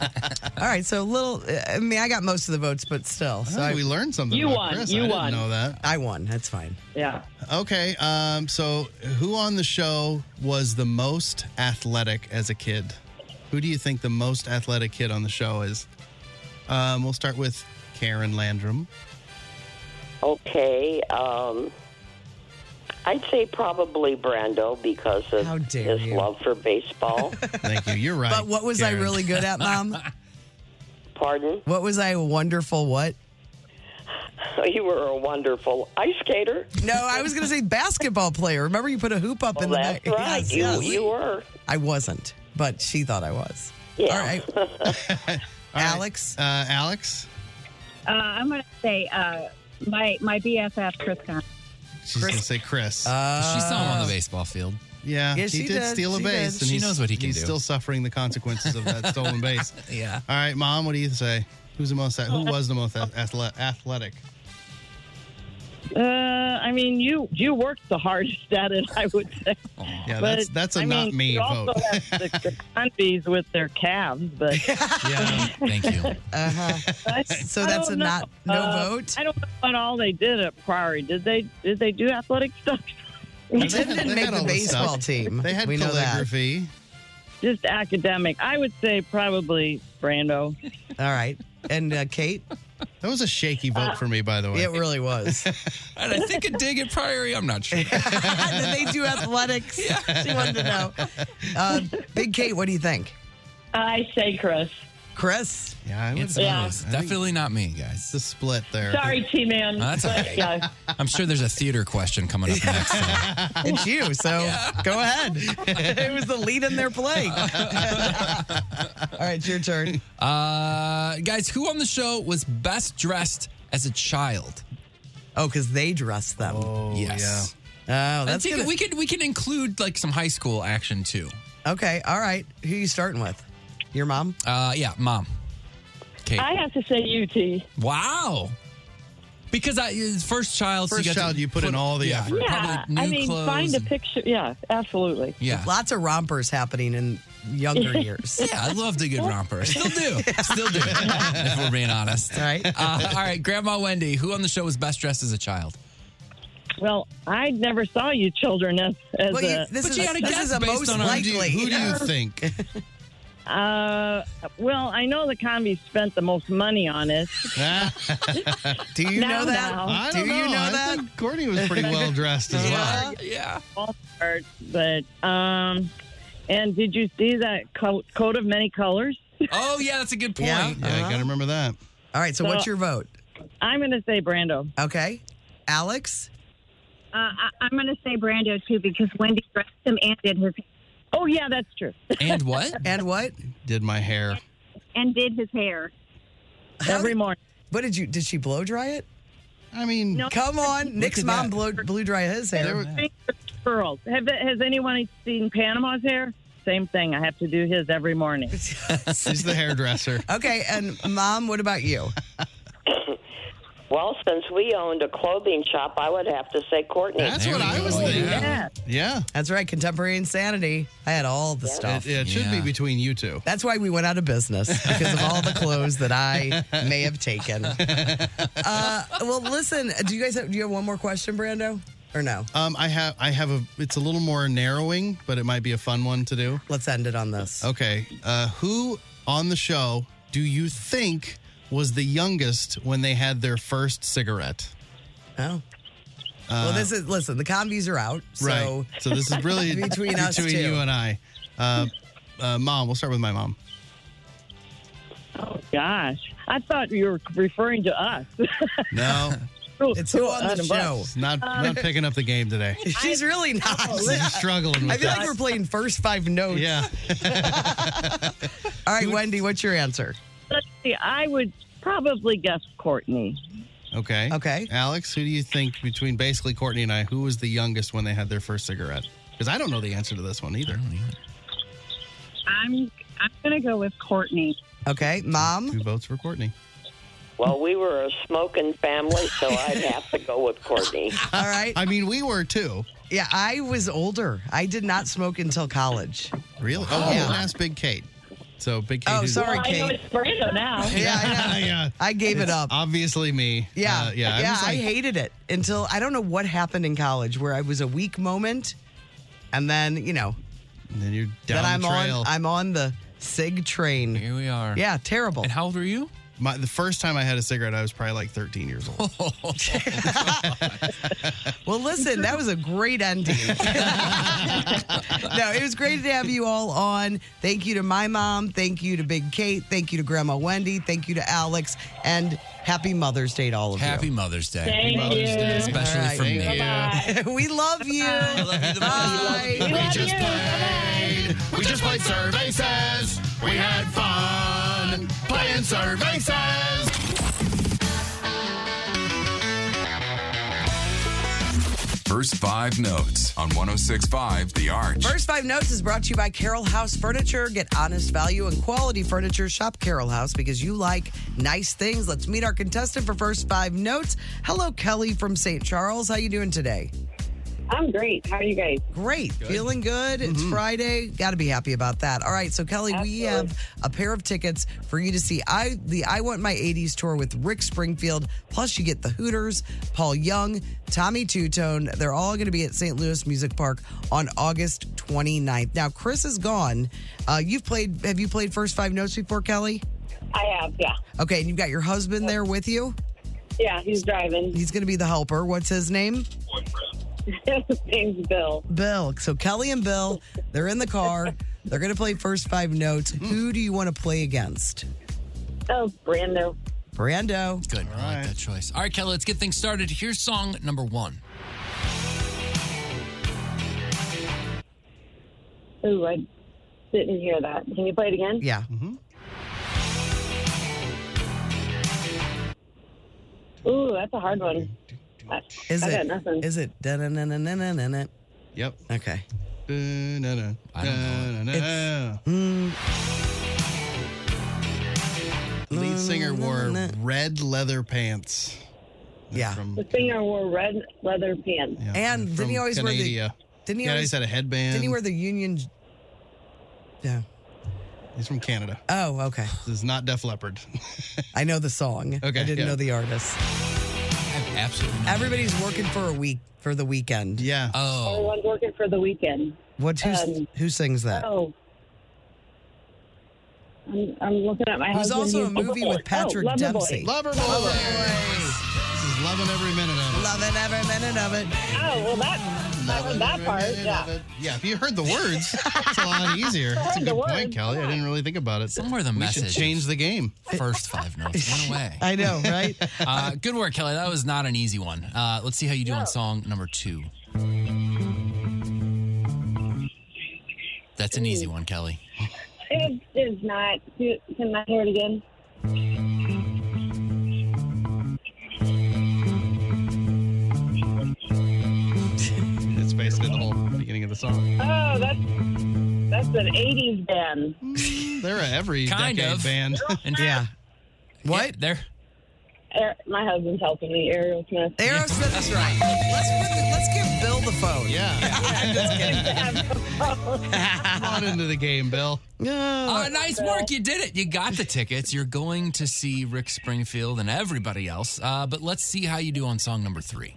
all right, so little. I mean, I got most of the votes, but still. So
Oh,
I,
we learned something.
You
about
won,
Chris.
you
I didn't
won.
know that.
I won. That's fine.
Yeah.
Okay. Um, so, who on the show was the most athletic as a kid? Who do you think the most athletic kid on the show is? Um, we'll start with Karen Landrum.
okay. Um, I'd say probably Brando because of his love for baseball.
Thank you. You're right.
But what was I
Karen.
really good at, Mom?
Pardon?
What was I a wonderful what?
You were a wonderful ice skater.
No, I was going to say basketball player. Remember, you put a hoop up in the
That's
back.
right.
Oh, Yes,
you,
yes.
you were.
I wasn't, but she thought I was.
Yeah.
All right. Alex?
Uh, Alex?
Uh, I'm gonna say uh, my my BFF Chris Convey.
She's going to say Chris.
she saw him
Uh,
on the baseball field.
Yeah,
Yes,
he
she
did,
did.
steal a
She
base.
did. She
he's-
knows what he can
he's
do.
still suffering the consequences of that stolen base.
Yeah.
All right, Mom, what do you say? Who's the most? Who was the most athle- athletic?
Uh, I mean, you you worked the hardest at it, I would say. But,
Yeah, that's that's a
I
not
mean,
me
you
vote.
also have the, the Conveys with their calves, but
yeah, thank you.
I-
So
I
that's
don't
a
know.
not- no
Uh,
vote?
I don't know what all they did at Priory. Did they did they do athletic stuff?
They didn't make the
all this
baseball
stuff.
team.
They had
we know that.
calligraphy. Just academic. I would say probably Brando.
All right. And uh, Kate?
That was a shaky vote for me, by the way.
It really was.
and I think a dig at Priory. I'm not sure.
Did they do athletics? She wanted to know. Uh, Big Kate, what do you think?
I say Chris.
Chris?
Yeah, I
It's
Yeah.
close. definitely not me, guys. The
split there.
Sorry, T Man.
That's okay. I'm sure there's a theater question coming up next.
It's you, so go ahead. it was the lead in their play. All right, it's your turn.
Uh, guys, who on the show was best dressed as a child?
Oh, because they dressed them.
yes.
Oh,
I
that's
think
gonna-
we could we can include like some high school action too.
Okay, all right. Who you starting with? Your mom?
Uh, yeah, mom. Kate.
I have to say UT.
Wow. Because I his first child, so
First
you got
child,
to
you put in all the
yeah,
effort.
Yeah,
Probably new
I mean,
clothes
find a
and-
picture. Yeah, absolutely.
Lots of rompers happening in younger years.
Yeah, I loved a good romper. Still do. Still do. if we're being honest.
All right.
Uh, all right, Grandma Wendy, who on the show was best dressed as a child?
Well, I never saw you children as, as
Well, you-
a.
this But is you a- had a this guess is a based most on our-
Who do you, who do you think?
Uh, well, I know the comedy spent the most money on it.
do you
Now,
know that?
now.
I
do
don't
you
know.
know
I
that?
think Courtney was pretty well dressed as well.
Yeah.
But um, and did you see that coat, coat of many colors?
Oh yeah, that's a good
point. Yeah.
Yeah, I got to remember that.
Uh-huh. All right, so what's your vote?
I'm going to say Brando.
Okay. Alex?
Uh, I, I'm going to say Brando too because Wendy dressed him and did his.
Oh yeah, that's true.
And what?
And what?
Did my hair.
And did his hair.
Every morning.
What did you did she blow dry it?
I mean,
come on. Nick's
at
mom blow, blew dry his hair.
Pearls. Have, has anyone seen Panama's hair? Same thing. I have to do his every morning.
She's the hairdresser.
Okay, and mom, what about you?
Well, since we owned a clothing shop, I would have to say Courtney.
That's what I was thinking.
Yeah.
Yeah.
That's right, contemporary insanity. I had all the stuff.
It, it should be between you two.
That's why we went out of business because of all the clothes that I may have taken. Uh, well, listen, do you guys have, do you have one more question, Brando? Or no?
Um, I have I have a it's a little more narrowing, but it might be a fun one to do.
Let's end it on this.
Okay. Uh, who on the show do you think was the youngest when they had their first cigarette? Uh,
Oh. well, this is listen. The comedies are out, so
right. So this is really
between us two.
you and I. Uh, uh, mom, we'll start with my mom.
Gosh, I thought you were referring to us.
No,
It's who on the show.
it's not
Uh,
not picking up the game today.
She's really not.
She's struggling. With
I feel
that.
like we're playing first five notes.
Yeah.
All right, Wendy, what's your answer?
Let's see. I would probably guess Courtney.
Okay.
Okay.
Alex, who do you think between basically Courtney and I, who was the youngest when they had their first cigarette? Because I don't know the answer to this one either.
I'm I'm going to go with Courtney.
Okay, mom.
Two votes for Courtney.
Well, we were a smoking family,
so I'd have to go with Courtney.
All right.
I mean, we were too.
Yeah, I was older. I did not smoke until college.
Really? Oh,
Yeah.
yeah. Ask Big Kate. So Big Kate.
Oh,
who's-
sorry,
I know
Kate.
it's Brando now.
Yeah, I know.
yeah.
I gave it
It's
up.
Obviously, me.
Yeah,
Uh, yeah.
yeah.
was
I
like-
hated it until I don't know what happened in college where I was a weak moment, and then you know,
And then you're down
then I'm
the trail.
on I'm on the sig train.
Here we are.
Yeah, terrible.
And how old were you?
My, the first time I had a cigarette, I was probably like 13 years old.
Well, listen, that was a great ending. no, it was great to have you all on. Thank you to my mom. Thank you to Big Kate. Thank you to Grandma Wendy. Thank you to Alex. And happy Mother's Day to all of
Happy
you.
Mother's Day.
Thank Happy Mother's you. Day.
Especially
All right.
from me.
we love you. Bye.
We just played. We just played Survey Says. We had fun playing Survey Says.
First five notes on 1065 The Arch.
First Five Notes is brought to you by Carroll House Furniture. Get honest value and quality furniture. Shop Carroll House because you like nice things. Let's meet our contestant for First Five Notes. Hello, Kelly from St. Charles. How you doing today? I'm great. How are you guys? Great. Feeling good. It's Friday. Got to be happy about that. All right. So, Kelly, we have a pair of tickets for you to see I the I Want My 80s tour with Rick Springfield. Plus, you get the Hooters, Paul Young, Tommy Two Tone. They're all going to be at St. Louis Music Park on August 29th. Now, Chris is gone. Uh, you've played, have you played First Five Notes before, Kelly? I have, yeah. Okay. And you've got your husband there with you? Yeah, he's driving. He's going to be the helper. What's his name? His name's Bill. Bill. So Kelly and Bill, they're in the car. They're going to play first five notes. Who do you want to play against?
Oh, Brando.
Brando.
Good. I like that choice. All right, Kelly, let's get things started. Here's song number one.
Ooh, I didn't hear that. Can you play it again?
Yeah.
Ooh, that's a hard one. I,
Is
I got
it?
nothing.
Is it? da-na-na-na-na-na-na?
Yep.
Okay.
Da-na-na.
I don't
Da-na-na.
Mm.
The lead singer wore red leather pants.
Yeah.
The singer wore red leather pants.
And didn't he always wear
Canada.
the? Didn't he
Yeah,
always
he's had a headband.
Didn't he wear the Union? Yeah.
He's from Canada.
Oh, okay.
This is not Def Leppard.
I know the song.
Okay,
I didn't
yeah.
know the artist.
Absolutely.
Everybody's working for a week for the weekend.
Yeah.
Oh.
Everyone's working for the weekend.
What? Who,
um,
who sings that?
Oh. I'm, I'm looking at my
It was
husband.
also a
He's-
movie with Patrick Dempsey.
Oh, Loverboy.
This is loving every minute of it.
Loving every minute of it.
Oh, well, that, that, that part, yeah.
Yeah, if you heard the words, it's a lot easier.
I
It's a
heard
good
the
point,
words,
Kelly. I didn't really think about it.
Somewhere the
we
message
should change the game.
First five notes went away.
I know, right?
Uh, good work, Kelly. That was not an easy one. Uh, let's see how you do on song number two. That's an easy one, Kelly.
It is not. Can can I hear it again?
It's basically the whole beginning of the song.
Oh, that's that's an '80s band.
They're a every
Kind
decade
of.
band.
yeah. What?
there.
Aer- Er, my husband's helping me. Aerosmith.
Aerosmith. That's right. Let's put the, let's give Bill the phone.
Yeah.
I'm just kidding.
Come on into the game, Bill.
Oh, nice work. You did it. You got the tickets. You're going to see Rick Springfield and everybody else. Uh, but let's see how you do on song number three.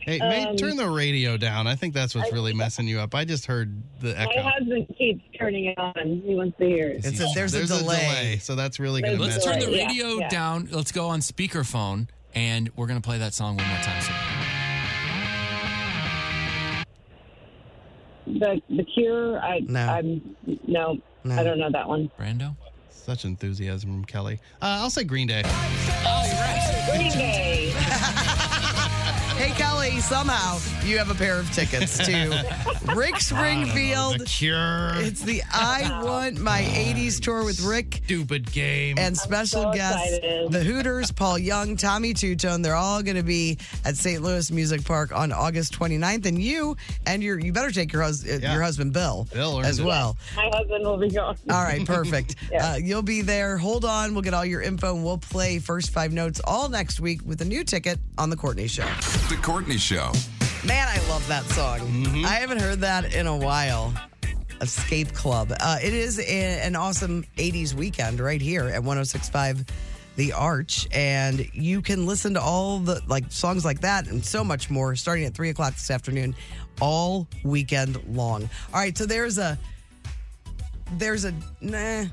Hey, may,
Um,
turn the radio down. I think that's what's
I-
really messing you up. I just heard the
My
echo.
husband keeps turning it on. He wants to hear it.
so that's really going to
Let's
mess.
turn the
with it.
radio
yeah.
down. Let's go on speakerphone, and we're going to play that song one more time. So
The The Cure. I
No.
I'm, no, I don't know that one.
Brando.
Such enthusiasm from Kelly. Uh, I'll say Green Day.
Oh,
Green Day.
Hey Kelly, somehow you have a pair of tickets to Rick Springfield.
The Cure.
It's the I Want My 80s tour with Rick.
Stupid game.
And special
So
guests,
excited.
the Hooters, Paul Young, Tommy Two Tone. They're all going to be at St. Louis Music Park on August 29th. And you and your, you better take your, hus- uh your husband, Bill,
Bill
as well.
My husband will be gone.
All right, perfect. uh, you'll be there. Hold on. We'll get all your info and we'll play first five notes all next week with a new ticket on The Courtney Show.
The Courtney Show.
Man, I love that song. I haven't heard that in a while. Escape Club. Uh, it is a- an awesome 80s weekend right here at 1065 The Arch. And you can listen to all the like songs like that and so much more starting at 3 o'clock this afternoon all weekend long. All right, so there's a there's a nah,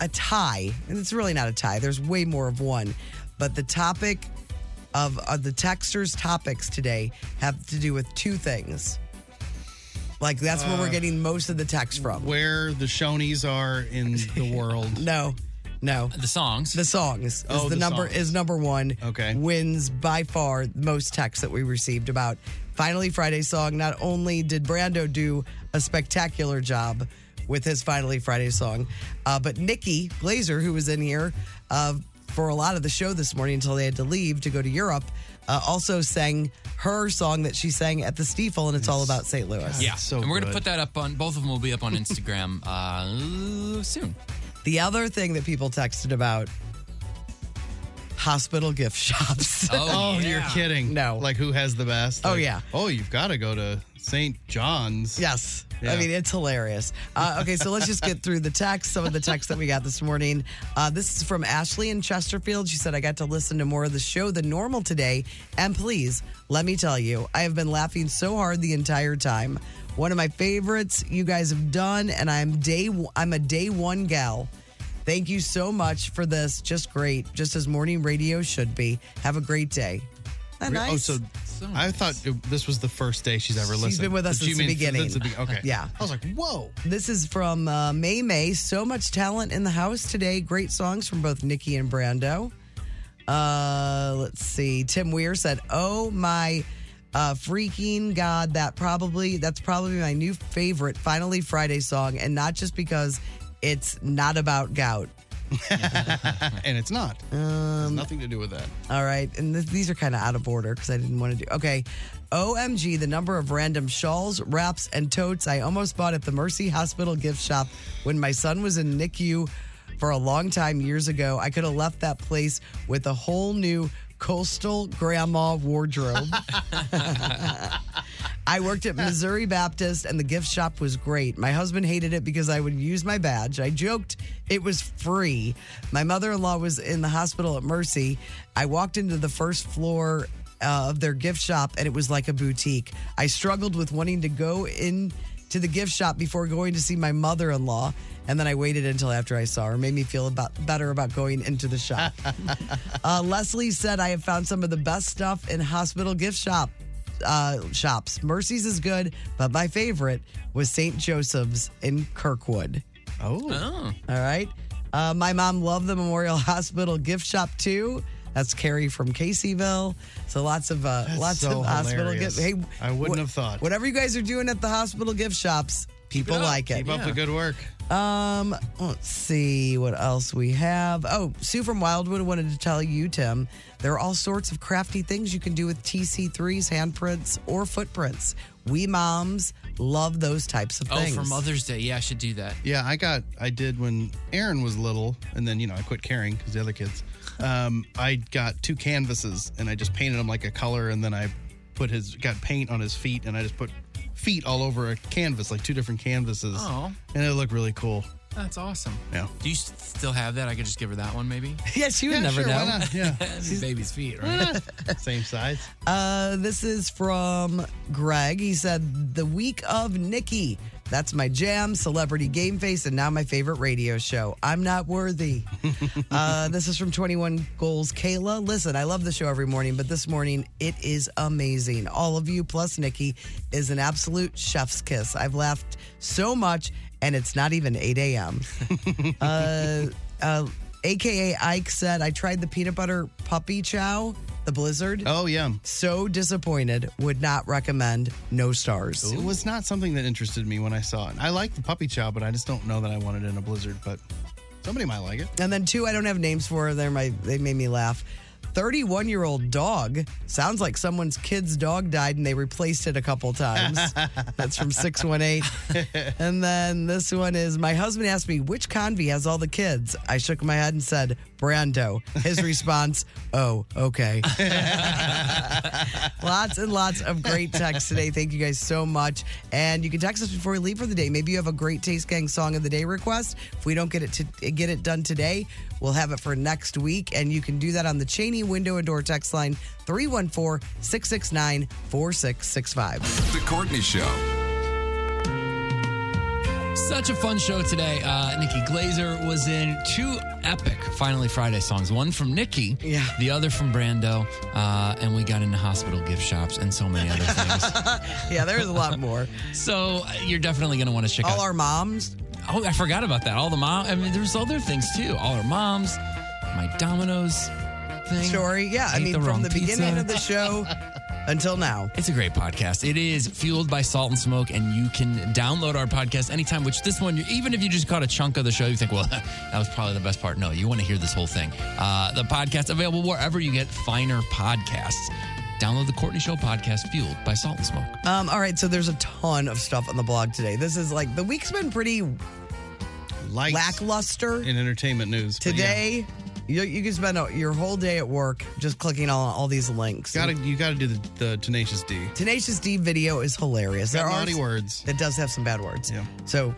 a tie, and it's really not a tie. There's way more of one, but the topic of uh, the texters' topics today have to do with two things. Like that's where
Uh,
we're getting most of the text from.
Where the Shoney's are in the world.
no, no.
The songs.
The songs is
Oh,
the,
the
number
songs.
is number one.
Okay.
wins by far the most texts that we received about finally Friday song. Not only did Brando do a spectacular job with his finally Friday song, uh, but Nikki Glazer, who was in here uh, for a lot of the show this morning until they had to leave to go to Europe, uh, also sang her song that she sang at the Steeple, and it's all about St. Louis.
yeah. and we're going to put that up on, both of them will be up on Instagram uh, soon.
The other thing that people texted about hospital gift shops.
Oh, you're kidding.
No.
Like, who has the best?
Oh,
Like,
yeah.
Oh, you've got to go to St. John's.
Yes. I mean, it's hilarious. Uh, okay, so let's just get through the text, some of the texts that we got this morning. Uh, this is from Ashley in Chesterfield. She said, I got to listen to more of the show than normal today. And please, let me tell you, I have been laughing so hard the entire time. One of my favorites you guys have done, and I'm day I'm a day one gal. Thank you so much for this. Just great. Just as morning radio should be. Have a great day. Isn't that
Re-
nice?
Oh, so, I thought it- this was the first day she's ever listened.
She's been with us
Did you
since the
mean-
beginning.
since the be- okay.
Yeah.
I was like, whoa.
This is from uh, May May. So much talent in the house today. Great songs from both Nikki and Brando. Uh, let's see. Tim Weir said, "Oh my uh, freaking god! That probably that's probably my new favorite. Finally Friday song, and not just because it's not about gout.
and it's not.
Um,
Nothing to do with that.
all right. And th- these are kind of out of order because I didn't want to do. Okay. OMG, the number of random shawls, wraps, and totes I almost bought at the Mercy Hospital gift shop when my son was in NICU for a long time years ago. I could have left that place with a whole new coastal grandma wardrobe. I worked at Missouri Baptist and the gift shop was great. My husband hated it because I would use my badge. I joked it was free. My mother in law was in the hospital at Mercy. I walked into the first floor uh, of their gift shop and it was like a boutique. I struggled with wanting to go in to the gift shop before going to see my mother-in-law and then i waited until after i saw her made me feel about better about going into the shop uh, leslie said i have found some of the best stuff in hospital gift shop uh, shops mercy's is good but my favorite was st joseph's in kirkwood
oh,
all right uh, my mom loved the memorial hospital gift shop too that's Carrie from Caseyville. So lots of uh,
That's
lots
so
of hospital
hilarious.
gift. Hey,
I wouldn't
wh-
have thought.
Whatever you guys are doing at the hospital gift shops, people
Keep up.
like it.
Keep up the good work.
Um, let's see what else we have. Oh, Sue from Wildwood wanted to tell you, Tim, there are all sorts of crafty things you can do with TC3s, handprints, or footprints. We moms love those types of
Oh,
things.
for Mother's Day. Yeah, I should do that.
Yeah, I got, I did when Aaron was little, and then, you know, I quit caring because the other kids. Um, I got two canvases and I just painted them like a color, and then I put his, got paint on his feet, and I just put feet all over a canvas, like two different canvases.
Oh.
And it looked really cool.
That's awesome.
Yeah.
Do you s- still have that? I could just give her that one, maybe.
Yeah, she would Yeah, never sure, why know. not? Yeah.
baby's feet, right?
Same size.
Uh, this is from Greg. He said, The week of Nikki. That's my jam, celebrity game face, and now my favorite radio show. I'm not worthy. uh, this is from 21 Goals Kayla. Listen, I love the show every morning, but this morning it is amazing. All of you plus Nikki is an absolute chef's kiss. I've laughed so much, and it's not even 8 a.m. uh, uh, AKA Ike said, I tried the peanut butter puppy chow, the blizzard.
Oh, yeah.
So disappointed. Would not recommend. No stars.
It was not something that interested me when I saw it. I like the puppy chow, but I just don't know that I want it in a blizzard, but somebody might like it.
And then two, I don't have names for. They're my, they made me laugh. 31 year old dog. Sounds like someone's kid's dog died and they replaced it a couple times. That's from 618. And then this one is My husband asked me, which convy has all the kids? I shook my head and said, Brando. His response, oh, okay. lots and lots of great texts today. Thank you guys so much. And you can text us before we leave for the day. Maybe you have a great Taste Gang song of the day request. If we don't get it to get it done today, we'll have it for next week. And you can do that on the Cheney window and door text line 314 669 4665.
The Courtney Show.
Such a fun show today. Uh, Nikki Glazer was in two epic Finally Friday songs. One from Nikki, yeah. the other from Brando, uh, and we got into hospital gift shops and so many other things.
yeah, there's a lot more.
So uh, you're definitely going to want to check
All
out
our moms.
Oh, I forgot about that. All the mom. I mean, there's other things too. All our moms. My Domino's thing.
Story. Yeah, I
Ate
mean, from
wrong
the beginning
pizza.
of the show until now.
It's a great podcast. It is fueled by Salt and Smoke, and you can download our podcast anytime. Which this one, even if you just caught a chunk of the show, you think, well, that was probably the best part. No, you want to hear this whole thing. Uh, the podcast available wherever you get finer podcasts. Download the Courtney Show podcast, fueled by Salt and Smoke.
Um, all right, so there's a ton of stuff on the blog today. This is like the week's been pretty
Light.
lackluster.
In entertainment news. but yeah.
Today, You, you can spend uh, your whole day at work just clicking on all these links.
Gotta- you got to do the, the Tenacious D.
Tenacious D video is hilarious.
Got
there are
naughty
words. It does have some bad words. Yeah. So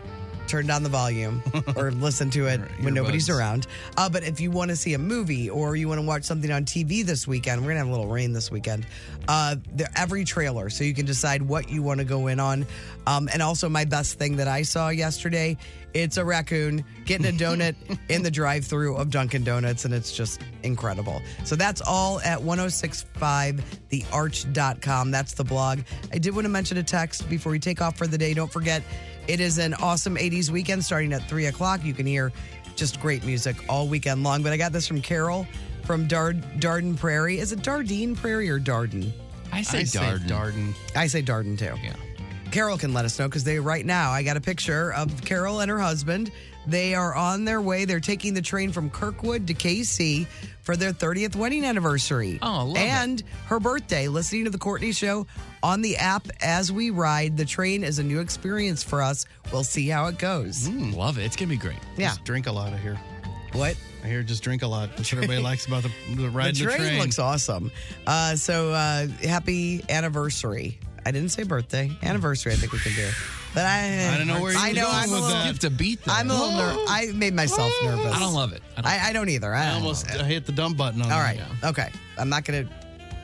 turn down the volume or listen to it when nobody's
earbuds.
around. Uh, but if you want to see a movie or you want to watch something on TV this weekend, we're gonna have a little rain this weekend. Uh, there, every trailer, so you can decide what you want to go in on. Um, and also, my best thing that I saw yesterday, it's a raccoon getting a donut in the drive-through of Dunkin' Donuts, and it's just incredible. So that's all at 1065thearch.com. That's the blog. I did want to mention a text before we take off for the day. Don't forget, it is an awesome 80s weekend starting at 3 o'clock. You can hear just great music all weekend long. But I got this from Carol from Dard- Darden Prairie. Is it Dardine Prairie or Darden?
I say I say Darden. Darden.
I say Darden too. Yeah. Carol can let us know because they right now I got a picture of Carol and her husband. They are on their way. They're taking the train from Kirkwood to KC for their 30th wedding anniversary.
Oh, love it.
and her birthday. Listening to the Courtney Show on the app as we ride. The train is a new experience for us. We'll see how it goes.
Mm, love it. It's gonna be great.
Yeah.
Just drink a lot, I hear.
What?
I hear just drink a lot. That's what everybody likes about the, the ride
the train, looks awesome. Uh, so uh, happy anniversary. I didn't say birthday. Anniversary, I think we can do. But I,
I don't know where
I
you're
know
going
I'm a
with
little,
that. You have to beat that.
I'm a little ner-
Oh.
I made myself nervous.
I don't love it. I don't
I, I don't either. I, almost
hit the dumb button. on
All
that.
right. Okay. I'm not gonna.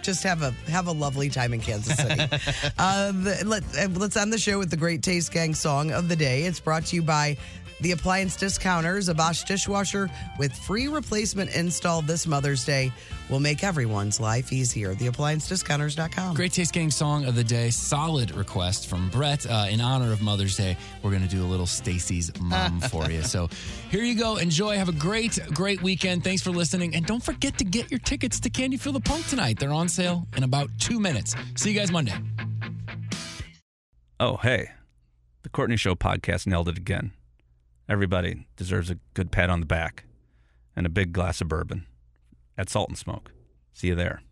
Just have a have a lovely time in Kansas City. uh, the, let, uh, let's end the show with the Great Taste Gang song of the day. It's brought to you by the appliance discounters, a Bosch dishwasher with free replacement install this Mother's Day will make everyone's life easier. Theappliancediscounters.com.
Great Taste Gang song of the day. Solid request from Brett. Uh, in honor of Mother's Day, we're going to do a little Stacy's mom for you. So here you go. Enjoy. Have a great, great weekend. Thanks for listening. And don't forget to get your tickets to Can You Feel the Punk tonight. They're on sale in about two minutes. See you guys Monday.
Oh, hey, the Courtney Show podcast nailed it again. Everybody deserves a good pat on the back and a big glass of bourbon at Salt and Smoke. See you there.